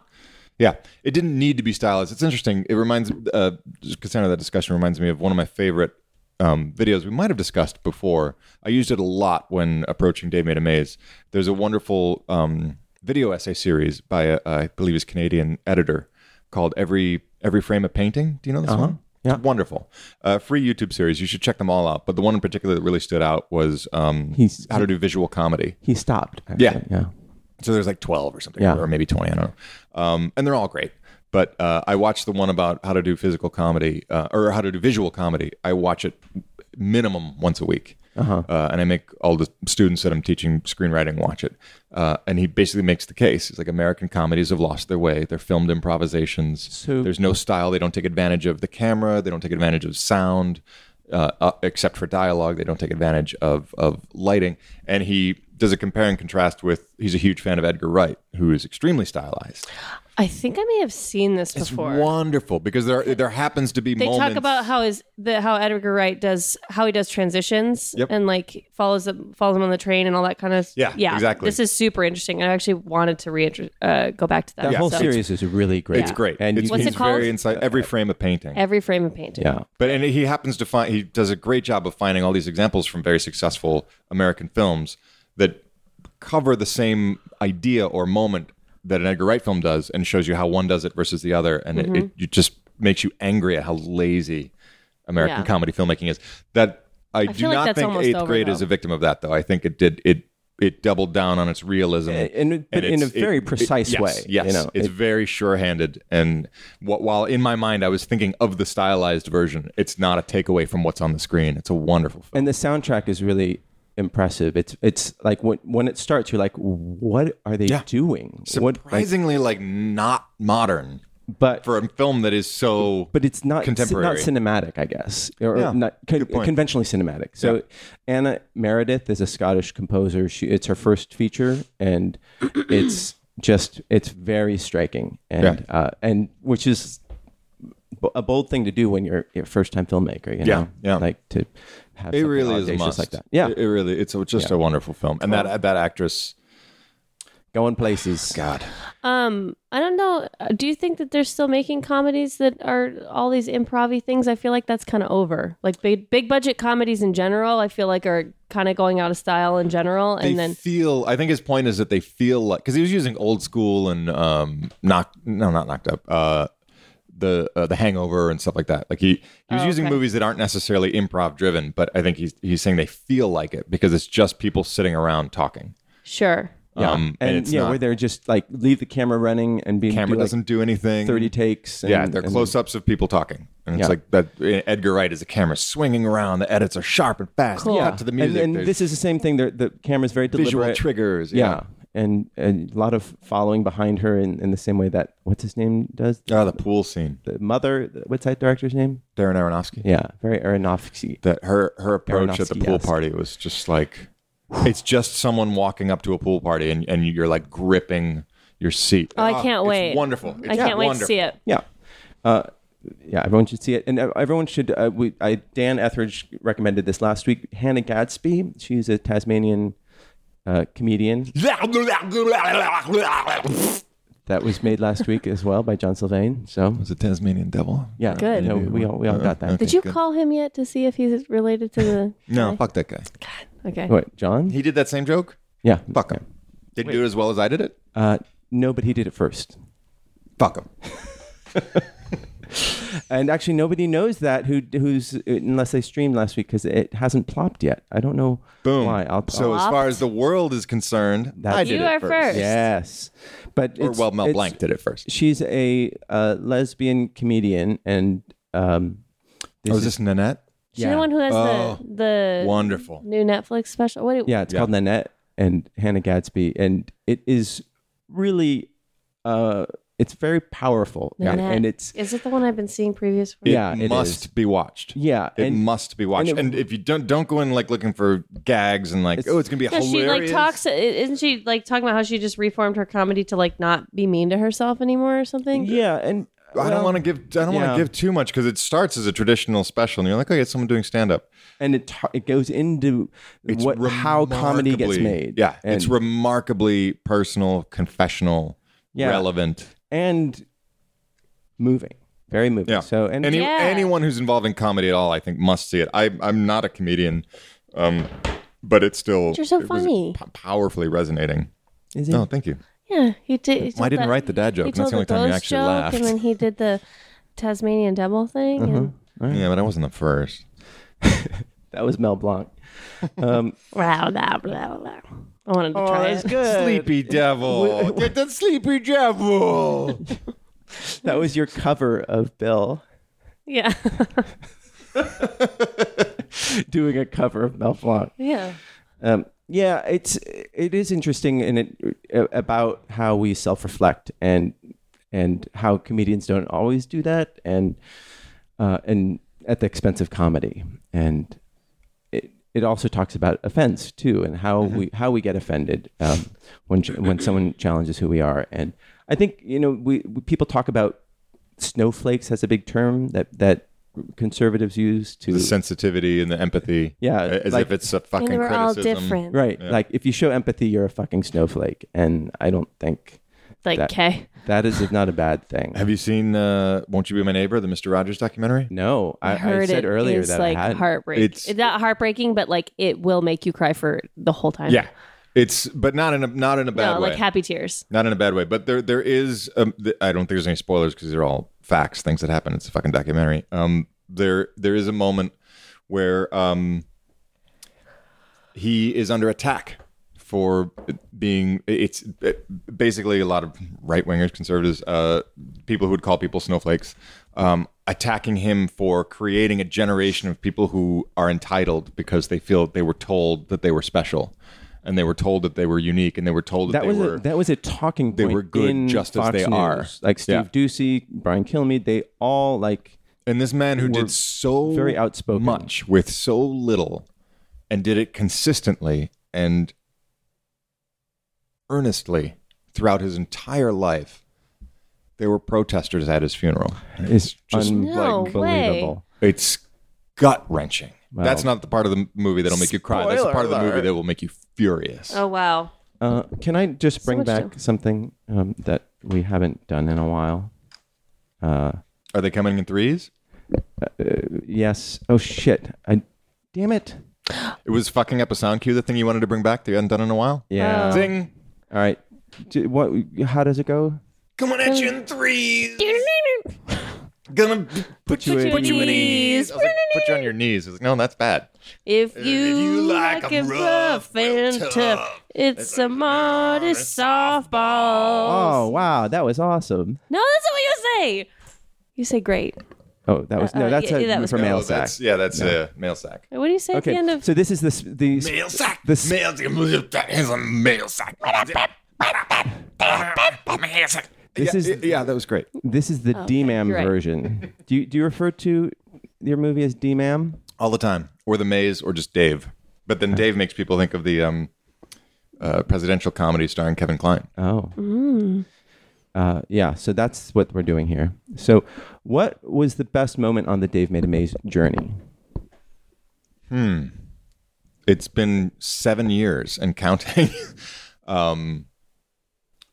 [SPEAKER 4] yeah, it didn't need to be stylized. It's interesting. It reminds uh just Cassandra that discussion reminds me of one of my favorite um, videos we might have discussed before. I used it a lot when approaching Dave Made a Maze. There's a wonderful um, video essay series by a, I believe is Canadian editor called Every Every Frame of Painting. Do you know this one?
[SPEAKER 2] Uh-huh. Yeah.
[SPEAKER 4] It's wonderful. Uh, free YouTube series. You should check them all out. But the one in particular that really stood out was um,
[SPEAKER 2] He's-
[SPEAKER 4] how to do visual comedy.
[SPEAKER 2] he stopped.
[SPEAKER 4] Yeah.
[SPEAKER 2] yeah,
[SPEAKER 4] So there's like 12 or something,
[SPEAKER 2] Yeah.
[SPEAKER 4] or maybe 20. I don't know. Um, and they're all great. But uh, I watched the one about how to do physical comedy uh, or how to do visual comedy. I watch it minimum once a week. Uh-huh. and I make all the students that I'm teaching screenwriting watch it. Uh, and he basically makes the case. He's like, American comedies have lost their way. They're filmed improvisations.
[SPEAKER 2] So-
[SPEAKER 4] There's no style. They don't take advantage of the camera. They don't take advantage of sound, uh, uh, except for dialogue. They don't take advantage of of lighting. And he does a compare and contrast with. He's a huge fan of Edgar Wright, who is extremely stylized.
[SPEAKER 6] I think I may have seen this before.
[SPEAKER 4] Wonderful, because there there happens to be
[SPEAKER 6] they
[SPEAKER 4] moments.
[SPEAKER 6] talk about how is the how Edgar Wright does how he does transitions
[SPEAKER 4] Yep.
[SPEAKER 6] and like follows them follows him on the train and all that kind of
[SPEAKER 4] Yeah, exactly.
[SPEAKER 6] This is super interesting. I actually wanted to re uh, go back to that.
[SPEAKER 2] that whole
[SPEAKER 6] So-
[SPEAKER 2] series is really great.
[SPEAKER 4] It's great.
[SPEAKER 2] and
[SPEAKER 4] it's,
[SPEAKER 2] you
[SPEAKER 6] What's
[SPEAKER 2] can,
[SPEAKER 4] he's
[SPEAKER 6] it called?
[SPEAKER 4] very inside every frame of painting.
[SPEAKER 6] Every frame of painting.
[SPEAKER 2] yeah,
[SPEAKER 4] But and he happens to find he does a great job of finding all these examples from very successful American films that cover the same idea or moment that an Edgar Wright film does, and shows you how one does it versus the other, and it,
[SPEAKER 6] Mm-hmm.
[SPEAKER 4] it, just makes you angry at how lazy American
[SPEAKER 6] Yeah.
[SPEAKER 4] comedy filmmaking is. That I, do
[SPEAKER 6] feel like
[SPEAKER 4] not
[SPEAKER 6] that's
[SPEAKER 4] think
[SPEAKER 6] almost
[SPEAKER 4] eighth
[SPEAKER 6] over,
[SPEAKER 4] grade
[SPEAKER 6] though.
[SPEAKER 4] is a victim of that, though. I think it did it it doubled down on its realism
[SPEAKER 2] and it- but in
[SPEAKER 4] it's-
[SPEAKER 2] a very
[SPEAKER 4] it-
[SPEAKER 2] precise
[SPEAKER 4] yes,
[SPEAKER 2] way,
[SPEAKER 4] Yes,
[SPEAKER 2] you know,
[SPEAKER 4] it's
[SPEAKER 2] it-
[SPEAKER 4] very sure-handed, and wh- while in my mind I was thinking of the stylized version, it's not a takeaway from what's on the screen. It's a wonderful film.
[SPEAKER 2] and the soundtrack is really impressive. It's it's like when when it starts, you're like, what are they
[SPEAKER 4] Yeah.
[SPEAKER 2] doing? What, like,
[SPEAKER 4] Surprisingly, like, not modern
[SPEAKER 2] but
[SPEAKER 4] for a film that is so.
[SPEAKER 2] but it's not
[SPEAKER 4] contemporary.
[SPEAKER 2] It's not cinematic, I guess, or or
[SPEAKER 4] Yeah,
[SPEAKER 2] not con-
[SPEAKER 4] good point.
[SPEAKER 2] conventionally cinematic. So Anna Meredith is a Scottish composer. She it's her first feature, and it's just it's very striking, and uh, and which is b- a bold thing to do when you're a first time filmmaker. You
[SPEAKER 4] Yeah,
[SPEAKER 2] know?
[SPEAKER 4] yeah.
[SPEAKER 2] like to have
[SPEAKER 4] it
[SPEAKER 2] something
[SPEAKER 4] really is a
[SPEAKER 2] audacious
[SPEAKER 4] must.
[SPEAKER 2] like that. Yeah,
[SPEAKER 4] it, it really it's a- just a wonderful film, and that that actress,
[SPEAKER 2] going places.
[SPEAKER 4] God,
[SPEAKER 6] Um, I don't know. Uh, Do you think that they're still making comedies that are all these improv things? I feel like that's kind of over. Like big big budget comedies in general, I feel like are kind of going out of style in general.
[SPEAKER 4] they
[SPEAKER 6] And then
[SPEAKER 4] feel. I think his point is that they feel like because he was using old school and um, knocked no, not knocked up. Uh, the uh, the Hangover and stuff like that. Like he he
[SPEAKER 6] Oh,
[SPEAKER 4] was using movies that aren't necessarily improv driven, but I think he's he's saying they feel like it because it's just people sitting around talking.
[SPEAKER 6] sure,
[SPEAKER 2] Yeah,
[SPEAKER 4] Um,
[SPEAKER 2] and,
[SPEAKER 4] and it's
[SPEAKER 2] yeah,
[SPEAKER 4] not-
[SPEAKER 2] where they're just like leave the camera running and being
[SPEAKER 4] Camera
[SPEAKER 2] do, like,
[SPEAKER 4] doesn't do anything.
[SPEAKER 2] thirty takes. And,
[SPEAKER 4] yeah, they're
[SPEAKER 2] and-
[SPEAKER 4] close ups of people talking, and it's
[SPEAKER 2] Yeah.
[SPEAKER 4] like that. uh, Edgar Wright is a camera swinging around. The edits are sharp and fast. Cool. Cut to the music.
[SPEAKER 2] And, and
[SPEAKER 4] there's
[SPEAKER 2] this is the same thing. The, the camera's very deliberate.
[SPEAKER 4] visual triggers.
[SPEAKER 2] Yeah. And, and a lot of following behind her in, in the same way that, what's his name does?
[SPEAKER 4] Ah, the pool scene.
[SPEAKER 2] The mother, what's that director's name?
[SPEAKER 4] Darren Aronofsky.
[SPEAKER 2] Yeah. Very Aronofsky.
[SPEAKER 4] That her her approach at the
[SPEAKER 2] Aronofsky,
[SPEAKER 4] pool
[SPEAKER 2] yes.
[SPEAKER 4] party was just like, it's just someone walking up to a pool party and and you're like gripping your seat.
[SPEAKER 6] Oh, I
[SPEAKER 4] Ah,
[SPEAKER 6] can't
[SPEAKER 4] it's
[SPEAKER 6] wait.
[SPEAKER 4] Wonderful.
[SPEAKER 6] I
[SPEAKER 4] It's
[SPEAKER 6] can't wait to
[SPEAKER 4] wonderful.
[SPEAKER 6] see it.
[SPEAKER 2] Yeah. Uh, yeah, everyone should see it, and uh, everyone should. Uh, we, I Dan Etheridge recommended this last week. Hannah Gadsby, she's a Tasmanian uh, comedian. that was made last week as well by John Sylvain. So
[SPEAKER 4] was a Tasmanian devil.
[SPEAKER 2] yeah,
[SPEAKER 6] Good.
[SPEAKER 2] you know, we all we all got that.
[SPEAKER 6] Did you
[SPEAKER 4] Good.
[SPEAKER 6] call him yet to see if he's related to the?
[SPEAKER 4] No, fuck that guy.
[SPEAKER 6] Okay.
[SPEAKER 2] What John?
[SPEAKER 4] He did that same joke.
[SPEAKER 2] Yeah,
[SPEAKER 4] Fuck him. Did he do it as well as I did it?
[SPEAKER 2] Uh, no, but he did it first.
[SPEAKER 4] Fuck him.
[SPEAKER 2] And actually, nobody knows that who who's unless they streamed last week because it hasn't plopped yet. I don't know
[SPEAKER 4] Boom.
[SPEAKER 2] why. I'll,
[SPEAKER 4] so as
[SPEAKER 6] I'll-
[SPEAKER 4] far as the world is concerned,
[SPEAKER 2] That's-
[SPEAKER 4] I did
[SPEAKER 6] You
[SPEAKER 4] it
[SPEAKER 6] are first.
[SPEAKER 2] yes, but
[SPEAKER 4] Or
[SPEAKER 2] it's-
[SPEAKER 4] well, Mel
[SPEAKER 2] it's-
[SPEAKER 4] Blanc did it first.
[SPEAKER 2] She's a uh, lesbian comedian, and um, this
[SPEAKER 4] Oh, is
[SPEAKER 2] is-
[SPEAKER 4] this Nanette?
[SPEAKER 6] She's the one who has
[SPEAKER 4] Oh.
[SPEAKER 6] the the
[SPEAKER 4] Wonderful.
[SPEAKER 6] new Netflix special. What? do-
[SPEAKER 2] Yeah, it's called Nanette and Hannah Gadsby, and it is really, uh, it's very powerful, and,
[SPEAKER 6] Nanette.
[SPEAKER 2] and it's
[SPEAKER 6] Is it the one I've been seeing previous? For?
[SPEAKER 2] yeah, it
[SPEAKER 4] it must
[SPEAKER 2] is.
[SPEAKER 4] be watched.
[SPEAKER 2] yeah,
[SPEAKER 4] It
[SPEAKER 2] and
[SPEAKER 4] must be watched.
[SPEAKER 2] and
[SPEAKER 4] And,
[SPEAKER 2] it-
[SPEAKER 4] if you don't don't go in like looking for gags and like, oh, it's gonna be
[SPEAKER 6] Yeah,
[SPEAKER 4] hilarious.
[SPEAKER 6] she like talks. Isn't she like talking about how she just reformed her comedy to like not be mean to herself anymore or something?
[SPEAKER 2] yeah, and
[SPEAKER 4] I don't want to give. I don't want
[SPEAKER 2] yeah.
[SPEAKER 4] to give too much because it starts as a traditional special, and you're like, oh, yeah, someone doing stand up.
[SPEAKER 2] and it ta- it goes into what how comedy gets made,
[SPEAKER 4] Yeah,
[SPEAKER 2] and,
[SPEAKER 4] it's remarkably personal, confessional,
[SPEAKER 2] Yeah.
[SPEAKER 4] relevant.
[SPEAKER 2] and moving, very moving.
[SPEAKER 4] Yeah.
[SPEAKER 2] So and
[SPEAKER 4] Any,
[SPEAKER 6] Yeah.
[SPEAKER 4] anyone who's involved in comedy at all, I think, must see it. I, I'm not a comedian, um, but it's still
[SPEAKER 6] You're so
[SPEAKER 4] it was
[SPEAKER 6] funny.
[SPEAKER 4] p- powerfully resonating.
[SPEAKER 2] is it
[SPEAKER 4] No, thank you.
[SPEAKER 6] Yeah, he did. he
[SPEAKER 4] Well, I
[SPEAKER 6] told
[SPEAKER 4] didn't
[SPEAKER 6] that-
[SPEAKER 4] write the dad joke,
[SPEAKER 6] He
[SPEAKER 4] and
[SPEAKER 6] told
[SPEAKER 4] that's the only time you
[SPEAKER 6] ghost
[SPEAKER 4] actually
[SPEAKER 6] joke,
[SPEAKER 4] laughed. Uh-huh.
[SPEAKER 6] And then he did the Tasmanian devil thing. And
[SPEAKER 4] Yeah, but I wasn't the first.
[SPEAKER 2] that was Mel Blanc.
[SPEAKER 6] blah, blah, blah, blah. I wanted to try it.
[SPEAKER 4] Sleepy devil. Get the sleepy devil.
[SPEAKER 2] That was your cover of Bill
[SPEAKER 6] Yeah,
[SPEAKER 2] doing a cover of Mel Blanc.
[SPEAKER 6] yeah.
[SPEAKER 2] Um, yeah, it's it is interesting and it uh, about how we self reflect and and how comedians don't always do that and uh, and at the expense of comedy and it it also talks about offense too and how we how we get offended um, when ch- when someone challenges who we are and I think you know we, we people talk about snowflakes as a big term that that conservatives use to
[SPEAKER 4] The sensitivity and the empathy.
[SPEAKER 2] Yeah,
[SPEAKER 4] As
[SPEAKER 2] like-
[SPEAKER 4] if it's a fucking
[SPEAKER 6] And we're all
[SPEAKER 4] criticism.
[SPEAKER 6] different.
[SPEAKER 2] Right. Like if you show empathy, you're a fucking snowflake. And I don't think
[SPEAKER 6] Like,
[SPEAKER 2] That-
[SPEAKER 6] okay.
[SPEAKER 2] that is not a bad thing.
[SPEAKER 4] Have you seen uh, Won't You Be My Neighbor, the Mr. Rogers documentary?
[SPEAKER 2] no, I,
[SPEAKER 6] I
[SPEAKER 2] I
[SPEAKER 6] heard
[SPEAKER 2] said
[SPEAKER 6] it
[SPEAKER 2] earlier
[SPEAKER 6] is,
[SPEAKER 2] that
[SPEAKER 6] like
[SPEAKER 2] I had
[SPEAKER 6] heartbreaking.
[SPEAKER 4] It's-
[SPEAKER 6] It's, not heartbreaking, but like it will make you cry for the whole time.
[SPEAKER 4] Yeah. It's but not in a not in a bad
[SPEAKER 6] no,
[SPEAKER 4] way.
[SPEAKER 6] like happy tears.
[SPEAKER 4] not in a bad way, but there there is. Um, th- I don't think there's any spoilers because they're all facts, things that happen. It's a fucking documentary. Um, there there is a moment where um, he is under attack for being. It's uh, basically a lot of right wingers, conservatives, uh, people who would call people snowflakes, um, attacking him for creating a generation of people who are entitled because they feel they were told that they were special. And they were told that they were unique, and they were told that,
[SPEAKER 2] That
[SPEAKER 4] they
[SPEAKER 2] was
[SPEAKER 4] were
[SPEAKER 2] a, that was a talking point.
[SPEAKER 4] they were good
[SPEAKER 2] in
[SPEAKER 4] just as
[SPEAKER 2] Fox
[SPEAKER 4] they are.
[SPEAKER 2] News. Like Steve
[SPEAKER 4] Yeah.
[SPEAKER 2] Ducey, Brian Kilmeade, they all like
[SPEAKER 4] And this man who did so
[SPEAKER 2] very outspoken.
[SPEAKER 4] much with so little and did it consistently and earnestly throughout his entire life. There were protesters at his funeral.
[SPEAKER 2] is
[SPEAKER 4] just
[SPEAKER 6] No
[SPEAKER 2] unbelievable.
[SPEAKER 6] way.
[SPEAKER 4] It's gut wrenching.
[SPEAKER 2] Wow.
[SPEAKER 4] That's not the part of the movie that'll make you cry. That's the part of the movie that will make you furious.
[SPEAKER 6] Oh wow.
[SPEAKER 2] Uh, can I just bring
[SPEAKER 6] much
[SPEAKER 2] back
[SPEAKER 6] to-
[SPEAKER 2] something um, that we haven't done in a while?
[SPEAKER 4] Are they coming in threes?
[SPEAKER 2] Yes. Oh shit! I, damn it!
[SPEAKER 4] It was fucking up a sound cue, the thing you wanted to bring back that you hadn't done in a while?
[SPEAKER 2] Yeah.
[SPEAKER 4] Ding!
[SPEAKER 2] All right. D- what? How does it go?
[SPEAKER 4] Coming at you in threes! Gonna put you
[SPEAKER 6] Put you at ease.
[SPEAKER 4] I was like, put you on your knees. I was like, no, that's bad.
[SPEAKER 6] If you, like, it rough and tough, it's a modest softball.
[SPEAKER 2] Oh wow, that was awesome.
[SPEAKER 6] No, that's not what you say. You say great.
[SPEAKER 2] Oh, that was
[SPEAKER 6] Uh,
[SPEAKER 2] no, that's
[SPEAKER 6] yeah,
[SPEAKER 2] a,
[SPEAKER 6] yeah, that was-
[SPEAKER 2] from
[SPEAKER 4] No,
[SPEAKER 2] mail sack.
[SPEAKER 4] that's- Yeah, that's a mail sack.
[SPEAKER 6] What do you say at the
[SPEAKER 2] Okay,
[SPEAKER 6] end of?
[SPEAKER 2] so this is this the
[SPEAKER 7] Mail sack.
[SPEAKER 2] This-
[SPEAKER 7] mail sack. Here's a mail sack. Mail sack.
[SPEAKER 2] this is
[SPEAKER 4] yeah, that was great.
[SPEAKER 2] this is the D-Mam
[SPEAKER 6] Oh, you're right.
[SPEAKER 2] version. Do you do you refer to your movie as D-Mam?
[SPEAKER 4] All the time. Or the maze or just Dave. But then Dave makes people think of the um, uh, presidential comedy starring Kevin Klein.
[SPEAKER 2] Oh,
[SPEAKER 6] Mm.
[SPEAKER 2] uh, yeah. So that's what we're doing here. So, what was the best moment on the Dave Made a Maze journey?
[SPEAKER 4] It's been seven years and counting. um,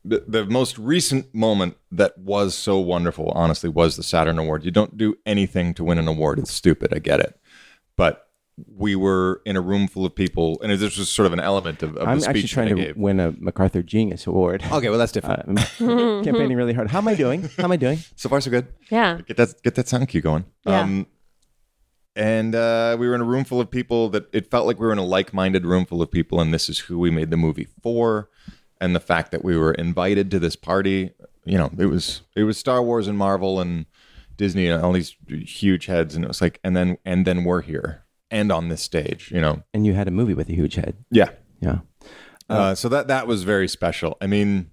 [SPEAKER 4] the, the most recent moment that was so wonderful, honestly, was the Saturn Award. You don't do anything to win an award. It's stupid. I get it. But we were in a room full of people, and this was sort of an element of, of
[SPEAKER 2] I'm
[SPEAKER 4] the
[SPEAKER 2] actually
[SPEAKER 4] speech
[SPEAKER 2] trying
[SPEAKER 4] that
[SPEAKER 2] to
[SPEAKER 4] I gave.
[SPEAKER 2] win Uh, a MacArthur Genius Award.
[SPEAKER 4] Okay, well that's different.
[SPEAKER 2] I'm campaigning really hard. How am I doing? How am I doing?
[SPEAKER 4] so far, so good.
[SPEAKER 6] Yeah.
[SPEAKER 4] Get that get that sound cue going.
[SPEAKER 6] Yeah.
[SPEAKER 4] Um, and uh, we were in a room full of people that it felt like we were in a like-minded room full of people, and this is who we made the movie for, and the fact that we were invited to this party. You know, it was it was Star Wars and Marvel and Disney and all these huge heads, and it was like, and then and then we're here and on this stage. You know,
[SPEAKER 2] And you had a movie with a huge head.
[SPEAKER 4] yeah.
[SPEAKER 2] Yeah. Oh.
[SPEAKER 4] Uh, so that that was very special. I mean,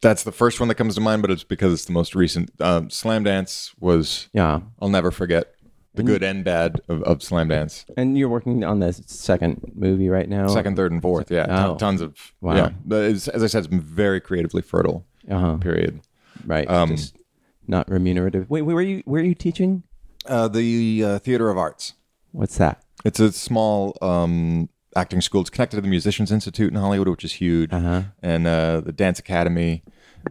[SPEAKER 4] that's the first one that comes to mind, but it's because it's the most recent. Um, Slam Dance was
[SPEAKER 2] Yeah.
[SPEAKER 4] I'll never forget the good and bad of, of Slam Dance.
[SPEAKER 2] And you're working on the second movie right now.
[SPEAKER 4] Second, third, and fourth. Yeah, ton-
[SPEAKER 2] Oh.
[SPEAKER 4] tons of
[SPEAKER 2] Wow.
[SPEAKER 4] Yeah, but it's, as I said, it's been very creatively fertile.
[SPEAKER 2] Uh-huh.
[SPEAKER 4] Period.
[SPEAKER 2] Right.
[SPEAKER 4] Um,
[SPEAKER 2] Just not remunerative. Wait, where are you where are you teaching?
[SPEAKER 4] Uh, the uh, Theater of Arts.
[SPEAKER 2] What's that?
[SPEAKER 4] It's a small um, acting school. It's connected to the Musicians Institute in Hollywood, which is huge,
[SPEAKER 2] Uh-huh.
[SPEAKER 4] and uh, the Dance Academy,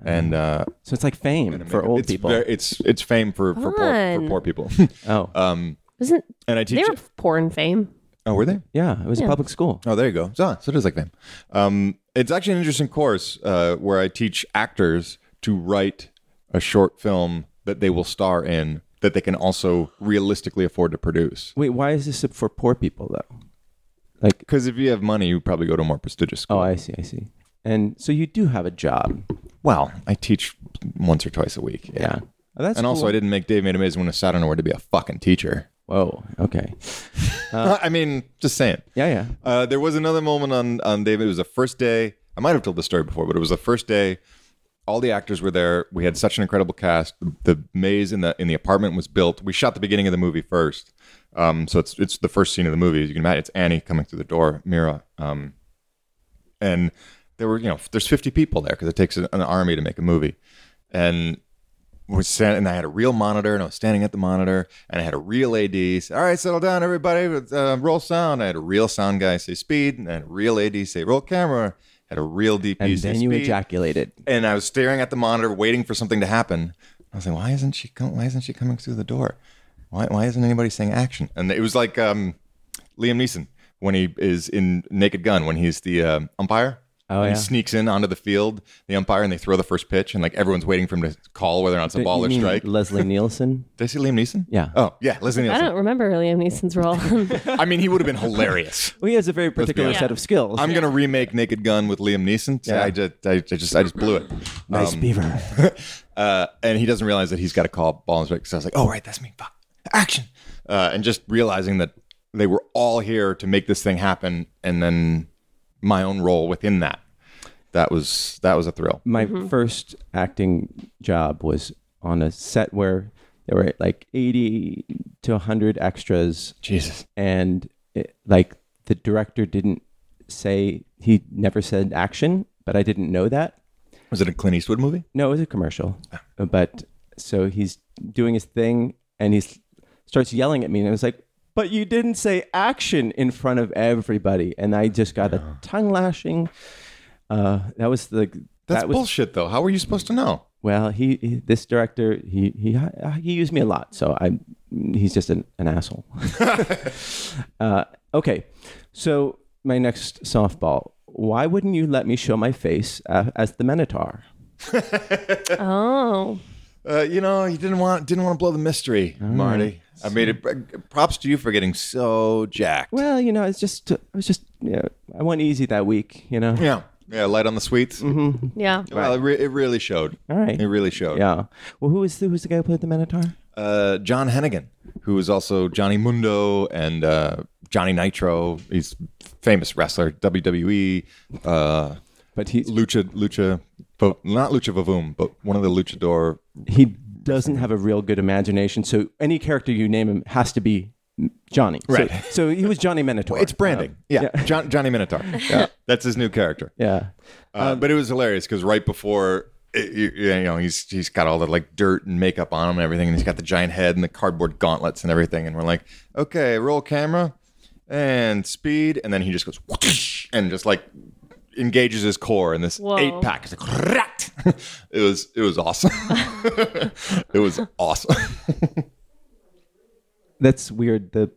[SPEAKER 4] and uh,
[SPEAKER 2] So it's like fame for old
[SPEAKER 4] it's
[SPEAKER 2] people.
[SPEAKER 4] ver- it's it's fame for for poor, for
[SPEAKER 6] Fun.
[SPEAKER 4] poor people.
[SPEAKER 2] oh.
[SPEAKER 4] um,
[SPEAKER 6] Wasn't
[SPEAKER 4] and I
[SPEAKER 6] they
[SPEAKER 4] teach.
[SPEAKER 6] were poor in fame?
[SPEAKER 4] oh, were they?
[SPEAKER 2] yeah, it was a public school.
[SPEAKER 4] Oh, there you go. So, so it is like them. Um, it's actually an interesting course uh, where I teach actors to write a short film that they will star in that they can also realistically afford to produce.
[SPEAKER 2] Wait, why is this for poor people though? Like
[SPEAKER 4] Because if you have money, you probably go to a more prestigious school.
[SPEAKER 2] Oh, I see, I see. And so you do have a job.
[SPEAKER 4] well, I teach once or twice a week. Yeah.
[SPEAKER 2] Oh. Yeah. Oh, that's
[SPEAKER 4] And also, I didn't make Dave Made Amazing when I sat on award to be a fucking teacher.
[SPEAKER 2] Whoa. Okay. Oh.
[SPEAKER 4] I mean, just saying.
[SPEAKER 2] Yeah, yeah.
[SPEAKER 4] Uh, there was another moment on on David. It was the first day. I might have told the story before, but it was the first day. All the actors were there. We had such an incredible cast. The maze in the in the apartment was built. We shot the beginning of the movie first, um, so it's it's the first scene of the movie. As you can imagine, it's Annie coming through the door, Mira, um, and there were you know there's 50 people there because it takes an, an army to make a movie, and was sent and I had a real monitor and I was standing at the monitor and I had a real AD say, all right, settle down everybody, uh, roll sound. I had a real sound guy say speed and I had a real AD say roll camera. I had a real DP
[SPEAKER 2] And
[SPEAKER 4] say
[SPEAKER 2] then you
[SPEAKER 4] speed.
[SPEAKER 2] ejaculated.
[SPEAKER 4] And I was staring at the monitor waiting for something to happen. I was like, why isn't she com- why isn't she coming through the door? Why, why isn't anybody saying action? And it was like um, Liam Neeson when he is in Naked Gun when he's the um umpire.
[SPEAKER 2] Oh,
[SPEAKER 4] And
[SPEAKER 2] yeah.
[SPEAKER 4] He sneaks in onto the field, the umpire, and they throw the first pitch, and like everyone's waiting for him to call whether or not it's a ball
[SPEAKER 2] You
[SPEAKER 4] or
[SPEAKER 2] mean
[SPEAKER 4] strike.
[SPEAKER 2] Leslie Nielsen.
[SPEAKER 4] Did I see Liam Neeson?
[SPEAKER 2] Yeah.
[SPEAKER 4] Oh, yeah, Leslie
[SPEAKER 6] I
[SPEAKER 4] Nielsen.
[SPEAKER 6] don't remember Liam Neeson's role.
[SPEAKER 4] I, mean, he would have been hilarious.
[SPEAKER 2] Well, he has a very particular
[SPEAKER 4] honest.
[SPEAKER 2] set of skills.
[SPEAKER 4] I'm gonna remake Naked Gun with Liam Neeson. Yeah. I just, I, I just, I just blew it. Um,
[SPEAKER 2] nice beaver.
[SPEAKER 4] Uh, and he doesn't realize that he's got to call ball and strike. Because I was like, oh right, that's me. Fuck, action. Uh, and just realizing that they were all here to make this thing happen, and then my own role within that. That was that was a thrill.
[SPEAKER 2] My first acting job was on a set where there were like 80 to 100 extras
[SPEAKER 4] Jesus.
[SPEAKER 2] and it, like the director didn't say he never said action, but I didn't know that.
[SPEAKER 4] Was it a Clint Eastwood movie?
[SPEAKER 2] No, it was a commercial. But so he's doing his thing and he starts yelling at me and I was like, "But you didn't say action in front of everybody." And I just got a tongue lashing. Uh, that was the
[SPEAKER 4] That's
[SPEAKER 2] that was
[SPEAKER 4] bullshit, though. How were you supposed to know?
[SPEAKER 2] well, he, he this director, he he uh, he used me a lot, so I he's just an, an asshole. uh, okay, so my next softball. Why wouldn't you let me show my face uh, as the Minotaur?
[SPEAKER 6] oh.
[SPEAKER 4] Uh, you know, you didn't want didn't want to blow the mystery,
[SPEAKER 2] Mm.
[SPEAKER 4] Marty. I mean, it, props to you for getting so jacked.
[SPEAKER 2] Well, you know, it's just I was just you know, I went easy that week, you know.
[SPEAKER 4] yeah, Mm-hmm. yeah, light on the sweets.
[SPEAKER 6] Yeah.
[SPEAKER 4] Well, it, re- it really showed.
[SPEAKER 2] All right.
[SPEAKER 4] it really showed.
[SPEAKER 2] Yeah. Well, who is the, who's the guy who played the Minotaur?
[SPEAKER 4] Uh, John Hennigan, who is also Johnny Mundo and uh, Johnny Nitro. He's famous wrestler, WWE, uh,
[SPEAKER 2] But he
[SPEAKER 4] lucha, lucha, but not lucha vavoom, but one of the luchador.
[SPEAKER 2] he doesn't have a real good imagination, so any character you name him has to be Johnny. So-
[SPEAKER 4] Right.
[SPEAKER 2] So, he was Johnny Minotaur.
[SPEAKER 4] It's branding.
[SPEAKER 2] Um,
[SPEAKER 4] yeah, Uh, John, Johnny Minotaur. Yeah, that's his new character.
[SPEAKER 2] Yeah.
[SPEAKER 4] Uh, but it was hilarious because right before it, you, you know he's he's got all the like dirt and makeup on him and everything, and he's got the giant head and the cardboard gauntlets and everything, and we're like, okay, roll camera and speed, and then he just goes whoosh, and just like engages his core in this
[SPEAKER 6] Whoa.
[SPEAKER 4] eight pack. It's like, "Crack!" it was it was awesome. it was awesome.
[SPEAKER 2] That's weird. The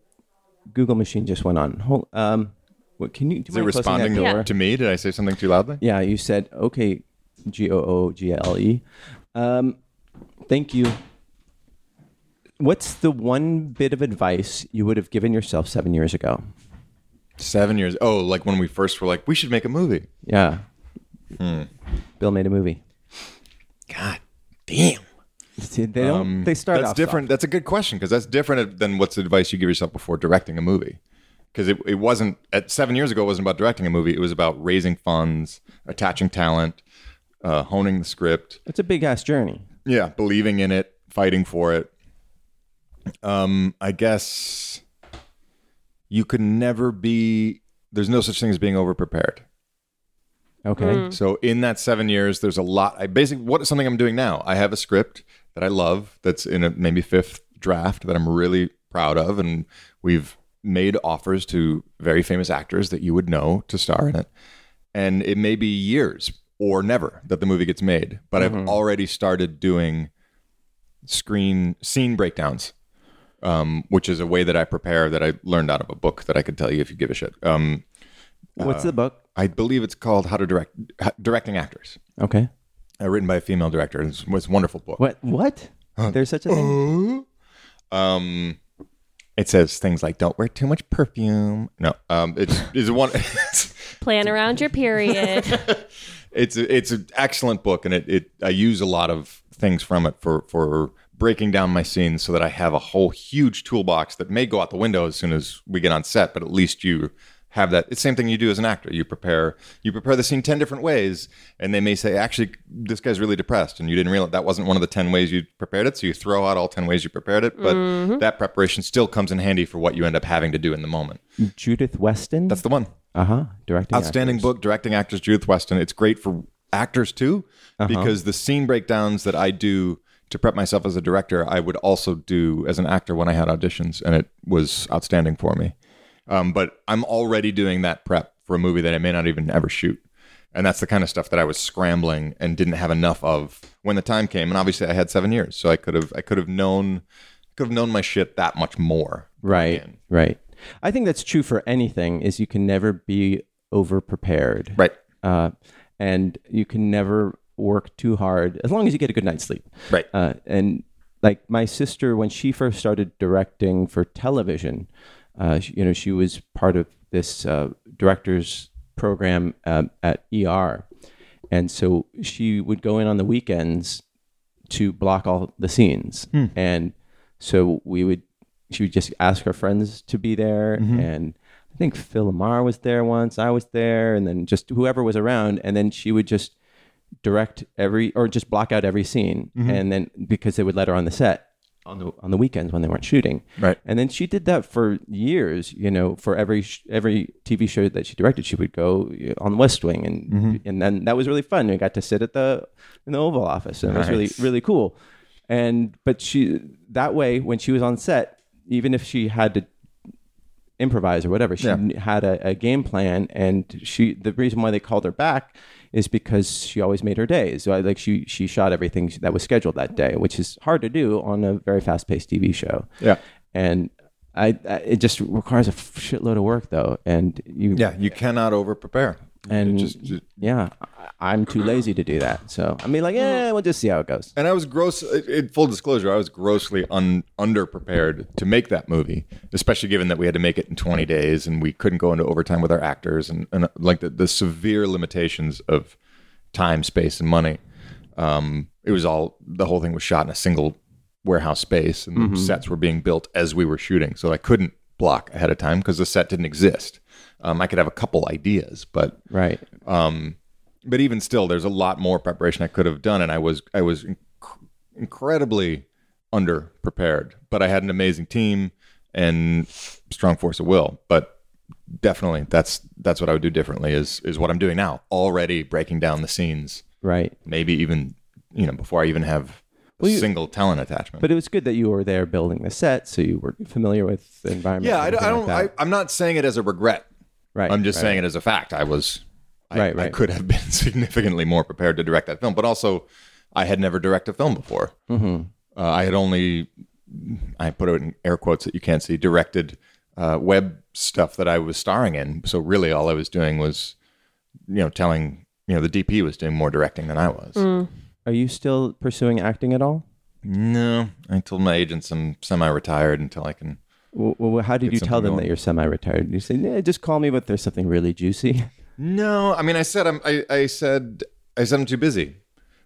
[SPEAKER 2] Google machine just went on. Hold, um, what can you? Do
[SPEAKER 4] Is it responding
[SPEAKER 2] that
[SPEAKER 4] to,
[SPEAKER 2] door?
[SPEAKER 4] to me? Did I say something too loudly?
[SPEAKER 2] Yeah, you said okay, G O O G L E. Um, thank you. What's the one bit of advice you would have given yourself seven years ago?
[SPEAKER 4] Seven years. Oh, like when we first were like, we should make a movie.
[SPEAKER 2] Yeah,
[SPEAKER 4] Hmm.
[SPEAKER 2] Bill made a movie.
[SPEAKER 4] God damn.
[SPEAKER 2] See, they don't. they start
[SPEAKER 4] Um, that's
[SPEAKER 2] off
[SPEAKER 4] different. That's a good question because that's different than what's the advice you give yourself before directing a movie. Because it, it wasn't at seven years ago. It wasn't about directing a movie. It was about raising funds, attaching talent, uh, honing the script.
[SPEAKER 2] Soft. It's a big ass journey.
[SPEAKER 4] Yeah, believing in it, fighting for it. Um, I guess you can never be. There's no such thing as being overprepared.
[SPEAKER 2] Okay.
[SPEAKER 4] So in that seven years, there's a lot. I basically what is something I'm doing now. I have a script that I love that's in a maybe fifth draft that I'm really proud of, and we've made offers to very famous actors that you would know to star in it. And it may be years or never that the movie gets made, but I've already started doing screen scene breakdowns um, which is a way that I prepare that I learned out of a book that I could tell you if you give a shit. Um,
[SPEAKER 2] What's the book?
[SPEAKER 4] I believe it's called How to Direct H- Directing Actors,
[SPEAKER 2] Okay.
[SPEAKER 4] uh, written by a female director. It's, it's a wonderful book.
[SPEAKER 2] What? What? There's such a thing.
[SPEAKER 4] Um, it says things like "Don't wear too much perfume." No, um, it's is one. It's,
[SPEAKER 6] Plan around your period.
[SPEAKER 4] it's a- it's an excellent book, and it, it I use a lot of things from it for for breaking down my scenes so that I have a whole huge toolbox that may go out the window as soon as we get on set, but at least you have that. It's the same thing you do as an actor. You prepare you prepare the scene ten different ways, and they may say, actually, this guy's really depressed, and you didn't realize that wasn't one of the ten ways you prepared it. So you throw out all ten ways you prepared it, but that preparation still comes in handy for what you end up having to do in the moment.
[SPEAKER 2] Judith Weston.
[SPEAKER 4] That's the one.
[SPEAKER 2] uh huh. Directing.
[SPEAKER 4] Outstanding book, directing actors Judith Weston. It's great for actors too, because the scene breakdowns that I do to prep myself as a director, I would also do as an actor when I had auditions, and it was outstanding for me. Um, but I'm already doing that prep for a movie that I may not even ever shoot. And that's the kind of stuff that I was scrambling and didn't have enough of when the time came. And obviously, I had seven years, so I could have I could have known could have known my shit that much more.
[SPEAKER 2] Right. Right. I think that's true for anything. Is you can never be over prepared.
[SPEAKER 4] Right.
[SPEAKER 2] Uh, and you can never work too hard as long as you get a good night's sleep.
[SPEAKER 4] Right.
[SPEAKER 2] Uh, and like my sister, when she first started directing for television, uh, she, you know, she was part of this uh, director's program um, at ER, and so she would go in on the weekends to block all the scenes. And so we would, she would just ask her friends to be there. And I think Phil Lamar was there once, I was there, and then just whoever was around. And then she would just direct every, or just block out every scene. And then because they would let her on the set. On the, on the weekends when they weren't shooting,
[SPEAKER 4] Right.
[SPEAKER 2] and then she did that for years. You know, for every sh- every TV show that she directed, she would go you know, on West Wing, and and then that was really fun. We got to sit at the in the Oval Office, and it was really really cool. And but she that way when she was on set, even if she had to improvise or whatever, she kn- had a, a game plan. And she the reason why they called her back is because she always made her days. So I, like she she shot everything that was scheduled that day, which is hard to do on a very fast paced TV show.
[SPEAKER 4] Yeah.
[SPEAKER 2] and. I, I, it just requires a f- shitload of work though, and you
[SPEAKER 4] Yeah, you cannot over prepare.
[SPEAKER 2] and
[SPEAKER 4] just- just-
[SPEAKER 2] yeah, I, I'm too lazy to do that. So I mean, like, yeah, we'll just see how it goes.
[SPEAKER 4] And I was gross. In full disclosure, I was grossly un, underprepared to make that movie, especially given that we had to make it in 20 days and we couldn't go into overtime with our actors and, and uh, like the, the severe limitations of time, space, and money. Um, it was all the whole thing was shot in a single warehouse space, and the sets were being built as we were shooting, so I couldn't block ahead of time because the set didn't exist. Um, I could have a couple ideas, but
[SPEAKER 2] Right.
[SPEAKER 4] but even still there's a lot more preparation i could have done and i was i was inc- incredibly under prepared but i had an amazing team and strong force of will but definitely that's that's what i would do differently is is what i'm doing now already breaking down the scenes
[SPEAKER 2] Right.
[SPEAKER 4] maybe even you know before i even have a single talent attachment
[SPEAKER 2] But it was good that you were there building the set, so you were familiar with the environment.
[SPEAKER 4] yeah i
[SPEAKER 2] and
[SPEAKER 4] don't, I
[SPEAKER 2] everything
[SPEAKER 4] don't
[SPEAKER 2] like that.
[SPEAKER 4] I, i'm not saying it as a regret
[SPEAKER 2] right.
[SPEAKER 4] i'm just
[SPEAKER 2] right.
[SPEAKER 4] saying it as a fact i was I,
[SPEAKER 2] Right,
[SPEAKER 4] I
[SPEAKER 2] right.
[SPEAKER 4] could have been significantly more prepared to direct that film, but also I had never directed a film before.
[SPEAKER 2] Mm-hmm.
[SPEAKER 4] Uh, I had only, I put it in air quotes that you can't see, directed uh, web stuff that I was starring in. So really, all I was doing was, you know, telling, you know, the DP was doing more directing than I was.
[SPEAKER 2] Are you still pursuing acting at all?
[SPEAKER 4] No, I told my agents I'm semi-retired until I can.
[SPEAKER 2] Well, well, how did
[SPEAKER 4] Get
[SPEAKER 2] you tell
[SPEAKER 4] something
[SPEAKER 2] them
[SPEAKER 4] going.
[SPEAKER 2] that you're semi-retired? You say, "Nah, just call me, but there's something really juicy."
[SPEAKER 4] No, I mean, I said I'm. I, I said I said I'm too busy,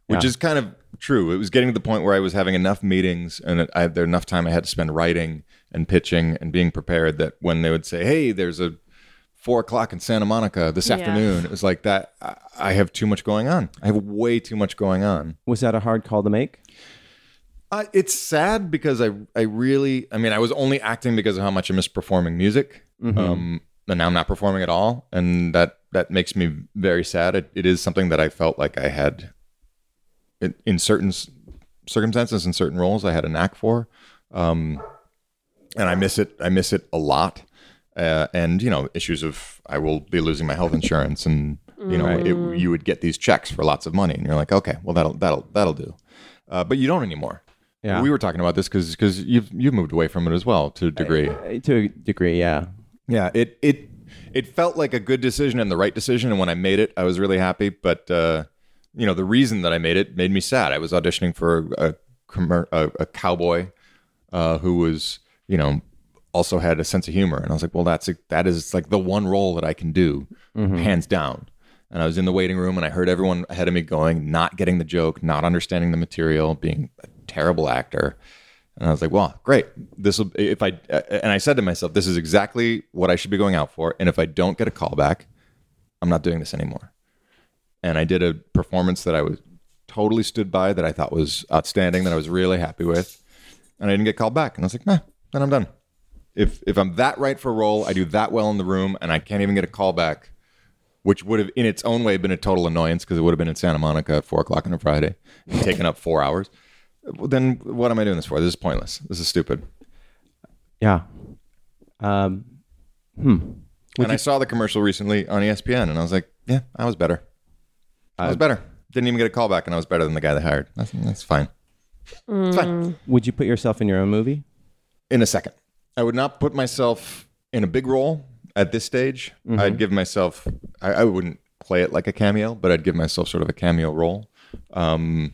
[SPEAKER 4] which
[SPEAKER 2] Yeah.
[SPEAKER 4] is kind of true. It was getting to the point where I was having enough meetings and I had enough time I had to spend writing and pitching and being prepared that when they would say, "Hey, there's a four o'clock in Santa Monica this afternoon," it was like that. I, I have too much going on. I have way too much going on.
[SPEAKER 2] Was that a hard call to make?
[SPEAKER 4] Uh, it's sad because I I really I mean I was only acting because of how much I'm misperforming music, um, and now I'm not performing at all, and that that makes me very sad. It, it is something that I felt like I had, in, in certain s- circumstances, in certain roles, I had a knack for, um, and I miss it. I miss it a lot, uh, and you know issues of I will be losing my health insurance, and you know it, you would get these checks for lots of money, and you're like, okay, well that'll that'll that'll do, uh, but you don't anymore.
[SPEAKER 2] Yeah.
[SPEAKER 4] We were talking about this because you've you've moved away from it as well to a degree.
[SPEAKER 2] Uh, To a degree, yeah.
[SPEAKER 4] yeah, it it it felt like a good decision and the right decision, and when I made it, I was really happy. But uh, you know, the reason that I made it made me sad. I was auditioning for a commer- a, a cowboy uh, who was you know also had a sense of humor, and I was like, well, that's that is like the one role that I can do, hands down. And I was in the waiting room, and I heard everyone ahead of me going, not getting the joke, not understanding the material, being a terrible actor. And I was like, "Well, great. This will if I." uh, And I said to myself, "This is exactly what I should be going out for." And if I don't get a callback, I'm not doing this anymore. And I did a performance that I was totally stood by, that I thought was outstanding, that I was really happy with, and I didn't get called back. And I was like, "Meh." Then I'm done. If if I'm that right for a role, I do that well in the room, and I can't even get a callback, which would have, in its own way, been a total annoyance because it would have been in Santa Monica at four o'clock on a Friday, and taken up four hours well, then what am I doing this for? This is pointless. This is stupid.
[SPEAKER 2] Yeah. Um, hmm.
[SPEAKER 4] and I saw the commercial recently on E ESPN, and I was like, yeah, I was better. I was better. Didn't even get a call back, and I was better than the guy they hired. That's, that's fine. It's fine.
[SPEAKER 2] Would you put yourself in your own movie?
[SPEAKER 4] In a second, I would not put myself in a big role at this stage. I'd give myself. I, I wouldn't play it like a cameo, but I'd give myself sort of a cameo role. Um,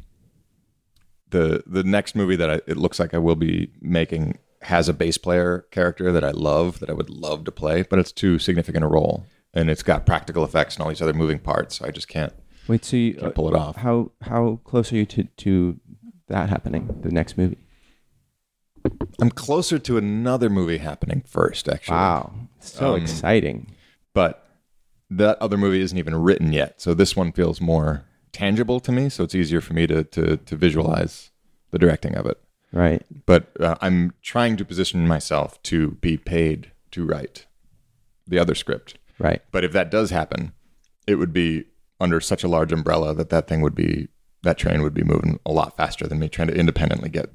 [SPEAKER 4] the the next movie that I, it looks like I will be making has a bass player character that I love that I would love to play, but it's too significant a role, and it's got practical effects and all these other moving parts. So I just can't
[SPEAKER 2] Wait, so you, uh,
[SPEAKER 4] can't pull it off.
[SPEAKER 2] how how close are you to to that happening? The next movie.
[SPEAKER 4] I'm closer to another movie happening first, actually.
[SPEAKER 2] Wow, so
[SPEAKER 4] Um,
[SPEAKER 2] exciting.
[SPEAKER 4] but that other movie isn't even written yet. So this one feels more tangible to me. So it's easier for me to to, to visualize the directing of it.
[SPEAKER 2] Right.
[SPEAKER 4] But uh, I'm trying to position myself to be paid to write the other script.
[SPEAKER 2] Right.
[SPEAKER 4] But if that does happen, it would be under such a large umbrella that that thing would be that train would be moving a lot faster than me trying to independently get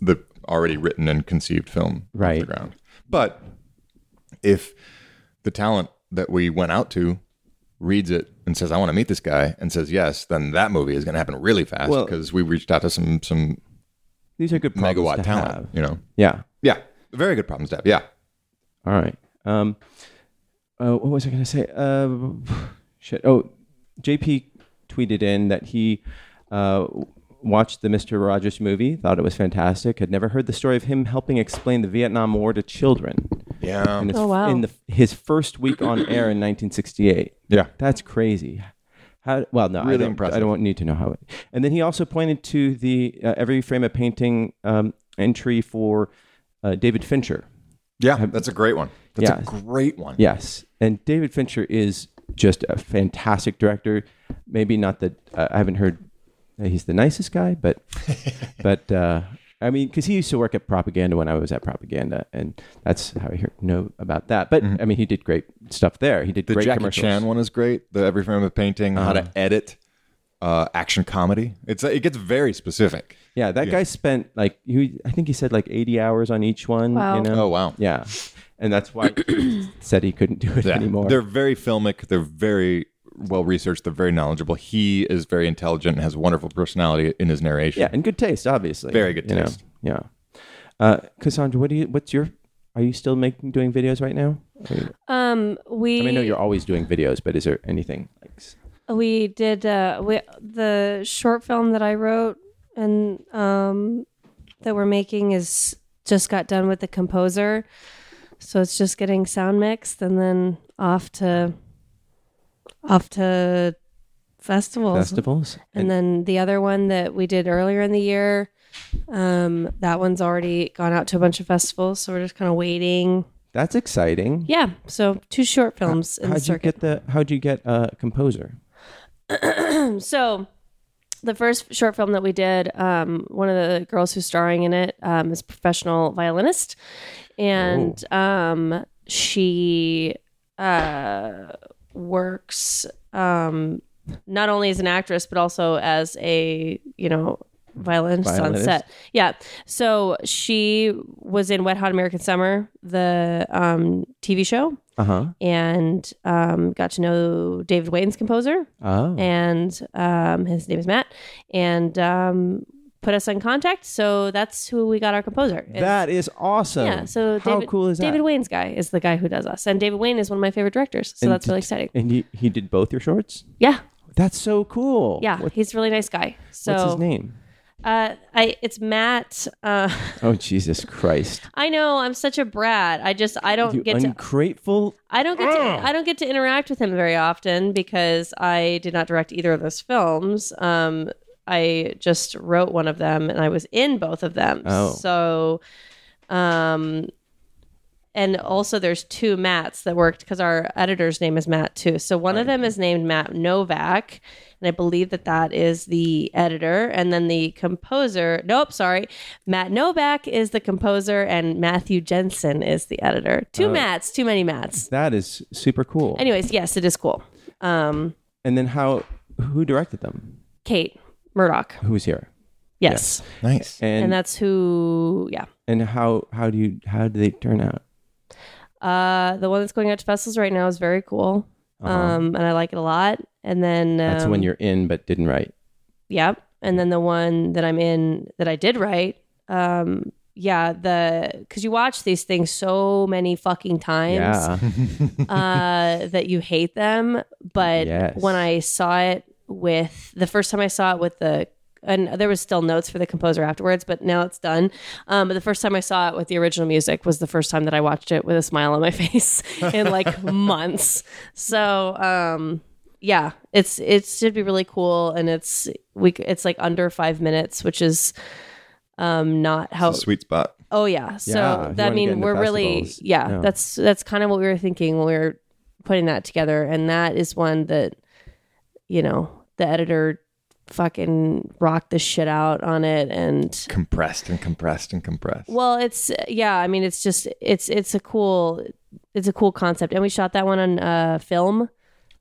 [SPEAKER 4] the already written and conceived film off
[SPEAKER 2] Right.
[SPEAKER 4] the ground. But if the talent that we went out to reads it and says, "I want to meet this guy," and says yes, then that movie is going to happen really fast
[SPEAKER 2] Well-
[SPEAKER 4] because we reached out to some some
[SPEAKER 2] These are good problems
[SPEAKER 4] megawatt
[SPEAKER 2] to
[SPEAKER 4] talent.
[SPEAKER 2] have.
[SPEAKER 4] You know,
[SPEAKER 2] Yeah.
[SPEAKER 4] yeah, very good problems to have. Yeah,
[SPEAKER 2] All right. Um, uh, what was I going to say? Uh, shit. Oh, JP tweeted in that he uh, watched the Mr. Rogers movie, thought it was fantastic, had never heard the story of him helping explain the Vietnam War to children.
[SPEAKER 4] yeah,
[SPEAKER 2] In, his,
[SPEAKER 6] Oh, wow.
[SPEAKER 2] in the, his first week on air in 1968.
[SPEAKER 4] yeah.
[SPEAKER 2] That's crazy. How, well, no, I
[SPEAKER 4] Really
[SPEAKER 2] don't,
[SPEAKER 4] impressive.
[SPEAKER 2] I don't need to know how it. And then he also pointed to the uh, every frame of painting um, entry for uh, David Fincher.
[SPEAKER 4] Yeah, that's a great one. That's a
[SPEAKER 2] Yeah.
[SPEAKER 4] great one.
[SPEAKER 2] Yes, and David Fincher is just a fantastic director. Maybe not that uh, I haven't heard that he's the nicest guy, but but uh, I mean, because he used to work at Propaganda when I was at Propaganda, and that's how I hear, know about that. But I mean, he did great stuff there. He did
[SPEAKER 4] Mm-hmm. The
[SPEAKER 2] great
[SPEAKER 4] Jackie
[SPEAKER 2] commercials. Uh-huh.
[SPEAKER 4] Chan one is great. The Every Frame of Painting, How to Edit, uh, Action Comedy. It's it gets very specific.
[SPEAKER 2] Yeah, that guy spent like he, I think he said like eighty hours on each one.
[SPEAKER 6] Wow.
[SPEAKER 2] You know?
[SPEAKER 4] Oh, wow.
[SPEAKER 2] Yeah, and that's why he said he couldn't do it
[SPEAKER 4] Yeah.
[SPEAKER 2] anymore.
[SPEAKER 4] They're very filmic. They're very well researched. They're very knowledgeable. He is very intelligent and has a wonderful personality in his narration.
[SPEAKER 2] Yeah, and good taste, obviously.
[SPEAKER 4] Very good
[SPEAKER 2] you know,
[SPEAKER 4] taste.
[SPEAKER 2] Yeah. Uh, Cassandra, what do you? What's your? Are you still making doing videos right now?
[SPEAKER 6] Um, we
[SPEAKER 2] I mean, I know you're always doing videos, but is there anything like? s-
[SPEAKER 6] we did uh, we the short film that I wrote and um,
[SPEAKER 3] that we're making is just got done with the composer. So it's just getting sound mixed and then off to off to festivals.
[SPEAKER 2] Festivals
[SPEAKER 3] And then the other one that we did earlier in the year, um, that one's already gone out to a bunch of festivals. So we're just kind of waiting.
[SPEAKER 2] that's exciting.
[SPEAKER 3] Yeah. So two short films in the
[SPEAKER 2] how'd you
[SPEAKER 3] circuit.
[SPEAKER 2] get the? How'd you get a composer?
[SPEAKER 6] so the first short film that we did um, one of the girls who's starring in it um, is a professional violinist and um, she uh, works um, not only as an actress but also as a you know violinist,
[SPEAKER 2] Violinist.
[SPEAKER 6] on set yeah so she was in wet hot american summer the um, tv show
[SPEAKER 2] Uh huh.
[SPEAKER 4] Uh-huh.
[SPEAKER 6] and um, got to know david wayne's composer
[SPEAKER 2] Oh,
[SPEAKER 6] and um, his name is Matt, and um, put us in contact. So that's who we got our composer. It's-
[SPEAKER 2] that is awesome.
[SPEAKER 6] yeah. So
[SPEAKER 2] how
[SPEAKER 6] David,
[SPEAKER 2] cool is that?
[SPEAKER 6] David Wayne's guy is the guy who does us, and David Wayne is one of my favorite directors. So
[SPEAKER 2] And
[SPEAKER 6] that's really
[SPEAKER 2] did-
[SPEAKER 6] exciting.
[SPEAKER 2] and you, he did both your shorts.
[SPEAKER 6] Yeah,
[SPEAKER 2] That's so cool.
[SPEAKER 6] yeah,
[SPEAKER 2] What-
[SPEAKER 6] he's a really nice guy. So
[SPEAKER 2] what's his name?
[SPEAKER 6] Uh, I it's Matt. Uh,
[SPEAKER 2] Oh Jesus Christ!
[SPEAKER 6] I know I'm such a brat. I just I don't
[SPEAKER 2] You
[SPEAKER 6] get to
[SPEAKER 2] ungrateful.
[SPEAKER 6] I don't get to, I don't get to interact with him very often because I did not direct either of those films. Um, I just wrote one of them and I was in both of them.
[SPEAKER 2] Oh.
[SPEAKER 6] So, um, and also there's two Matts that worked because our editor's name is Matt too. So one of them is named Matt Novak, and I believe that that is the editor, and then the composer. Nope, sorry, Matt Novak is the composer, and Matthew Jensen is the editor. Two Matts, too many Matts.
[SPEAKER 2] That is super cool.
[SPEAKER 6] Anyways, yes, it is cool. Um,
[SPEAKER 2] And then how? Who directed them?
[SPEAKER 6] Kate Murdoch,
[SPEAKER 2] Who's here?
[SPEAKER 6] yes,
[SPEAKER 4] Nice.
[SPEAKER 2] And
[SPEAKER 6] and
[SPEAKER 2] and,
[SPEAKER 6] that's who. Yeah,
[SPEAKER 2] how how do you how do they turn out?
[SPEAKER 6] uh, the one that's going out to festivals right now is very cool,
[SPEAKER 2] Uh-huh.
[SPEAKER 6] um, and I like it a lot. And then
[SPEAKER 2] That's
[SPEAKER 6] um,
[SPEAKER 2] when you're in but didn't write.
[SPEAKER 6] Yep. And then the one that I'm in that I did write, um, yeah, the because you watch these things so many fucking times
[SPEAKER 2] Yeah.
[SPEAKER 6] uh, that you hate them. But
[SPEAKER 2] Yes.
[SPEAKER 6] when I saw it with the first time I saw it with the and there was still notes for the composer afterwards, but now it's done. Um, but the first time I saw it with the original music was the first time that I watched it with a smile on my face in like months. So um, yeah, it's it should be really cool, and it's we c- it's like under five minutes, which is um not how
[SPEAKER 4] It's a sweet spot.
[SPEAKER 6] Oh yeah. So
[SPEAKER 2] Yeah, if you
[SPEAKER 6] that I
[SPEAKER 2] wanna get
[SPEAKER 6] mean
[SPEAKER 2] into
[SPEAKER 6] we're really
[SPEAKER 2] festivals,
[SPEAKER 6] yeah,
[SPEAKER 2] yeah.
[SPEAKER 6] that's that's kind of what we were thinking when we were putting that together and that is one that you know, the editor fucking rocked the shit out on it and
[SPEAKER 4] Compressed and compressed and compressed.
[SPEAKER 6] well, it's yeah, I mean it's just it's it's a cool it's a cool concept and we shot that one on uh film,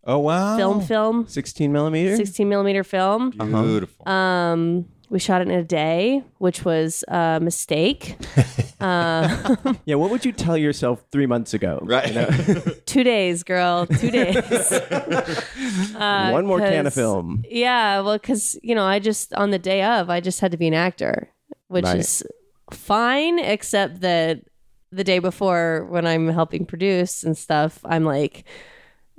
[SPEAKER 4] oh wow.
[SPEAKER 6] film uh-huh. film,
[SPEAKER 2] 16 millimeter.
[SPEAKER 6] 16 millimeter film.
[SPEAKER 4] Beautiful.
[SPEAKER 6] Um we shot it in a day, which was a mistake.
[SPEAKER 2] Yeah. What would you tell yourself three months ago?
[SPEAKER 4] right.
[SPEAKER 6] Two days, girl. Two days. Uh,
[SPEAKER 2] One more can of
[SPEAKER 6] 'cause-
[SPEAKER 2] film.
[SPEAKER 6] Yeah, well, because you know, I just on the day of, I just had to be an actor, which
[SPEAKER 2] Right.
[SPEAKER 6] is fine, except that the day before, when I'm helping produce and stuff, I'm like,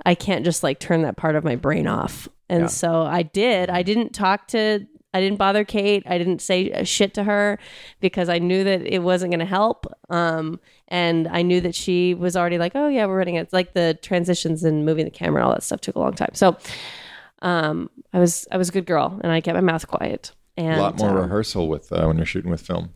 [SPEAKER 6] I can't just like turn that part of my brain off, and
[SPEAKER 2] Yeah.
[SPEAKER 6] so I did. I didn't talk to. I didn't bother Kate. I didn't say a shit to her because I knew that it wasn't going to help. Um, and I knew that she was already like, "Oh yeah, we're running it." It's like the transitions and moving the camera, and all that stuff took a long time. So, um, I was I was a good girl, and I kept my mouth quiet.
[SPEAKER 4] a
[SPEAKER 6] And
[SPEAKER 4] lot more
[SPEAKER 6] um,
[SPEAKER 4] rehearsal with uh, when you're shooting with film.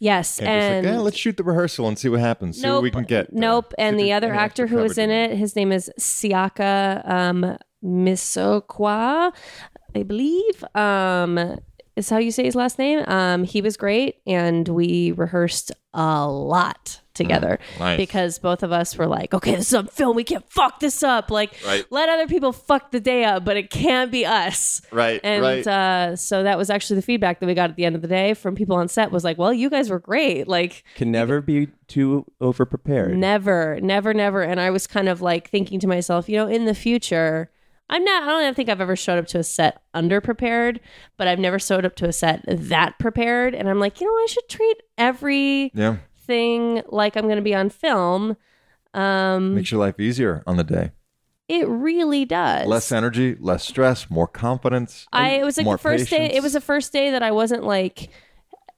[SPEAKER 6] yes,
[SPEAKER 4] And, just
[SPEAKER 6] and
[SPEAKER 4] like, yeah, let's shoot the rehearsal and see what happens. See what we
[SPEAKER 6] Nope.
[SPEAKER 4] can get. there.
[SPEAKER 6] Nope.
[SPEAKER 4] See
[SPEAKER 6] And
[SPEAKER 4] if
[SPEAKER 6] the
[SPEAKER 4] there's
[SPEAKER 6] other
[SPEAKER 4] any
[SPEAKER 6] actor who
[SPEAKER 4] coverage
[SPEAKER 6] was in it, his name is Siaka um, Misokwa, I believe. Um, is how you say his last name. Um, he was great, and we rehearsed a lot together
[SPEAKER 4] Mm, nice.
[SPEAKER 6] because both of us were like, "Okay, this is a film. We can't fuck this up. Like,
[SPEAKER 4] Right.
[SPEAKER 6] let other people fuck the day up, but it can't be us."
[SPEAKER 4] Right,
[SPEAKER 6] And
[SPEAKER 4] right.
[SPEAKER 6] Uh, so that was actually the feedback that we got at the end of the day from people on set was like, "Well, you guys were great. Like,
[SPEAKER 2] Can never be too over prepared.
[SPEAKER 6] Never, never, never. And I was kind of like thinking to myself, you know, in the future, I'm not. I don't think I've ever showed up to a set underprepared, but I've never showed up to a set that prepared. And I'm like, you know, I should treat every
[SPEAKER 4] Yeah.
[SPEAKER 6] thing like I'm going to be on film. Um,
[SPEAKER 4] Makes your life easier on the day.
[SPEAKER 6] it really does.
[SPEAKER 4] Less energy, less stress, more confidence.
[SPEAKER 6] I it was like
[SPEAKER 4] more
[SPEAKER 6] the first day. It
[SPEAKER 4] patience.
[SPEAKER 6] was the first day that I wasn't like,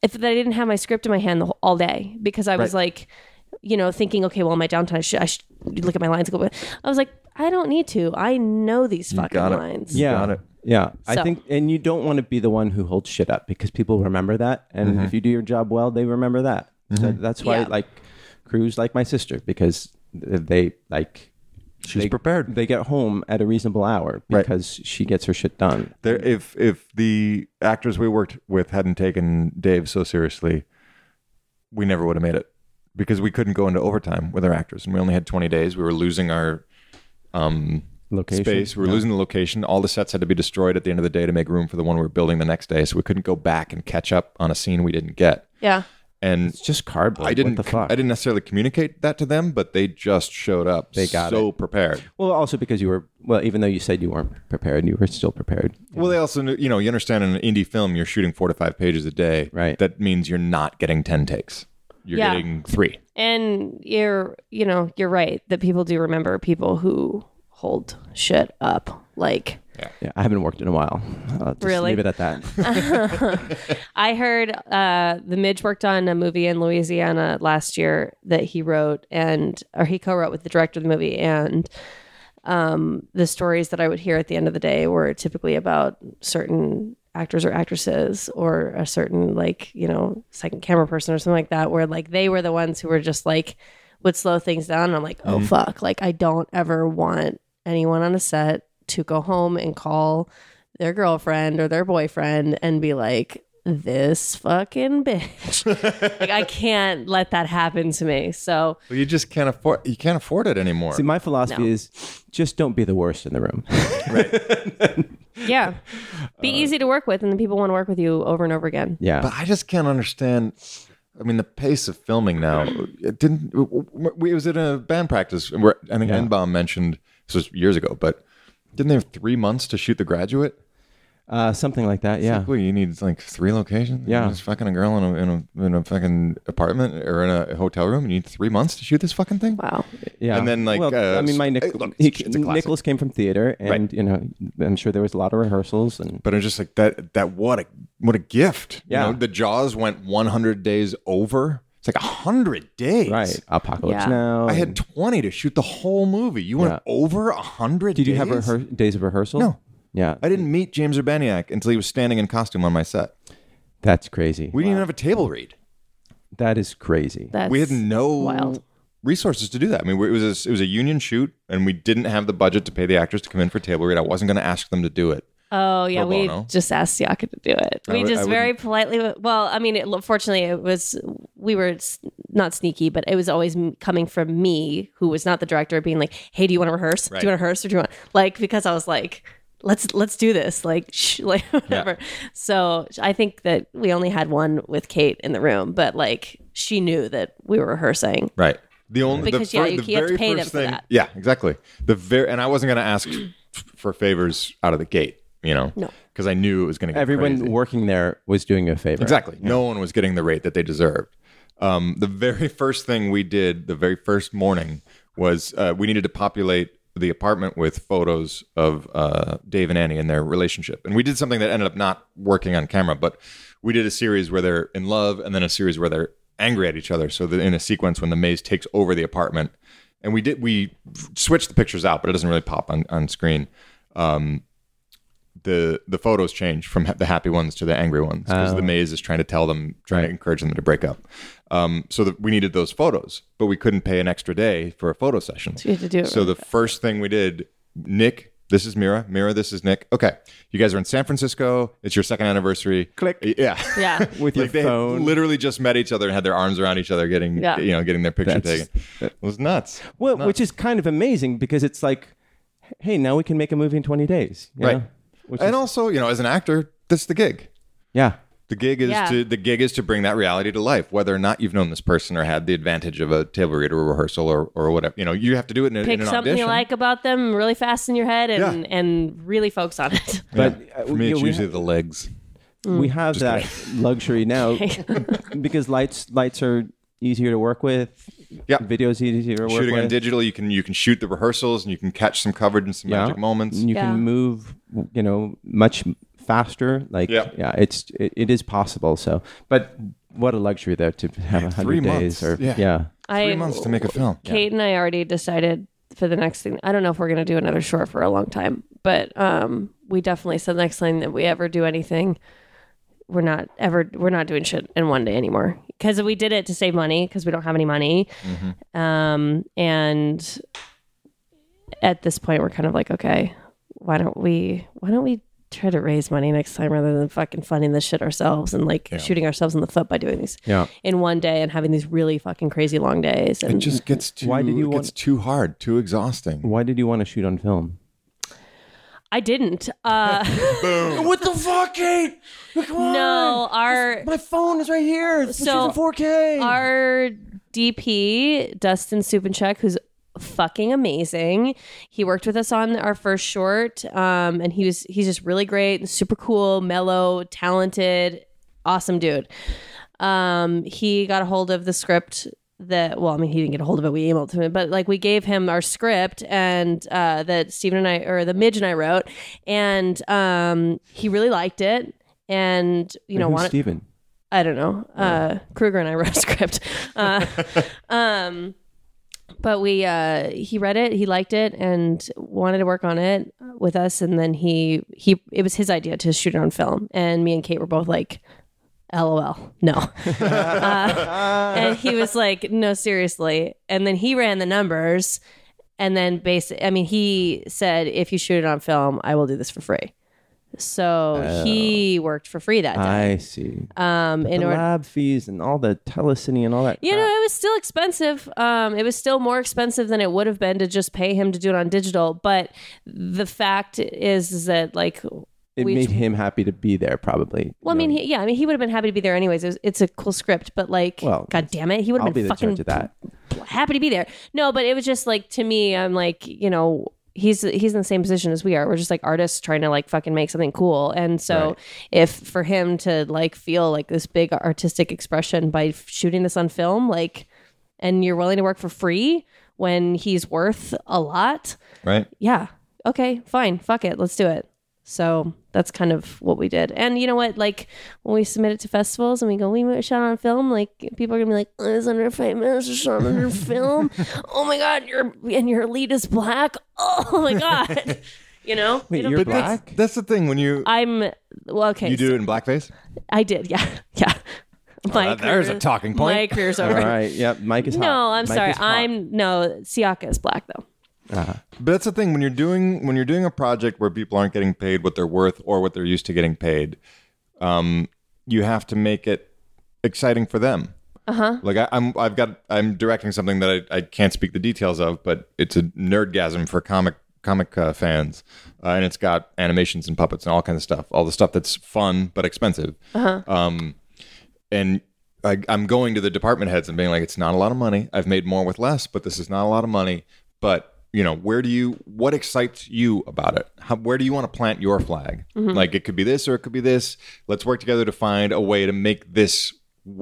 [SPEAKER 6] if that I didn't have my script in my hand the whole, all day because I was like, you know, thinking, okay, well, my downtime, I should, I should look at my lines. and Go, I was like, I don't need to. I know these fucking
[SPEAKER 4] got it.
[SPEAKER 6] lines.
[SPEAKER 2] Yeah.
[SPEAKER 4] Got it.
[SPEAKER 2] Yeah. I
[SPEAKER 6] So-
[SPEAKER 2] think, and you don't want to be the one who holds shit up because people remember that. And
[SPEAKER 4] Mm-hmm.
[SPEAKER 2] if you do your job well, they remember that. So that's why,
[SPEAKER 6] Yeah.
[SPEAKER 2] like, crews like my sister because they, like,
[SPEAKER 4] She's
[SPEAKER 2] they-
[SPEAKER 4] prepared.
[SPEAKER 2] They get home at a reasonable hour
[SPEAKER 4] Right.
[SPEAKER 2] because she gets her shit done.
[SPEAKER 4] there if if the actors we worked with hadn't taken Dave so seriously, we never would have made it because we couldn't go into overtime with our actors, and we only had 20 days. We were losing our um,
[SPEAKER 2] Location.
[SPEAKER 4] space. We were losing the location. All the sets had to be destroyed at the end of the day to make room for the one we were building the next day, so we couldn't go back and catch up on a scene we didn't get.
[SPEAKER 6] Yeah.
[SPEAKER 4] And
[SPEAKER 2] It's just cardboard.
[SPEAKER 4] I didn't
[SPEAKER 2] What the fuck?
[SPEAKER 4] I didn't necessarily communicate that to them, but they just showed up. They
[SPEAKER 2] got
[SPEAKER 4] so prepared.
[SPEAKER 2] Well, also because you were, well, even though you said you weren't prepared, you were still prepared.
[SPEAKER 4] Well, they also knew, you know, you understand in an indie film, you're shooting four to five pages a day.
[SPEAKER 2] Right.
[SPEAKER 4] That means you're not getting 10 takes. You're
[SPEAKER 6] Yeah.
[SPEAKER 4] getting three.
[SPEAKER 6] And you're, you know, you're right that people do remember people who hold shit up. Like
[SPEAKER 2] Yeah. I haven't worked in a while. I'll just
[SPEAKER 6] Really?
[SPEAKER 2] Leave it at that.
[SPEAKER 6] I heard uh, the Midge worked on a movie in Louisiana last year that he wrote and or he co-wrote with the director of the movie and um, the stories that I would hear at the end of the day were typically about certain actors or actresses or a certain like you know second camera person or something like that where like they were the ones who were just like would slow things down and I'm like oh fuck like I don't ever want anyone on a set to go home and call their girlfriend or their boyfriend and be like this fucking bitch like I can't let that happen to me so
[SPEAKER 4] Well, you just can't afford you can't afford it anymore.
[SPEAKER 2] See, my philosophy is just don't be the worst in the room.
[SPEAKER 6] Yeah. Be easy to work with, and then people want to work with you over and over again.
[SPEAKER 2] yeah.
[SPEAKER 4] but I just can't understand. I mean, the pace of filming now. It didn't. We it was at a band practice where I think Enbaum mentioned this was years ago, but didn't they have three months to shoot The Graduate?
[SPEAKER 2] Uh, something like that. Yeah.
[SPEAKER 4] Well, you need like three locations.
[SPEAKER 2] Yeah.
[SPEAKER 4] You're just fucking a girl in a, in a in a fucking apartment or in a hotel room. You need three months to shoot this fucking thing.
[SPEAKER 6] Wow.
[SPEAKER 2] Yeah,
[SPEAKER 4] And then, like,
[SPEAKER 2] well,
[SPEAKER 4] uh,
[SPEAKER 2] I mean, my
[SPEAKER 4] hey,
[SPEAKER 2] Nic-
[SPEAKER 4] look,
[SPEAKER 2] he-
[SPEAKER 4] it's- it's a classic.
[SPEAKER 2] Nicholas came from theater, and
[SPEAKER 4] Right.
[SPEAKER 2] you know, I'm sure there was a lot of rehearsals, and
[SPEAKER 4] but I'm just like that. That what a what a gift.
[SPEAKER 2] Yeah.
[SPEAKER 4] you know, the Jaws went 100 days over. It's like hundred days.
[SPEAKER 2] right, Apocalypse
[SPEAKER 6] Yeah.
[SPEAKER 2] Now.
[SPEAKER 4] I had
[SPEAKER 2] and-
[SPEAKER 4] 20 to shoot the whole movie. You went
[SPEAKER 2] Yeah.
[SPEAKER 4] over hundred.
[SPEAKER 2] Did you have rehear- days of rehearsal?
[SPEAKER 4] No.
[SPEAKER 2] Yeah,
[SPEAKER 4] I didn't meet James Urbaniak until he was standing in costume on my set.
[SPEAKER 2] that's crazy.
[SPEAKER 4] We didn't even have a table read.
[SPEAKER 2] that is crazy.
[SPEAKER 6] That's
[SPEAKER 4] we had no
[SPEAKER 6] wild.
[SPEAKER 4] resources to do that. I mean, we- it was a, it was a union shoot, and we didn't have the budget to pay the actors to come in for table read. I wasn't going to ask them to do it.
[SPEAKER 6] Oh yeah,
[SPEAKER 4] Pro
[SPEAKER 6] we
[SPEAKER 4] bono.
[SPEAKER 6] just asked Siaka to do it.
[SPEAKER 4] I
[SPEAKER 6] We
[SPEAKER 4] would- I
[SPEAKER 6] just
[SPEAKER 4] wouldn't-
[SPEAKER 6] very politely. Well, I mean, it, fortunately, it was we were s- not sneaky, but it was always m- coming from me, who was not the director, being like, "Hey, do you want to rehearse? Do you want to rehearse, or do you want like?" Because I was like, "Let's let's do this," like shh, like whatever. So I think that we only had one with Kate in the room, but like she knew that we were rehearsing.
[SPEAKER 4] Right. The only
[SPEAKER 6] Because,
[SPEAKER 4] the,
[SPEAKER 6] yeah,
[SPEAKER 4] fir-
[SPEAKER 6] you-
[SPEAKER 4] the
[SPEAKER 6] you have to
[SPEAKER 4] very
[SPEAKER 6] pay them
[SPEAKER 4] first
[SPEAKER 6] for
[SPEAKER 4] thing.
[SPEAKER 6] that.
[SPEAKER 4] Yeah, exactly. The very and I wasn't going to ask for favors out of the gate. You know.
[SPEAKER 6] No.
[SPEAKER 4] Because I knew it was going to get
[SPEAKER 2] Everyone
[SPEAKER 4] crazy.
[SPEAKER 2] working there was doing you a favor.
[SPEAKER 4] Exactly. No one was getting the rate that they deserved. Um, the very first thing we did, the very first morning, was uh, we needed to populate the apartment with photos of uh, Dave and Annie and their relationship. And we did something that ended up not working on camera, but we did a series where they're in love and then a series where they're angry at each other. So that in a sequence when the maze takes over the apartment, and we did we switched the pictures out, but it doesn't really pop on on screen the the photos change from ha- the happy ones to the angry ones because
[SPEAKER 2] Oh.
[SPEAKER 4] the maze is trying to tell them, trying to encourage them to break up. Um, so that we needed those photos, but we couldn't pay an extra day for a photo session. So
[SPEAKER 6] you had to do it
[SPEAKER 4] So the first thing we did, Nick, this is Mira, Mira, this is Nick. Okay, you guys are in San Francisco. It's your second anniversary. Click. Yeah.
[SPEAKER 6] Yeah.
[SPEAKER 2] With your
[SPEAKER 4] Like they
[SPEAKER 2] phone.
[SPEAKER 4] literally just met each other and had their arms around each other, getting
[SPEAKER 6] Yeah.
[SPEAKER 4] you know, getting their picture
[SPEAKER 2] That's-
[SPEAKER 4] taken. It was nuts.
[SPEAKER 2] Well, which is kind of amazing because it's like, hey, now we can make a movie in 20 days. you
[SPEAKER 4] Right.
[SPEAKER 2] know? Which
[SPEAKER 4] and
[SPEAKER 2] is-
[SPEAKER 4] also, you know, as an actor, that's the gig.
[SPEAKER 2] yeah.
[SPEAKER 4] The gig is
[SPEAKER 6] Yeah.
[SPEAKER 4] to the gig is to bring that reality to life, whether or not you've known this person or had the advantage of a table read or rehearsal or, or whatever. You know, you have to do it in, a, in
[SPEAKER 6] Pick
[SPEAKER 4] an
[SPEAKER 6] something
[SPEAKER 4] audition.
[SPEAKER 6] you like about them really fast in your head and and really focus on it.
[SPEAKER 2] But uh,
[SPEAKER 4] For me,
[SPEAKER 2] you
[SPEAKER 4] it's
[SPEAKER 2] know, we,
[SPEAKER 4] usually the legs.
[SPEAKER 2] ha-
[SPEAKER 6] Mm.
[SPEAKER 2] we have that luxury now because lights lights are easier to work with.
[SPEAKER 4] Yeah.
[SPEAKER 2] videos easier to work
[SPEAKER 4] Shooting
[SPEAKER 2] with.
[SPEAKER 4] on digital, you can you can shoot the rehearsals and you can catch some coverage and some
[SPEAKER 2] Yeah.
[SPEAKER 4] magic moments.
[SPEAKER 2] And you
[SPEAKER 3] Yeah.
[SPEAKER 2] can move, you know, much faster. Like,
[SPEAKER 4] Yeah.
[SPEAKER 2] yeah, it's it, it is possible. So, but what a luxury though to have a
[SPEAKER 4] Three
[SPEAKER 2] hundred days
[SPEAKER 4] months.
[SPEAKER 2] or
[SPEAKER 4] Yeah.
[SPEAKER 2] yeah.
[SPEAKER 4] Three
[SPEAKER 6] I
[SPEAKER 4] months to make a film.
[SPEAKER 6] Kate and I already decided for the next thing. I don't know if we're going to do another short for a long time, but um, we definitely said next time that we ever do anything, we're not ever we're not doing shit in one day anymore because we did it to save money because we don't have any money, um, and at this point we're kind of like okay, why don't we why don't we try to raise money next time rather than fucking funding this shit ourselves and like shooting ourselves in the foot by doing these
[SPEAKER 2] Yeah.
[SPEAKER 6] in one day and having these really fucking crazy long days and
[SPEAKER 4] It just gets too.
[SPEAKER 2] Why did you
[SPEAKER 4] it
[SPEAKER 2] want-
[SPEAKER 4] gets too hard, too exhausting.
[SPEAKER 2] Why did you want to shoot on film?
[SPEAKER 6] I didn't. Uh,
[SPEAKER 2] What the fuck, Kate?
[SPEAKER 6] no, our
[SPEAKER 2] My phone is right here. It's
[SPEAKER 6] So, in
[SPEAKER 2] 4K.
[SPEAKER 6] our DP Dustin Supanchek, who's fucking amazing. He worked with us on our first short, um, and he was he's just really great, super cool, mellow, talented, awesome dude. Um, he got a hold of the script that well, I mean, he didn't get a hold of it. We emailed it to him, but like we gave him our script and uh, that Stephen and I or the Midge and I wrote, and um, he really liked it. And you know, wanted,
[SPEAKER 2] Steven?
[SPEAKER 6] I don't know. Uh, Kruger and I wrote a script. Uh, um, but we uh, he read it, he liked it, and wanted to work on it with us. And then he he it was his idea to shoot it on film, and me and Kate were both like, "LOL, no." uh, and he was like, "No, seriously." And then he ran the numbers, and then basic. I mean, he said, "If you shoot it on film, I will do this for free." So he worked for free that day.
[SPEAKER 2] I see.
[SPEAKER 6] Um, in
[SPEAKER 2] the
[SPEAKER 6] order,
[SPEAKER 2] lab fees and all the telecine and all that.
[SPEAKER 6] you know,
[SPEAKER 2] crap.
[SPEAKER 6] it was still expensive. Um, it was still more expensive than it would have been to just pay him to do it on digital. But the fact is, is that like, well,
[SPEAKER 2] it
[SPEAKER 6] we-
[SPEAKER 2] made him happy to be there, probably.
[SPEAKER 6] I
[SPEAKER 2] You
[SPEAKER 6] mean,
[SPEAKER 2] know,
[SPEAKER 6] he, yeah, I mean, he would have been happy to be there anyways. It was, it's a cool script, but like,
[SPEAKER 2] Well,
[SPEAKER 6] god damn it, he would
[SPEAKER 2] I'll
[SPEAKER 6] have
[SPEAKER 2] be
[SPEAKER 6] been
[SPEAKER 2] the
[SPEAKER 6] fucking
[SPEAKER 2] judge of that.
[SPEAKER 6] happy to be there. No, but it was just like to me, I'm like, you know, he's he's in the same position as we are. We're just like artists trying to like fucking make something cool. And so if for him to like feel like this big artistic expression by f- shooting this on film, like and you're willing to work for free when he's worth a lot,
[SPEAKER 4] Right?
[SPEAKER 6] yeah. Okay, fine. Fuck it. Let's do it. So that's kind of what we did. And you know what? Like when we submit it to festivals and we go, we shot on film, like people are gonna be like, oh, it's under five minutes, it's shot under film. Oh my god, your and your lead is black. Oh my god. You know?
[SPEAKER 2] Wait,
[SPEAKER 6] You know?
[SPEAKER 2] you're
[SPEAKER 4] That's,
[SPEAKER 2] black?
[SPEAKER 4] that's the thing when you
[SPEAKER 6] I'm well okay.
[SPEAKER 4] you do
[SPEAKER 6] so
[SPEAKER 4] it in blackface.
[SPEAKER 6] I did, yeah. Yeah. My
[SPEAKER 4] Uh, there's a
[SPEAKER 6] career-
[SPEAKER 4] talking
[SPEAKER 6] My
[SPEAKER 4] point.
[SPEAKER 6] career's
[SPEAKER 2] All
[SPEAKER 6] over.
[SPEAKER 2] right. Yeah. Mike is hot.
[SPEAKER 6] No, I'm
[SPEAKER 2] Mike
[SPEAKER 6] sorry.
[SPEAKER 2] is hot.
[SPEAKER 6] I'm no Siaka is black though.
[SPEAKER 4] But that's the thing when you're doing when you're doing a project where people aren't getting paid what they're worth or what they're used to getting paid, um, you have to make it exciting for them. Uh huh. Like I, I'm, I've got, I'm directing something that I, I can't speak the details of, but it's a nerdgasm for comic comic uh, fans, uh, and it's got animations and puppets and all kinds of stuff, all the stuff that's fun but expensive. Uh huh. Um, and I, I'm going to the department heads and being like, it's not a lot of money. I've made more with less, but this is not a lot of money. But you know, where do you? What excites you about it? How, where do you want to plant your flag? Like it could be this or it could be this. Let's work together to find a way to make this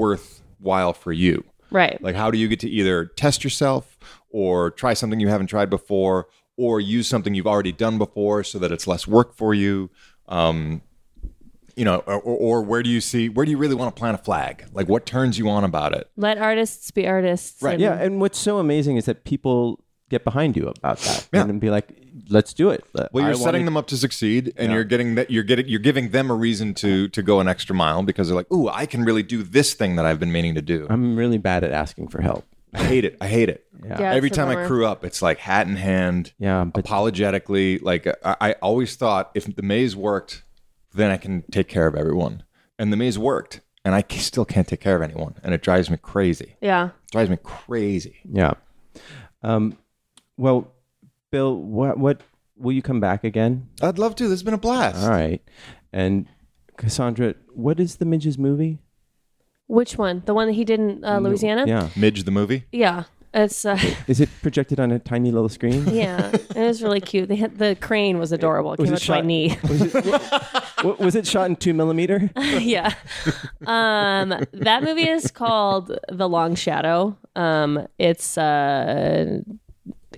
[SPEAKER 4] worthwhile for you.
[SPEAKER 6] Right.
[SPEAKER 4] Like, how do you get to either test yourself or try something you haven't tried before, or use something you've already done before so that it's less work for you? Um, you know, or, or where do you see where do you really want to plant a flag? Like, what turns you on about it?
[SPEAKER 6] Let artists be artists. Right.
[SPEAKER 2] Yeah, and what's so amazing is that people get behind you about that and then be like, "Let's do it."
[SPEAKER 4] Well,
[SPEAKER 2] I
[SPEAKER 4] you're
[SPEAKER 2] wanna-
[SPEAKER 4] setting them up to succeed, and you're getting that you're getting you're giving them a reason to to go an extra mile because they're like, "Ooh, I can really do this thing that I've been meaning to do."
[SPEAKER 2] I'm really bad at asking for help.
[SPEAKER 4] I hate it. I hate it.
[SPEAKER 6] Yeah,
[SPEAKER 4] Every
[SPEAKER 6] it's a
[SPEAKER 4] time I
[SPEAKER 6] bummer.
[SPEAKER 4] crew up, it's like hat in hand.
[SPEAKER 2] Yeah, but
[SPEAKER 4] apologetically like I, I always thought if the maze worked then i can take care of everyone and the maze worked and i c- still can't take care of anyone and it drives me crazy
[SPEAKER 6] Yeah.
[SPEAKER 4] it drives me crazy
[SPEAKER 2] yeah. Um, well, Bill, what what will you come back again?
[SPEAKER 4] i'd love to this has been a blast
[SPEAKER 2] All right, and Cassandra, what is the Midges movie?
[SPEAKER 6] Which one? The one that he did in uh, Louisiana?
[SPEAKER 2] Yeah.
[SPEAKER 4] Midge the movie.
[SPEAKER 6] Yeah. It's uh,
[SPEAKER 2] Is it projected on a tiny little screen?
[SPEAKER 6] yeah, it was really cute. They had, the crane was adorable. It
[SPEAKER 2] Was
[SPEAKER 6] came
[SPEAKER 2] it
[SPEAKER 6] up to my
[SPEAKER 2] shot-
[SPEAKER 6] knee.
[SPEAKER 2] Wa- was it shot in two millimeter?
[SPEAKER 6] yeah. Um, that movie is called The Long Shadow. Um, it's uh,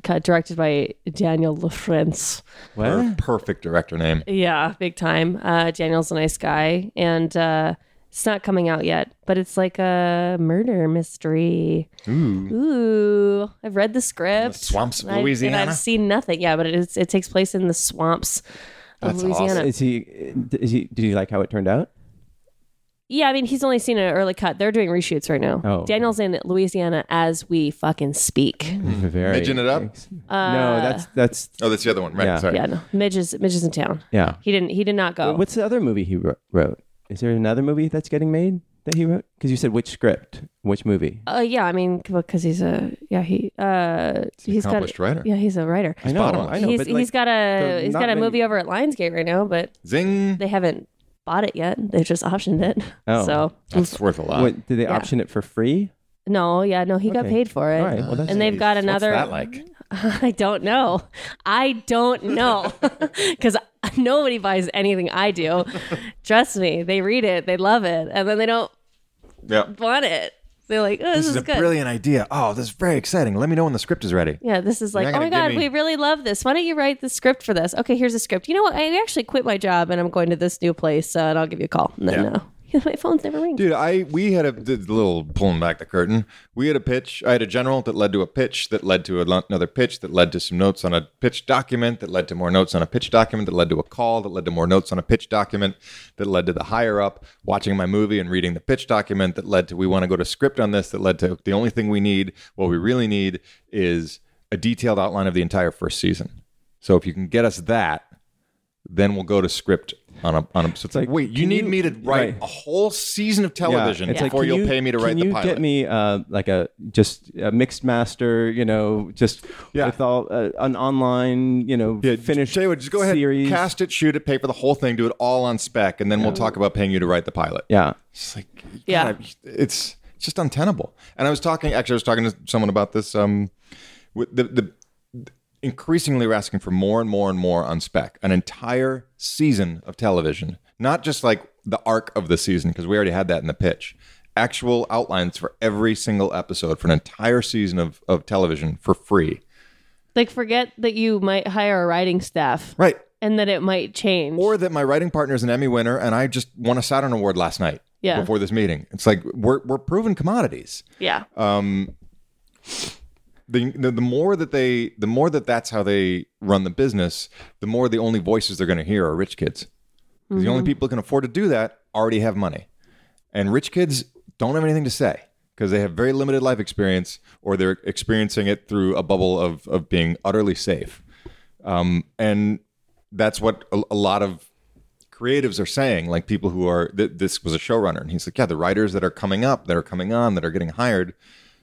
[SPEAKER 6] ca- directed by Daniel LaFrance.
[SPEAKER 4] Her
[SPEAKER 2] What?
[SPEAKER 4] perfect director name.
[SPEAKER 6] Yeah, big time. Uh, Daniel's a nice guy, and uh, it's not coming out yet, but it's like a murder mystery. Ooh, I've read the script.
[SPEAKER 4] swamps of
[SPEAKER 6] and I- and
[SPEAKER 4] Louisiana.
[SPEAKER 6] I've seen nothing. Yeah, but it is. It takes place in the swamps of
[SPEAKER 4] That's
[SPEAKER 6] Louisiana.
[SPEAKER 4] awesome.
[SPEAKER 2] Is he? Is he? Did he like how it turned out?
[SPEAKER 6] Yeah, I mean, he's only seen an early cut. They're doing reshoots right now.
[SPEAKER 2] Oh. Mm.
[SPEAKER 6] Daniel's in Louisiana as we fucking speak.
[SPEAKER 2] Very.
[SPEAKER 4] Midging it up?
[SPEAKER 2] no, that's that's
[SPEAKER 4] Oh, that's the other one. Right.
[SPEAKER 2] Yeah.
[SPEAKER 4] Sorry.
[SPEAKER 6] Yeah, no, Midge is Midge is in town.
[SPEAKER 2] yeah.
[SPEAKER 6] He didn't. He did not
[SPEAKER 4] Oh.
[SPEAKER 6] go.
[SPEAKER 2] What's the other movie he wr- wrote? Is there another movie that's getting made that he wrote? Because you said which script, which movie?
[SPEAKER 6] Uh, yeah, I mean, because he's a yeah he uh he's
[SPEAKER 4] accomplished
[SPEAKER 6] got
[SPEAKER 4] writer.
[SPEAKER 6] yeah he's a writer.
[SPEAKER 2] I know,
[SPEAKER 4] bottomless.
[SPEAKER 2] I know.
[SPEAKER 6] he's
[SPEAKER 2] but
[SPEAKER 6] he's
[SPEAKER 2] like,
[SPEAKER 6] got a
[SPEAKER 2] there's
[SPEAKER 6] he's
[SPEAKER 2] not
[SPEAKER 6] got a
[SPEAKER 2] many-
[SPEAKER 6] movie over at Lionsgate right now, but
[SPEAKER 4] Zing.
[SPEAKER 6] they haven't bought it yet. They've just optioned it.
[SPEAKER 2] Oh.
[SPEAKER 6] so
[SPEAKER 4] That's worth a lot.
[SPEAKER 2] what, did they option it for free?
[SPEAKER 6] no, yeah, no, he got
[SPEAKER 2] Okay.
[SPEAKER 6] paid for it.
[SPEAKER 2] All right, well, that's-
[SPEAKER 6] and they've got
[SPEAKER 4] What's
[SPEAKER 6] another
[SPEAKER 4] that like?
[SPEAKER 6] I don't know. I don't know because nobody buys anything I do. Trust me, they read it, they love it, and then they don't
[SPEAKER 4] Yeah.
[SPEAKER 6] want it. They're like, "Oh, this, is, good."
[SPEAKER 4] brilliant idea. Oh, this is very exciting. Let me know when the script is ready.
[SPEAKER 6] yeah, this is like,
[SPEAKER 4] not
[SPEAKER 6] oh
[SPEAKER 4] gonna
[SPEAKER 6] my god,
[SPEAKER 4] give me-
[SPEAKER 6] we really love this. Why don't you write the script for this? Okay, here's the script. You know what? I actually quit my job and I'm going to this new place, uh, and I'll give you a call. And then, no, my phone's never rings.
[SPEAKER 4] Dude, I we had a the little pulling back the curtain. We had a pitch. I had a general that led to a pitch that led to a- another pitch that led to some notes on a pitch document that led to more notes on a pitch document that led to a call that led to more notes on a pitch document that led to the higher up watching my movie and reading the pitch document that led to we want to go to script on this that led to the only thing we need what we really need is a detailed outline of the entire first season. So if you can get us that, then we'll go to script on a on a. So it's like,
[SPEAKER 2] like,
[SPEAKER 4] wait, you
[SPEAKER 2] can
[SPEAKER 4] need
[SPEAKER 2] you-
[SPEAKER 4] me to write
[SPEAKER 2] right.
[SPEAKER 4] a whole season of
[SPEAKER 2] Yeah,
[SPEAKER 4] television
[SPEAKER 2] it's like,
[SPEAKER 4] before
[SPEAKER 2] can
[SPEAKER 4] you'll
[SPEAKER 2] you-
[SPEAKER 4] pay me to
[SPEAKER 2] can
[SPEAKER 4] write
[SPEAKER 2] you
[SPEAKER 4] the pilot.
[SPEAKER 2] get me uh, like a just a mixed master, you know, just
[SPEAKER 4] Yeah.
[SPEAKER 2] with all uh, an online, you know,
[SPEAKER 4] yeah,
[SPEAKER 2] finished
[SPEAKER 4] Tell you what, just go ahead,
[SPEAKER 2] series.
[SPEAKER 4] cast it, shoot it, pay for the whole thing, do it all on spec, and then we'll talk about paying you to write the pilot.
[SPEAKER 2] Yeah,
[SPEAKER 4] It's like, God,
[SPEAKER 6] Yeah.
[SPEAKER 4] it's it's just untenable. And I was talking, actually, I was talking to someone about this. Um, with the the increasingly we're asking for more and more and more on spec, an entire season of television, not just like the arc of the season because we already had that in the pitch. Actual outlines for every single episode for an entire season of, of television for free.
[SPEAKER 6] Like, forget that you might hire a writing staff
[SPEAKER 4] Right.
[SPEAKER 6] and that it might change.
[SPEAKER 4] Or that my writing partner is an Emmy winner and I just won a Saturn Award last night
[SPEAKER 6] Yeah.
[SPEAKER 4] before this meeting. It's like we're, we're proven commodities.
[SPEAKER 6] yeah,
[SPEAKER 4] the, the the more that they the more that that's how they run the business, the more the only voices they're going to hear are rich kids. 'Cause The only people who can afford to do that already have money, and rich kids don't have anything to say because they have very limited life experience, or they're experiencing it through a bubble of of being utterly safe. Um, and that's what a, a lot of creatives are saying like people who are th- this was a showrunner and he's like yeah the writers that are coming up that are coming on that are getting hired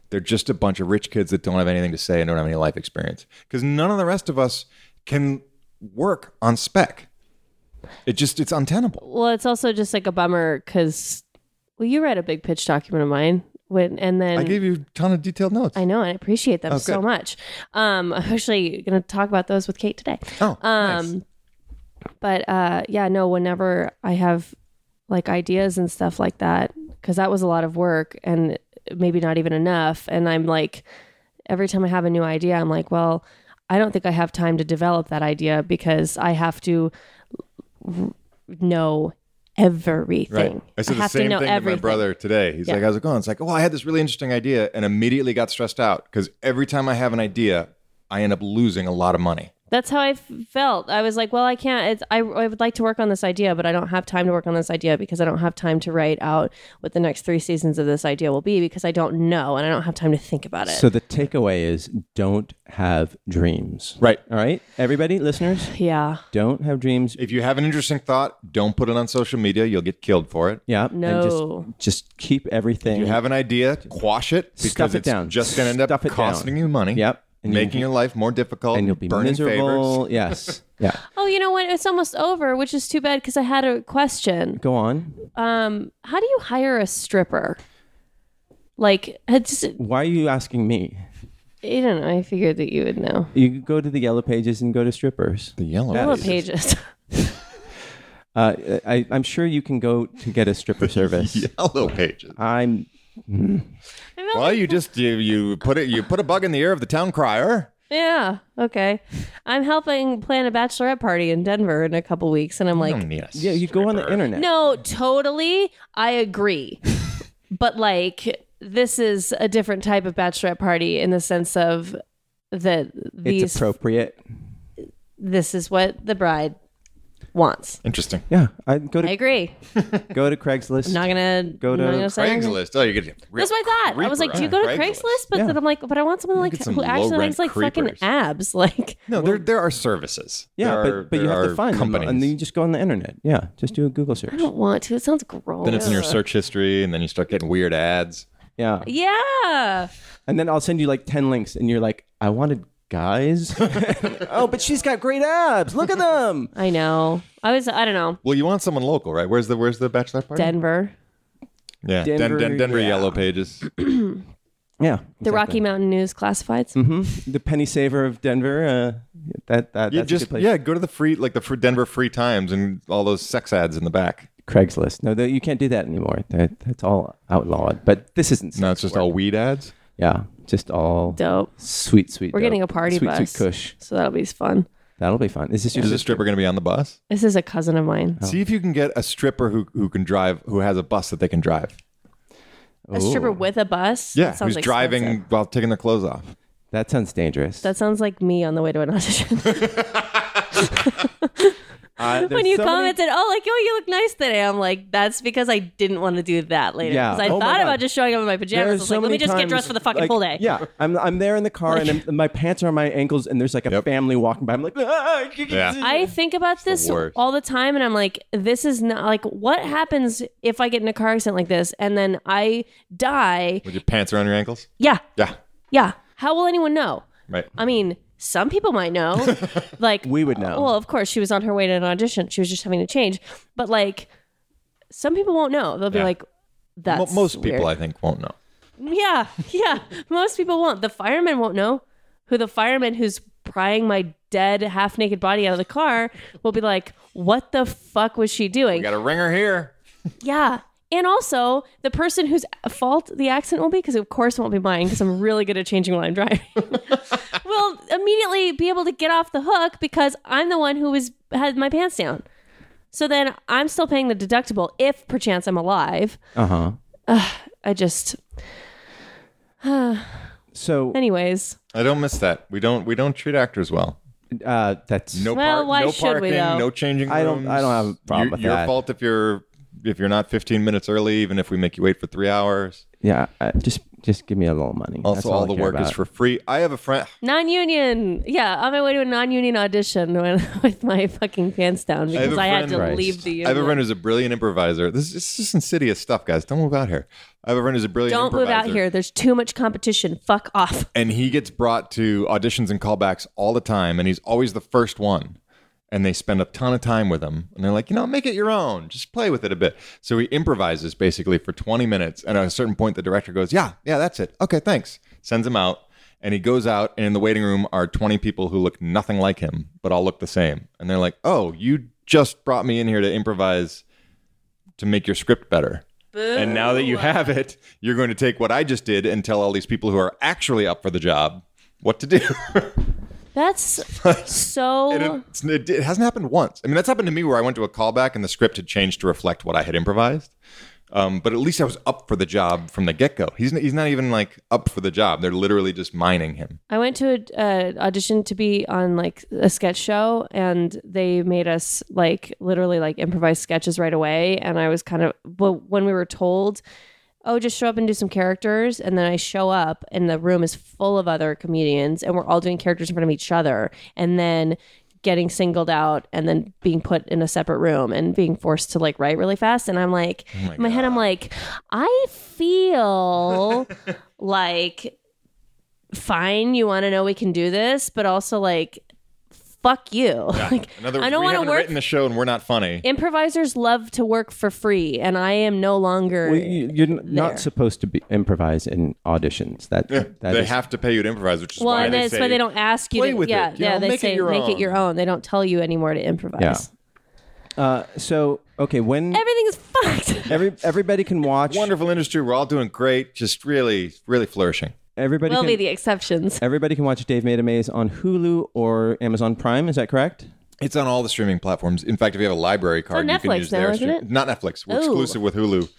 [SPEAKER 4] they're just a bunch of rich kids that don't have anything to say and don't have any life experience because none of the rest of us can work on spec it just it's untenable
[SPEAKER 6] Well, it's also just like a bummer because, well, you read a big pitch document of mine when, and then
[SPEAKER 4] i gave you a ton of detailed notes
[SPEAKER 6] I know and I appreciate them so
[SPEAKER 4] good.
[SPEAKER 6] much. Um, I'm actually going to talk about those with Kate today.
[SPEAKER 4] oh
[SPEAKER 6] Um, But uh, yeah, no, whenever I have like ideas and stuff like that, because that was a lot of work and maybe not even enough. And I'm like, every time I have a new idea, I'm like, well, I don't think I have time to develop that idea because I have to r- know everything.
[SPEAKER 4] I said the
[SPEAKER 6] have to
[SPEAKER 4] same
[SPEAKER 6] know
[SPEAKER 4] thing to my
[SPEAKER 6] everything.
[SPEAKER 4] brother today. He's
[SPEAKER 6] Yeah.
[SPEAKER 4] like, how's it going? It's like, oh, I had this really interesting idea and immediately got stressed out because every time I have an idea, I end up losing a lot of money.
[SPEAKER 6] That's how I f- felt. I was like, well, I can't. It's, I, I would like to work on this idea, but I don't have time to work on this idea because I don't have time to write out what the next three seasons of this idea will be because I don't know and I don't have time to think about it.
[SPEAKER 2] So the takeaway is don't have dreams.
[SPEAKER 4] Right.
[SPEAKER 2] All right, everybody, listeners,
[SPEAKER 6] yeah.
[SPEAKER 2] don't have dreams.
[SPEAKER 4] If you have an interesting thought, don't put it on social media. You'll get killed for it.
[SPEAKER 2] Yeah.
[SPEAKER 6] No.
[SPEAKER 2] And just, just keep everything.
[SPEAKER 4] You have an idea, quash it because
[SPEAKER 2] Stuff it
[SPEAKER 4] it's
[SPEAKER 2] down.
[SPEAKER 4] just going to end
[SPEAKER 2] Stuff
[SPEAKER 4] up
[SPEAKER 2] it down.
[SPEAKER 4] costing you money.
[SPEAKER 2] Yep. and you-
[SPEAKER 4] making your life more difficult
[SPEAKER 2] and you'll be
[SPEAKER 4] burning
[SPEAKER 2] miserable. Yes. Yeah.
[SPEAKER 6] Oh, you know what? It's almost over, which is too bad because I had a question.
[SPEAKER 2] Go on.
[SPEAKER 6] Um, how do you hire a stripper? Like, it's,
[SPEAKER 2] Why are you asking me?
[SPEAKER 6] I don't know. I figured that you would know.
[SPEAKER 2] You could go to the yellow pages and go to strippers.
[SPEAKER 4] The yellow.
[SPEAKER 2] That
[SPEAKER 6] Yellow
[SPEAKER 2] is-
[SPEAKER 6] pages.
[SPEAKER 2] Uh, I, I'm sure you can go to get a stripper service.
[SPEAKER 4] Yellow pages.
[SPEAKER 2] I'm
[SPEAKER 4] Well, you just you, you put it you put a bug in the ear of the town crier.
[SPEAKER 6] yeah. Okay. I'm helping plan a bachelorette party in Denver in a couple weeks, and I'm like,
[SPEAKER 4] Hmm, Yes.
[SPEAKER 2] yeah. You go on the internet.
[SPEAKER 6] No, totally. I agree. but like this is a different type of bachelorette party in the sense of that
[SPEAKER 2] it's
[SPEAKER 6] these
[SPEAKER 2] appropriate.
[SPEAKER 6] this is what the bride wants.
[SPEAKER 4] Interesting.
[SPEAKER 2] Yeah, I go
[SPEAKER 6] I
[SPEAKER 2] to
[SPEAKER 6] agree.
[SPEAKER 2] go to Craigslist.
[SPEAKER 6] Not gonna
[SPEAKER 2] Go
[SPEAKER 6] not
[SPEAKER 2] to
[SPEAKER 6] gonna say anything.
[SPEAKER 4] Craigslist. Oh, you get
[SPEAKER 6] That's what I thought. I was like, do you go to Craigslist? But
[SPEAKER 2] Yeah.
[SPEAKER 6] then I'm like, but I want someone like
[SPEAKER 4] get some
[SPEAKER 6] who actually
[SPEAKER 4] low-rent
[SPEAKER 6] likes like fucking
[SPEAKER 4] creepers.
[SPEAKER 6] abs. Like
[SPEAKER 4] No, there there are services.
[SPEAKER 2] Yeah,
[SPEAKER 4] There
[SPEAKER 2] but,
[SPEAKER 4] are-
[SPEAKER 2] but you
[SPEAKER 4] there
[SPEAKER 2] have
[SPEAKER 4] are
[SPEAKER 2] to find
[SPEAKER 4] companies.
[SPEAKER 2] them, and then you just go on the internet. Yeah, just do a Google search.
[SPEAKER 6] I don't want to. It sounds gross.
[SPEAKER 4] then it's in your search history, and then you start getting weird ads.
[SPEAKER 2] Yeah,
[SPEAKER 6] Yeah.
[SPEAKER 2] and then I'll send you like ten links, and you're like, I wanted guys. oh, but she's got great abs. Look at them.
[SPEAKER 6] I know. I was I don't know.
[SPEAKER 4] Well, you want someone local, right? Where's the Where's the bachelor party?
[SPEAKER 6] Denver.
[SPEAKER 4] yeah, Den-
[SPEAKER 2] Denver,
[SPEAKER 4] Den- Denver
[SPEAKER 2] yeah.
[SPEAKER 4] Yellow Pages.
[SPEAKER 2] Yeah,
[SPEAKER 6] The Rocky Mountain News classifieds.
[SPEAKER 4] Mm-hmm.
[SPEAKER 2] hmm the penny saver of Denver. Uh, that that
[SPEAKER 4] You
[SPEAKER 2] that's a
[SPEAKER 4] just
[SPEAKER 2] good place.
[SPEAKER 4] yeah, go to the free like the free Denver free times and all those sex ads in the back.
[SPEAKER 2] Craigslist. No, th- you can't do that anymore. That that's all outlawed. But this isn't.
[SPEAKER 4] No, it's just all weed ads.
[SPEAKER 2] Yeah, just all
[SPEAKER 6] Dope.
[SPEAKER 2] sweet, sweet.
[SPEAKER 6] We're
[SPEAKER 2] dope.
[SPEAKER 6] getting a party
[SPEAKER 2] sweet,
[SPEAKER 6] bus.
[SPEAKER 2] Sweet kush.
[SPEAKER 6] So that'll be fun.
[SPEAKER 2] That'll be fun. Is this your
[SPEAKER 4] Is Oh. the
[SPEAKER 2] sister?
[SPEAKER 4] stripper going to be on the bus?
[SPEAKER 6] This is a cousin of mine.
[SPEAKER 4] See if you can get a stripper who who can drive, who has a bus that they can drive.
[SPEAKER 2] Uh,
[SPEAKER 6] A stripper with a bus.
[SPEAKER 4] Yeah,
[SPEAKER 6] That sounds
[SPEAKER 4] who's driving
[SPEAKER 6] expensive.
[SPEAKER 4] while taking their clothes off.
[SPEAKER 2] That sounds dangerous.
[SPEAKER 6] That sounds like me on the way to an audition.
[SPEAKER 2] Uh, there's
[SPEAKER 6] when you
[SPEAKER 2] so many-
[SPEAKER 6] commented, "Oh, like oh, you look nice today," I'm like, "that's because I didn't want to do that later
[SPEAKER 2] Yeah.
[SPEAKER 6] because I
[SPEAKER 2] Oh my
[SPEAKER 6] thought
[SPEAKER 2] God.
[SPEAKER 6] about just showing up in my pajamas. I was like, let me
[SPEAKER 2] many
[SPEAKER 6] just get
[SPEAKER 2] times,
[SPEAKER 6] dressed for the fucking
[SPEAKER 2] like,
[SPEAKER 6] full day.
[SPEAKER 2] Yeah, I'm, I'm there in the car and I'm, my pants are on my ankles and there's like a
[SPEAKER 4] Yep.
[SPEAKER 2] family walking by. I'm like, "Ah,
[SPEAKER 6] I think about this
[SPEAKER 4] worst.
[SPEAKER 6] all the time, and I'm like, this is not like what happens if I get in a car accident like this and then I die.
[SPEAKER 4] With your pants around your ankles.
[SPEAKER 6] Yeah,
[SPEAKER 4] Yeah,
[SPEAKER 6] yeah. How will anyone know?
[SPEAKER 4] right.
[SPEAKER 6] I mean, some people might know. like
[SPEAKER 2] We would know.
[SPEAKER 6] Well, of course, she was on her way to an audition. She was just having to change. But like, some people won't know. They'll be
[SPEAKER 4] Yeah.
[SPEAKER 6] like,
[SPEAKER 4] Mo-
[SPEAKER 6] "That's
[SPEAKER 4] most people,
[SPEAKER 6] weird.
[SPEAKER 4] I think, won't know.
[SPEAKER 6] Yeah, yeah. most people won't. The fireman won't know. Who the fireman who's prying my dead, half-naked body out of the car will be like, "What the fuck was she doing?"
[SPEAKER 4] We got a ringer here.
[SPEAKER 6] Yeah. And also, the person whose fault the accident will be, because of course it won't be mine, because I'm really good at changing while I'm driving, will immediately be able to get off the hook because I'm the one who was had my pants down. So then I'm still paying the deductible if perchance I'm alive.
[SPEAKER 2] Uh huh.
[SPEAKER 6] I just,
[SPEAKER 2] So
[SPEAKER 6] anyways.
[SPEAKER 4] I don't miss that. We don't we don't treat actors well.
[SPEAKER 2] uh, that's
[SPEAKER 4] No,
[SPEAKER 6] Well,
[SPEAKER 4] par-
[SPEAKER 6] why
[SPEAKER 4] no
[SPEAKER 6] should
[SPEAKER 4] parking,
[SPEAKER 6] we, though?
[SPEAKER 4] no changing.
[SPEAKER 2] I don't-
[SPEAKER 4] rooms.
[SPEAKER 2] I don't have a problem
[SPEAKER 4] your,
[SPEAKER 2] with
[SPEAKER 4] your
[SPEAKER 2] that.
[SPEAKER 4] fault if you're if you're not 15 minutes early, even if we make you wait for three hours.
[SPEAKER 2] yeah. Uh, just just give me a little money. That's
[SPEAKER 4] Also, all,
[SPEAKER 2] I
[SPEAKER 4] the
[SPEAKER 2] care
[SPEAKER 4] work is
[SPEAKER 2] about.
[SPEAKER 4] for free. I have a friend.
[SPEAKER 6] Non union. Yeah, on my way to a non union audition when, with my fucking pants down
[SPEAKER 4] have a
[SPEAKER 6] because I, had
[SPEAKER 4] friend-
[SPEAKER 6] to
[SPEAKER 2] Christ.
[SPEAKER 6] leave the
[SPEAKER 4] I
[SPEAKER 6] union.
[SPEAKER 4] have a friend who's a brilliant improviser. This is, this is insidious stuff, guys. Don't move out here. I have a friend who's a brilliant
[SPEAKER 6] Don't move
[SPEAKER 4] improviser.
[SPEAKER 6] out here. There's too much competition. Fuck off.
[SPEAKER 4] And he gets brought to auditions and callbacks all the time, and he's always the first one. And they spend a ton of time with him. And they're like, you know, make it your own. Just play with it a bit. So he improvises basically for 20 minutes. And at a certain point, the director goes, yeah, yeah, that's it. Okay, thanks. Sends him out. And he goes out, and in the waiting room are 20 people who look nothing like him, but all look the same. And they're like, oh, you just brought me in here to improvise to make your script better. And now that you have it, you're going to take what I just did and tell all these people who are actually up for the job what to do.
[SPEAKER 6] That's so.
[SPEAKER 4] And it, it's- it, it hasn't happened once. I mean, that's happened to me where I went to a callback and the script had changed to reflect what I had improvised. Um, but at least I was up for the job from the get go. He's, n- he's not even like up for the job. They're literally just mining him.
[SPEAKER 6] I went to a uh, audition to be on like a sketch show, and they made us like literally like improvise sketches right away. And I was kind of, but when we were told, oh, just show up and do some characters, and then I show up, and the room is full of other comedians, and we're all doing characters in front of each other, and then getting singled out and then being put in a separate room and being forced to like write really fast and i'm like in my head i'm like i feel like fine, you want to know we can do this, but also like, fuck you. like,
[SPEAKER 4] In other words,
[SPEAKER 6] I don't
[SPEAKER 4] we
[SPEAKER 6] want
[SPEAKER 4] haven't
[SPEAKER 6] to work.
[SPEAKER 4] written the show and we're not funny.
[SPEAKER 6] Improvisers love to work for free, and I am no longer.
[SPEAKER 2] Well, you- you're n-
[SPEAKER 6] there.
[SPEAKER 2] not supposed to be improvise in auditions. That that
[SPEAKER 4] they
[SPEAKER 2] is-
[SPEAKER 4] have to pay you to improvise, which is
[SPEAKER 6] Well,
[SPEAKER 4] why
[SPEAKER 6] and
[SPEAKER 4] they
[SPEAKER 6] that's
[SPEAKER 4] say,
[SPEAKER 6] why they don't ask you.
[SPEAKER 4] play
[SPEAKER 6] to,
[SPEAKER 4] with
[SPEAKER 6] yeah,
[SPEAKER 4] it, you
[SPEAKER 6] yeah.
[SPEAKER 4] know,
[SPEAKER 6] they
[SPEAKER 4] make it
[SPEAKER 6] say
[SPEAKER 4] your
[SPEAKER 6] make
[SPEAKER 4] own."
[SPEAKER 6] it your own. They don't tell you anymore to improvise.
[SPEAKER 2] so okay when
[SPEAKER 6] Everything is fucked.
[SPEAKER 2] every everybody can watch.
[SPEAKER 4] Wonderful industry. We're all doing great. Just really, really flourishing.
[SPEAKER 2] Everybody
[SPEAKER 6] Will
[SPEAKER 2] can,
[SPEAKER 6] be the exceptions.
[SPEAKER 2] everybody can watch Dave Made a Maze on Hulu or Amazon Prime. Is that correct?
[SPEAKER 4] It's on all the streaming platforms. In fact, if you have a library card,
[SPEAKER 6] on
[SPEAKER 4] you can
[SPEAKER 6] Netflix
[SPEAKER 4] use
[SPEAKER 6] now,
[SPEAKER 4] their
[SPEAKER 6] isn't
[SPEAKER 4] stream-
[SPEAKER 6] it?
[SPEAKER 4] Not Netflix. We're
[SPEAKER 6] Oh.
[SPEAKER 4] exclusive with Hulu.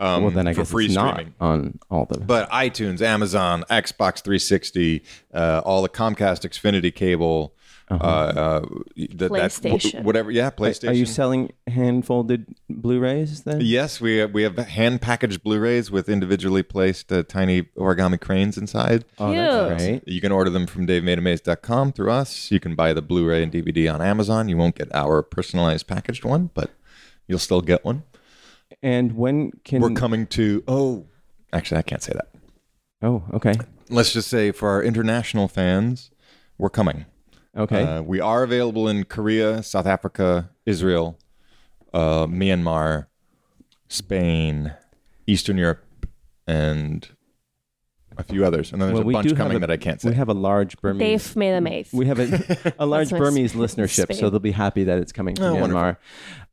[SPEAKER 4] Um,
[SPEAKER 2] Well, then I
[SPEAKER 4] for
[SPEAKER 2] guess
[SPEAKER 4] free
[SPEAKER 2] it's not
[SPEAKER 4] streaming.
[SPEAKER 2] on all the.
[SPEAKER 4] But iTunes, Amazon, Xbox 360, uh, all the Comcast, Xfinity cable, uh uh, that,
[SPEAKER 6] PlayStation.
[SPEAKER 4] That, whatever. Yeah, PlayStation.
[SPEAKER 2] Uh-huh. Are you selling hand-folded Blu-rays then?
[SPEAKER 4] Yes, we we have hand packaged Blu-rays with individually placed uh, tiny origami cranes inside.
[SPEAKER 2] Oh, that's
[SPEAKER 6] Cute.
[SPEAKER 2] great.
[SPEAKER 4] You can order them from DaveMadeAmaze.com through us. You can buy the Blu-ray and DVD on Amazon. You won't get our personalized packaged one, but you'll still get one.
[SPEAKER 2] And when can
[SPEAKER 4] We're coming to oh, actually I can't say that.
[SPEAKER 2] Oh, okay,
[SPEAKER 4] Let's just say for our international fans, we're coming.
[SPEAKER 2] okay.
[SPEAKER 4] Uh, we are available in Korea, South Africa, Israel, uh, Myanmar, Spain, Eastern Europe, and a few others. And then there's
[SPEAKER 2] well,
[SPEAKER 4] a
[SPEAKER 2] we
[SPEAKER 4] bunch
[SPEAKER 2] do
[SPEAKER 4] coming
[SPEAKER 2] have a,
[SPEAKER 4] that I can't
[SPEAKER 2] We
[SPEAKER 4] say.
[SPEAKER 2] have a large Burmese.
[SPEAKER 6] Dave made them eighth.
[SPEAKER 2] we have a, a large
[SPEAKER 6] my
[SPEAKER 2] Burmese
[SPEAKER 6] Spain.
[SPEAKER 2] listenership, so they'll be happy that it's coming from
[SPEAKER 4] Oh, wonderful.
[SPEAKER 2] Myanmar.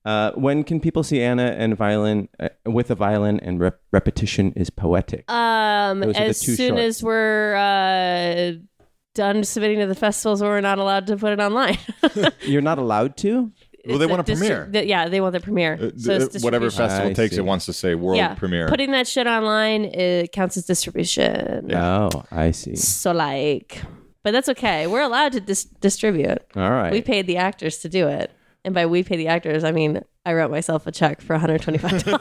[SPEAKER 2] Uh, when can people see Anna and Violin uh, with a violin and rep- repetition is poetic?
[SPEAKER 6] Um,
[SPEAKER 2] Those are the
[SPEAKER 6] as
[SPEAKER 2] two
[SPEAKER 6] soon
[SPEAKER 2] shorts.
[SPEAKER 6] as we're uh, done submitting to the festivals, we're not allowed to put it online.
[SPEAKER 2] You're not allowed to.
[SPEAKER 4] Well, they
[SPEAKER 6] It's
[SPEAKER 4] want a
[SPEAKER 6] distri-
[SPEAKER 4] premiere.
[SPEAKER 6] th- yeah, they want the premiere.
[SPEAKER 4] Uh,
[SPEAKER 6] so it's
[SPEAKER 4] th- whatever
[SPEAKER 6] distribution.
[SPEAKER 4] festival
[SPEAKER 2] I
[SPEAKER 4] takes
[SPEAKER 2] see.
[SPEAKER 4] it wants to say world
[SPEAKER 6] yeah.
[SPEAKER 4] premiere.
[SPEAKER 6] Putting that shit online it counts as distribution.
[SPEAKER 2] Oh, I see.
[SPEAKER 6] So like, but that's okay. We're allowed to dis- distribute.
[SPEAKER 2] All right.
[SPEAKER 6] We paid the actors to do it. And by we pay the actors, I mean I wrote myself a check for $125,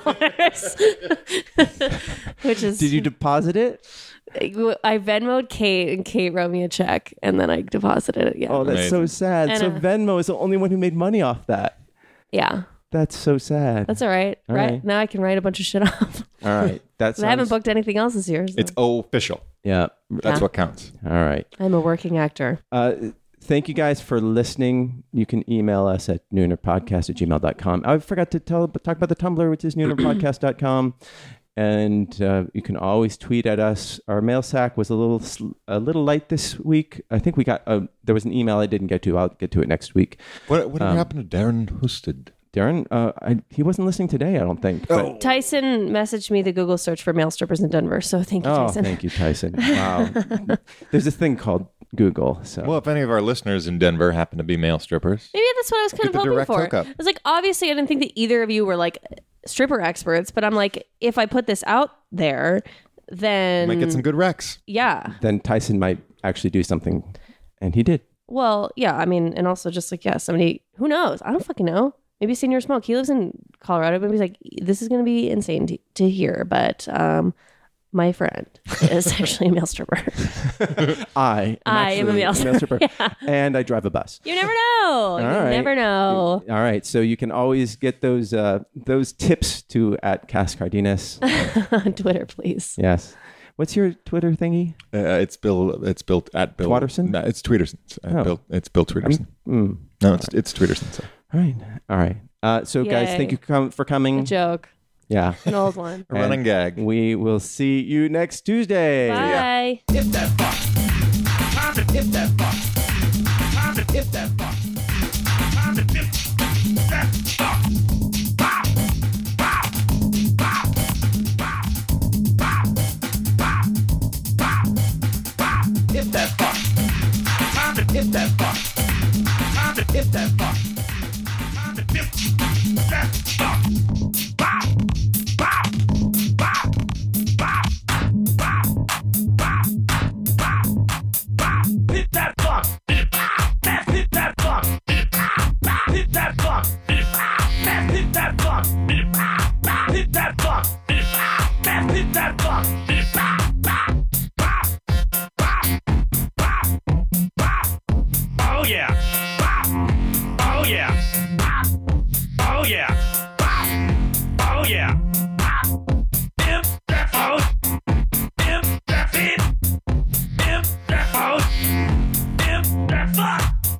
[SPEAKER 6] which is
[SPEAKER 2] Did you deposit it?
[SPEAKER 6] I Venmoed Kate, and Kate wrote me a check, and then I deposited it. Yeah,
[SPEAKER 2] Oh, that's so
[SPEAKER 4] Amazing.
[SPEAKER 2] sad. so
[SPEAKER 6] Anna.
[SPEAKER 2] Venmo is the only one who made money off that.
[SPEAKER 6] yeah,
[SPEAKER 2] That's so sad.
[SPEAKER 6] that's all right.
[SPEAKER 2] All
[SPEAKER 6] right.
[SPEAKER 2] right.
[SPEAKER 6] now, I can write a bunch of shit off. 'Cause
[SPEAKER 2] all right. That's
[SPEAKER 6] I haven't booked anything else this year. So
[SPEAKER 4] It's official.
[SPEAKER 2] Yeah.
[SPEAKER 4] That's what counts.
[SPEAKER 2] All right.
[SPEAKER 6] I'm a working actor.
[SPEAKER 2] Uh, thank you guys for listening. You can email us at noonerpodcast at gmail.com. I forgot to tell talk about the Tumblr, which is noonerpodcast.com. And uh, you can always tweet at us. Our mail sack was a little sl- a little light this week. I think we got uh, there was an email I didn't get to. I'll get to it next week.
[SPEAKER 4] What, what happened to Darren Husted?
[SPEAKER 2] Darren, uh, I, he wasn't listening today. I don't think. But,
[SPEAKER 6] Oh, Tyson messaged me the Google search for male strippers in Denver. So thank you,
[SPEAKER 2] oh,
[SPEAKER 6] Tyson.
[SPEAKER 2] thank you, Tyson. Wow. There's this thing called Google. So
[SPEAKER 4] Well, if any of our listeners in Denver happen to be male strippers,
[SPEAKER 6] Maybe that's what I was kind
[SPEAKER 4] Get
[SPEAKER 6] of
[SPEAKER 4] the
[SPEAKER 6] hoping
[SPEAKER 4] direct
[SPEAKER 6] for.
[SPEAKER 4] hookup.
[SPEAKER 6] I was like, obviously, I didn't think that either of you were like stripper experts, but I'm like, if I put this out there,
[SPEAKER 4] you might
[SPEAKER 6] then
[SPEAKER 4] get some good recs.
[SPEAKER 6] yeah,
[SPEAKER 2] then Tyson might actually do something, and he did.
[SPEAKER 6] Well, yeah, I mean, and also just like, yeah, somebody who knows? I don't fucking know. Maybe Senior Smoke. He lives in Colorado, but he's like, this is gonna be insane to, to hear. But um, my friend is actually a male stripper.
[SPEAKER 2] I am
[SPEAKER 6] I am a
[SPEAKER 2] actually
[SPEAKER 6] male stripper.
[SPEAKER 2] and I drive a bus.
[SPEAKER 6] you never know. you
[SPEAKER 2] right.
[SPEAKER 6] never know.
[SPEAKER 2] All right, so you can always get those uh, those tips to at Cass Cardenas.
[SPEAKER 6] On Twitter, please.
[SPEAKER 2] yes, what's your Twitter thingy?
[SPEAKER 4] Uh, it's Bill. It's built at Bill.
[SPEAKER 2] Twatterson?
[SPEAKER 4] No, it's Tweeterson. It's, uh,
[SPEAKER 2] Oh.
[SPEAKER 4] Bill, it's Bill Tweeterson.
[SPEAKER 2] Mm.
[SPEAKER 4] No, it's, it's Tweeterson. So.
[SPEAKER 2] All right, all right. Uh, so guys,
[SPEAKER 6] Yay.
[SPEAKER 2] thank you com- for coming.
[SPEAKER 6] A joke.
[SPEAKER 2] Yeah,
[SPEAKER 6] An old one.
[SPEAKER 4] A running gag.
[SPEAKER 2] we will see you next Tuesday.
[SPEAKER 6] Bye.
[SPEAKER 1] If that box. Time to if that box. Time to if that box. Time to if that box. Bow, bow, bow, bow, bow, bow, bow, bow. If that box. Time to if that box. Time to if that box. Time to if that box. Bow, bow, bow, bow, bow, bow. Hit that fuck. Hit that fuck.